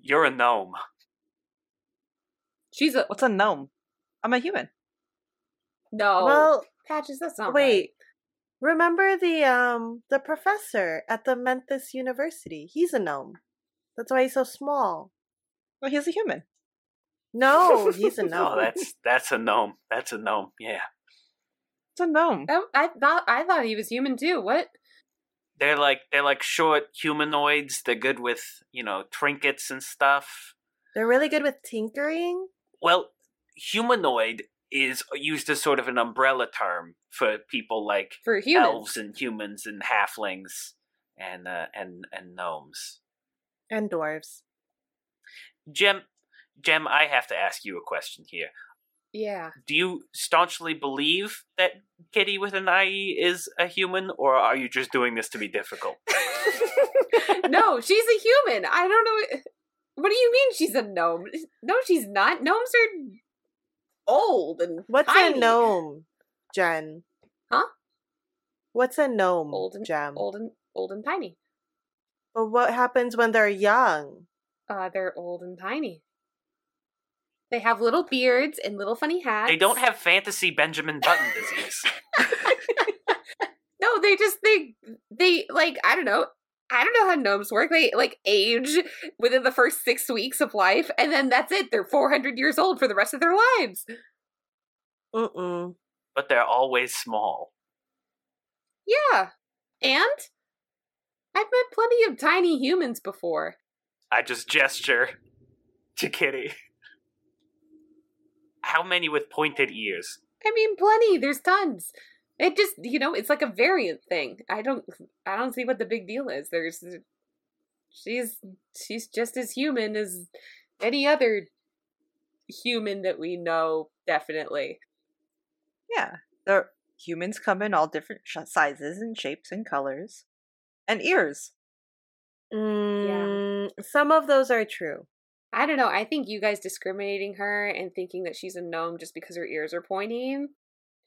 [SPEAKER 3] You're a gnome.
[SPEAKER 4] She's a
[SPEAKER 5] What's a gnome? I'm a human.
[SPEAKER 4] no.
[SPEAKER 2] Well,
[SPEAKER 4] Patches. That's not
[SPEAKER 2] wait. Remember the um the professor at the Memphis University? He's a gnome. That's why he's so small.
[SPEAKER 5] Well, he's a human.
[SPEAKER 2] No,
[SPEAKER 1] Oh,
[SPEAKER 2] he's a
[SPEAKER 3] No,
[SPEAKER 2] gnome.
[SPEAKER 3] Oh, that's that's a gnome. That's a gnome. Yeah.
[SPEAKER 5] It's a gnome.
[SPEAKER 4] Right. Oh, I thought I thought he was human too. What?
[SPEAKER 3] They're like they're like short humanoids. They're good with you know trinkets and stuff.
[SPEAKER 2] They're really good with tinkering.
[SPEAKER 3] Well, humanoid is used as sort of an umbrella term for people like
[SPEAKER 4] For humans.
[SPEAKER 3] elves and humans and halflings and uh, and and gnomes.
[SPEAKER 2] And dwarves.
[SPEAKER 3] Jem, Jem, I have to ask you a question here.
[SPEAKER 4] Yeah.
[SPEAKER 3] Do you staunchly believe that Kitty with an IE is a human, or are you just doing this to be difficult?
[SPEAKER 4] no, she's a human. I don't know. What do you mean she's a gnome? No, she's not. Gnomes are old and
[SPEAKER 2] What's
[SPEAKER 4] tiny.
[SPEAKER 2] a gnome, Jen?
[SPEAKER 4] Huh?
[SPEAKER 2] What's a gnome,
[SPEAKER 4] Old and-
[SPEAKER 2] Jem?
[SPEAKER 4] Old and old and tiny.
[SPEAKER 2] But what happens when they're young?
[SPEAKER 4] Uh, they're old and tiny. They have little beards and little funny hats.
[SPEAKER 3] They don't have fantasy Benjamin Button disease.
[SPEAKER 4] no, they just they they like I don't know. I don't know how gnomes work. They like age within the first six weeks of life, and then that's it. They're four hundred years old for the rest of their lives.
[SPEAKER 2] Mm-mm.
[SPEAKER 3] but they're always small.
[SPEAKER 4] Yeah, and I've met plenty of tiny humans before.
[SPEAKER 3] I just gesture to Kitty. How many with pointed ears?
[SPEAKER 4] I mean, plenty. There's tons. It just you know, it's like a variant thing. I don't I don't see what the big deal is. There's uh, she's she's just as human as any other human that we know definitely.
[SPEAKER 5] Yeah, the humans come in all different sh- sizes and shapes and colors, and ears.
[SPEAKER 2] Mm, Some of those are true.
[SPEAKER 4] I don't know. I think you guys discriminating her and thinking that she's a gnome just because her ears are pointing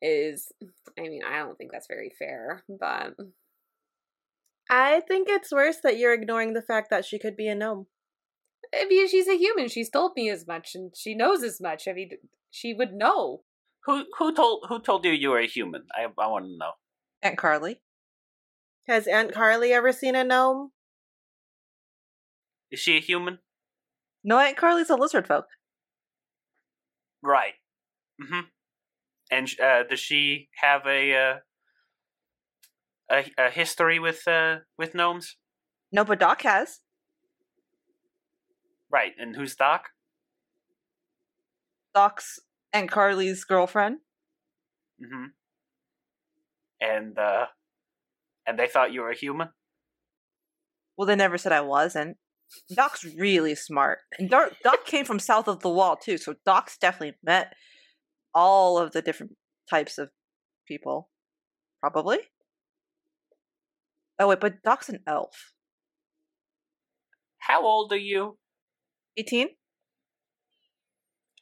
[SPEAKER 4] is I mean, I don't think that's very fair, but
[SPEAKER 2] I think it's worse that you're ignoring the fact that she could be a gnome.
[SPEAKER 4] I mean, she's a human. She's told me as much and she knows as much. I mean, she would know.
[SPEAKER 3] Who who told who told you you were a human? I I want to know.
[SPEAKER 5] Aunt Carly.
[SPEAKER 2] Has Aunt Carly ever seen a gnome?
[SPEAKER 3] Is she a human?
[SPEAKER 5] No, Aunt Carly's a lizard folk.
[SPEAKER 3] Right. Mm-hmm. And uh, does she have a, uh, a a history with uh, with gnomes?
[SPEAKER 5] No, but Doc has.
[SPEAKER 3] Right. And who's Doc?
[SPEAKER 5] Doc's Aunt Carly's girlfriend.
[SPEAKER 3] Mm-hmm. And uh, and they thought you were a human.
[SPEAKER 5] Well, they never said I wasn't. Doc's really smart. And Doc, Doc came from south of the wall, too, so Doc's definitely met all of the different types of people. Probably. Oh, wait, but Doc's an elf.
[SPEAKER 3] How old are you?
[SPEAKER 5] 18?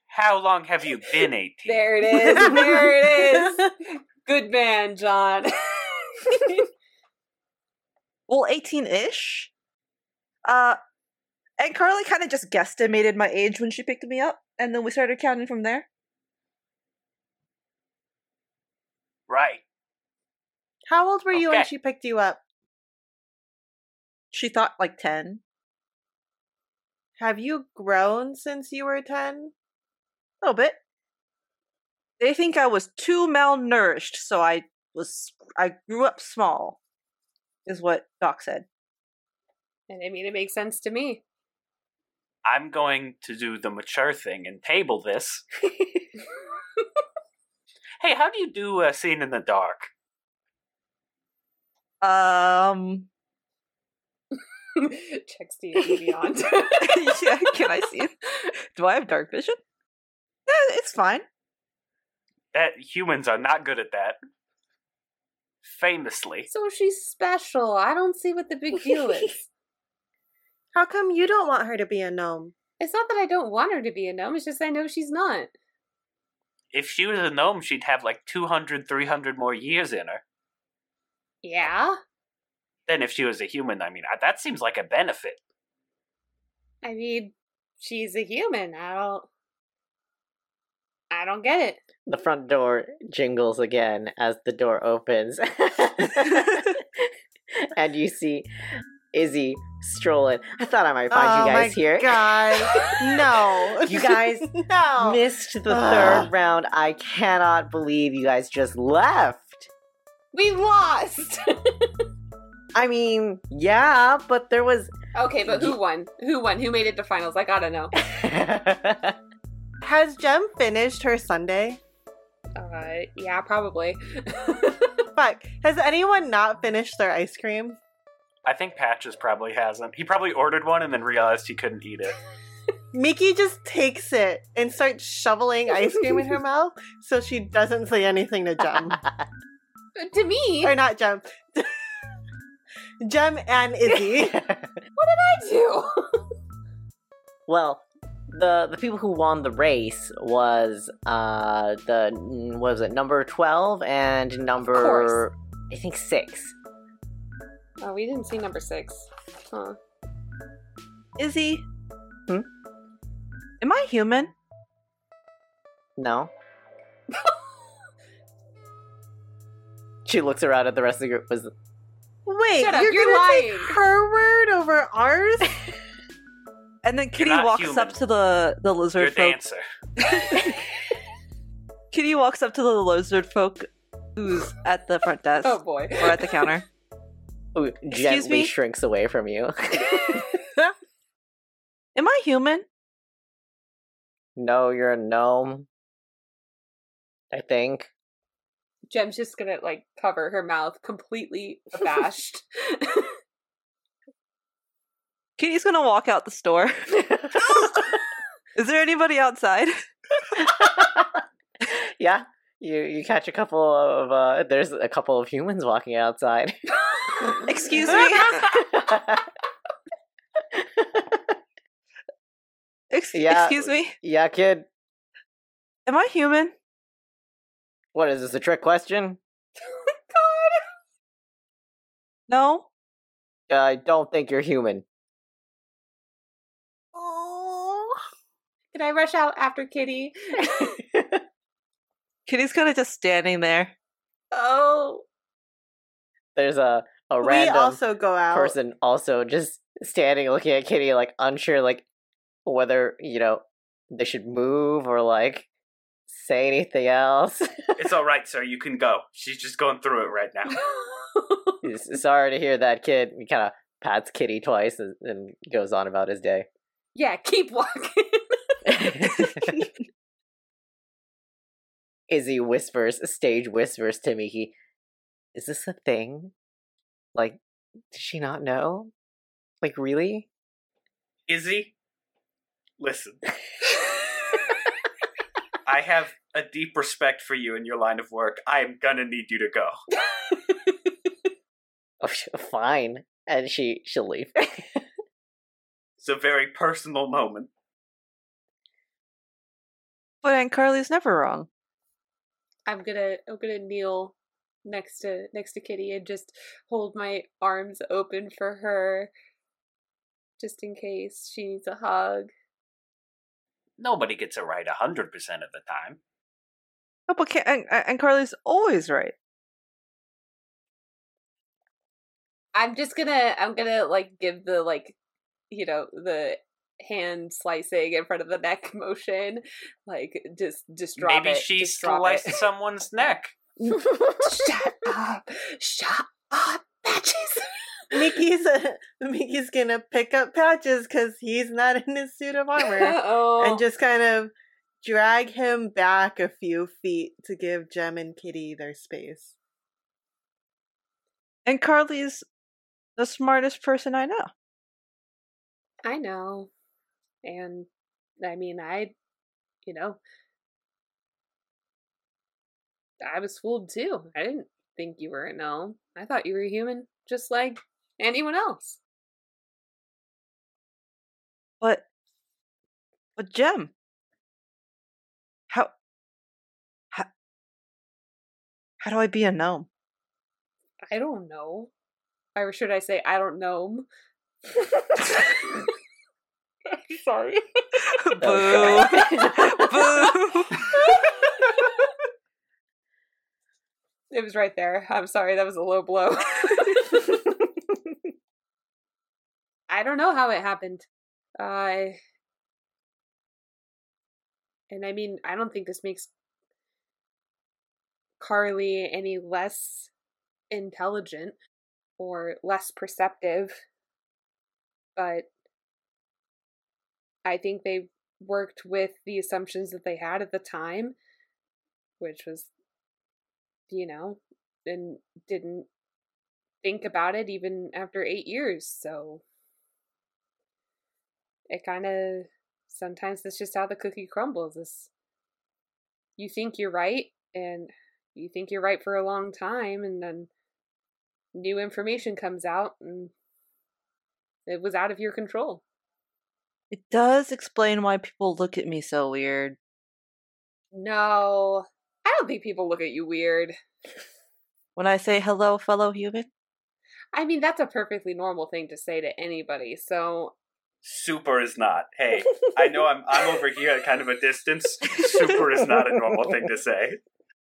[SPEAKER 3] How long have you been eighteen?
[SPEAKER 4] There it is. There it is. Good man, John.
[SPEAKER 5] Well, 18 ish. Uh, and Carly kind of just guesstimated my age when she picked me up, and then we started counting from there.
[SPEAKER 3] Right.
[SPEAKER 2] How old were you when
[SPEAKER 3] Okay.
[SPEAKER 2] she picked you up?
[SPEAKER 5] She thought like 10.
[SPEAKER 2] Have you grown since you were 10?
[SPEAKER 5] A little bit. They think I was too malnourished, so I was I grew up small, is what Doc said.
[SPEAKER 4] and I mean, it makes sense to me.
[SPEAKER 3] I'm going to do the mature thing and table this. Hey, how do you do uh, Scene in the Dark?
[SPEAKER 5] Um,
[SPEAKER 4] Checks to you beyond.
[SPEAKER 5] yeah, can I see? Do I have dark vision? Yeah, it's fine.
[SPEAKER 3] That humans are not good at that. Famously.
[SPEAKER 4] so she's special. I don't see what the big deal is.
[SPEAKER 2] How come you don't want her to be a gnome?
[SPEAKER 4] It's not that I don't want her to be a gnome. It's just I know she's not.
[SPEAKER 3] If she was a gnome, she'd have like 200, 300 more years in her.
[SPEAKER 4] Yeah.
[SPEAKER 3] Then if she was a human, I mean, I- that seems like a benefit.
[SPEAKER 4] I mean, she's a human. I don't. I don't get it.
[SPEAKER 1] The front door jingles again as the door opens. and you see Izzy strolling. I thought I might find
[SPEAKER 2] oh
[SPEAKER 1] you guys
[SPEAKER 2] my
[SPEAKER 1] here.
[SPEAKER 2] God. No.
[SPEAKER 1] You guys
[SPEAKER 2] no.
[SPEAKER 1] Missed the
[SPEAKER 2] Ugh.
[SPEAKER 1] third round. I cannot believe you guys just left.
[SPEAKER 4] We lost.
[SPEAKER 1] I mean, yeah, but there was.
[SPEAKER 4] okay, but who won? Who won? Who made it to finals? I gotta know.
[SPEAKER 2] Has Jem finished her Sunday?
[SPEAKER 4] Uh, yeah, probably.
[SPEAKER 2] Fuck. Has anyone not finished their ice cream?
[SPEAKER 3] I think Patches probably hasn't. He probably ordered one and then realized he couldn't eat it.
[SPEAKER 2] Mickey just takes it and starts shoveling ice cream in her mouth so she doesn't say anything to Jem.
[SPEAKER 4] to me,
[SPEAKER 2] or not Jem. Jem and Izzy.
[SPEAKER 4] I do.
[SPEAKER 1] well, the the people who won the race was uh the what was it number twelve and number I think six.
[SPEAKER 4] Oh, we didn't see number six. Huh.
[SPEAKER 5] Izzy.
[SPEAKER 1] Hmm?
[SPEAKER 5] Am I human?
[SPEAKER 1] No. she looks around at the rest of the group. Was
[SPEAKER 2] Wait,
[SPEAKER 4] Shut up,
[SPEAKER 2] you're,
[SPEAKER 4] you're
[SPEAKER 2] gonna
[SPEAKER 4] lying.
[SPEAKER 2] take her word over ours?
[SPEAKER 5] And then Kitty
[SPEAKER 3] not
[SPEAKER 5] walks
[SPEAKER 3] human.
[SPEAKER 5] up to the the lizard
[SPEAKER 3] Your
[SPEAKER 5] folk.
[SPEAKER 3] dancer.
[SPEAKER 5] Kitty walks up to the lizard folk who's at the front desk
[SPEAKER 4] Oh boy.
[SPEAKER 5] or at the counter.
[SPEAKER 1] who
[SPEAKER 5] Excuse
[SPEAKER 1] gently
[SPEAKER 5] me?
[SPEAKER 1] shrinks away from you.
[SPEAKER 5] Am I human?
[SPEAKER 1] no, you're a gnome. I think.
[SPEAKER 4] Jem's just gonna like cover her mouth completely abashed.
[SPEAKER 5] Kitty's gonna walk out the store. Is there anybody outside?
[SPEAKER 1] yeah, you you catch a couple of uh, there's a couple of humans walking outside.
[SPEAKER 5] Excuse me. Ex-
[SPEAKER 1] Yeah.
[SPEAKER 5] Excuse me.
[SPEAKER 1] yeah, kid.
[SPEAKER 5] Am I human?
[SPEAKER 1] What is this a trick question?
[SPEAKER 5] No.
[SPEAKER 1] I don't think you're human.
[SPEAKER 2] oh.
[SPEAKER 4] Can I rush out after Kitty?
[SPEAKER 5] Kitty's kind of just standing there.
[SPEAKER 4] oh,
[SPEAKER 1] There's a a
[SPEAKER 2] We
[SPEAKER 1] random
[SPEAKER 2] also go out.
[SPEAKER 1] person also just standing looking at Kitty like unsure like whether you know they should move or like say anything else.
[SPEAKER 3] It's all right, sir. You can go. She's just going through it right now.
[SPEAKER 1] Sorry to hear that, kid. He kind of pats Kitty twice and, and goes on about his day.
[SPEAKER 4] yeah. Keep walking.
[SPEAKER 1] Izzy whispers, stage whispers to Miki, "Is this a thing? Like, does she not know? Like, really?"
[SPEAKER 3] Izzy, listen. I have a deep respect for you and your line of work. I am gonna need you to go.
[SPEAKER 1] Oh, sh- fine. And she she'll leave.
[SPEAKER 3] It's a very personal moment.
[SPEAKER 5] But Aunt Carly's never wrong.
[SPEAKER 4] I'm gonna I'm gonna kneel next to next to Kitty and just hold my arms open for her, just in case she needs a hug.
[SPEAKER 3] Nobody gets it right 100% of the time.
[SPEAKER 5] No, but can- and, and Carly's always right.
[SPEAKER 4] I'm just gonna I'm gonna like give the like you know the hand slicing in front of the neck motion, like just just drop
[SPEAKER 3] Maybe
[SPEAKER 4] it,
[SPEAKER 3] she
[SPEAKER 4] just drop it.
[SPEAKER 3] sliced someone's neck.
[SPEAKER 4] Shut up! Shut up, bitches!
[SPEAKER 2] Mickey's Mickey's gonna pick up patches because he's not in his suit of armor,
[SPEAKER 4] oh,
[SPEAKER 2] and just kind of drag him back a few feet to give Jem and Kitty their space.
[SPEAKER 5] And Carly's the smartest person I know.
[SPEAKER 4] I know, and I mean I, you know, I was fooled too. I didn't think you were a gnome. I thought you were human, just like anyone else.
[SPEAKER 5] But but Jem. How how, how do I be a gnome?
[SPEAKER 4] I don't know. Or should I say I don't know? Sorry.
[SPEAKER 5] Boo. Boo.
[SPEAKER 4] It was right there. I'm sorry, that was a low blow. I don't know how it happened. Uh, and I mean, I don't think this makes Carly any less intelligent or less perceptive, but I think they worked with the assumptions that they had at the time, which was, you know, and didn't think about it even after eight years. So it kind of sometimes that's just how the cookie crumbles. Is you think you're right and you think you're right for a long time, and then new information comes out and it was out of your control.
[SPEAKER 5] It does explain why people look at me so weird.
[SPEAKER 4] No, I don't think people look at you weird.
[SPEAKER 5] When I say hello, fellow human,
[SPEAKER 4] I mean, that's a perfectly normal thing to say to anybody. So,
[SPEAKER 3] Super is not. Hey, I know I'm I'm over here at kind of a distance. Super is not a normal thing to say.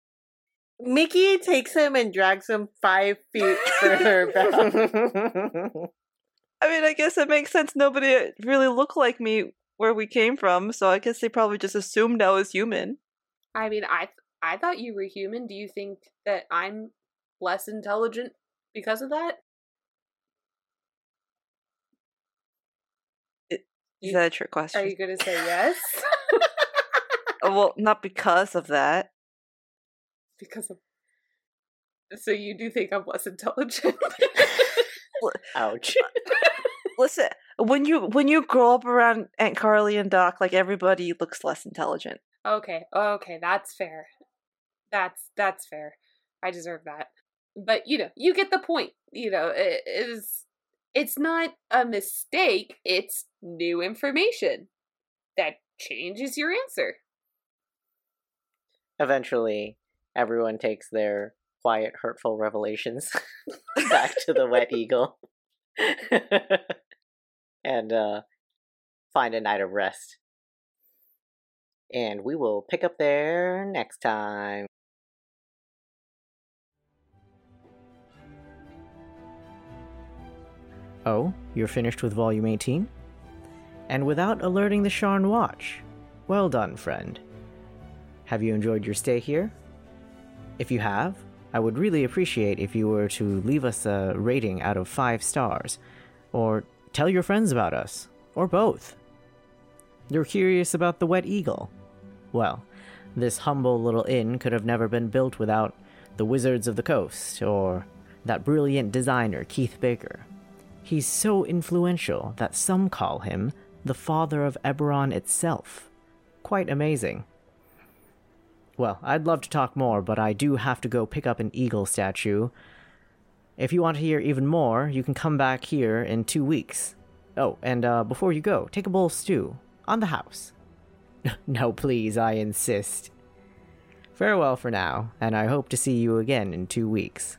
[SPEAKER 2] Mickey takes him and drags him five feet further back.
[SPEAKER 5] I mean, I guess it makes sense. Nobody uh, really looked like me where we came from, so I guess they probably just assumed I was human.
[SPEAKER 4] I mean, I I thought you were human. Do you think that I'm less intelligent because of that?
[SPEAKER 5] Is
[SPEAKER 4] You-
[SPEAKER 5] that a trick
[SPEAKER 4] Are
[SPEAKER 5] question?
[SPEAKER 4] you going to say yes?
[SPEAKER 5] Oh, well, not because of that.
[SPEAKER 4] because of So you do think I'm less intelligent?
[SPEAKER 7] Ouch.
[SPEAKER 5] Listen, when you when you grow up around Aunt Carly and Doc, like everybody looks less intelligent.
[SPEAKER 4] Okay, okay, that's fair. That's that's fair. I deserve that. But you know, you get the point. You know, it it is it's not a mistake, it's new information that changes your answer.
[SPEAKER 7] Eventually, everyone takes their quiet, hurtful revelations back to the wet eagle and uh, find a night of rest. And we will pick up there next time.
[SPEAKER 1] Oh, you're finished with volume 18? And without alerting the Sharn Watch. Well done, friend. Have you enjoyed your stay here? If you have, I would really appreciate if you were to leave us a rating out of 5 stars, or tell your friends about us, or both. You're curious about the Wet Eagle? Well, this humble little inn could have never been built without the Wizards of the Coast, or that brilliant designer, Keith Baker. He's so influential that some call him the father of Eberron itself. Quite amazing. Well, I'd love to talk more, but I do have to go pick up an eagle statue. If you want to hear even more, you can come back here in two weeks. Oh, and uh, before you go, take a bowl of stew on the house. no, please, I insist. Farewell for now, and I hope to see you again in two weeks.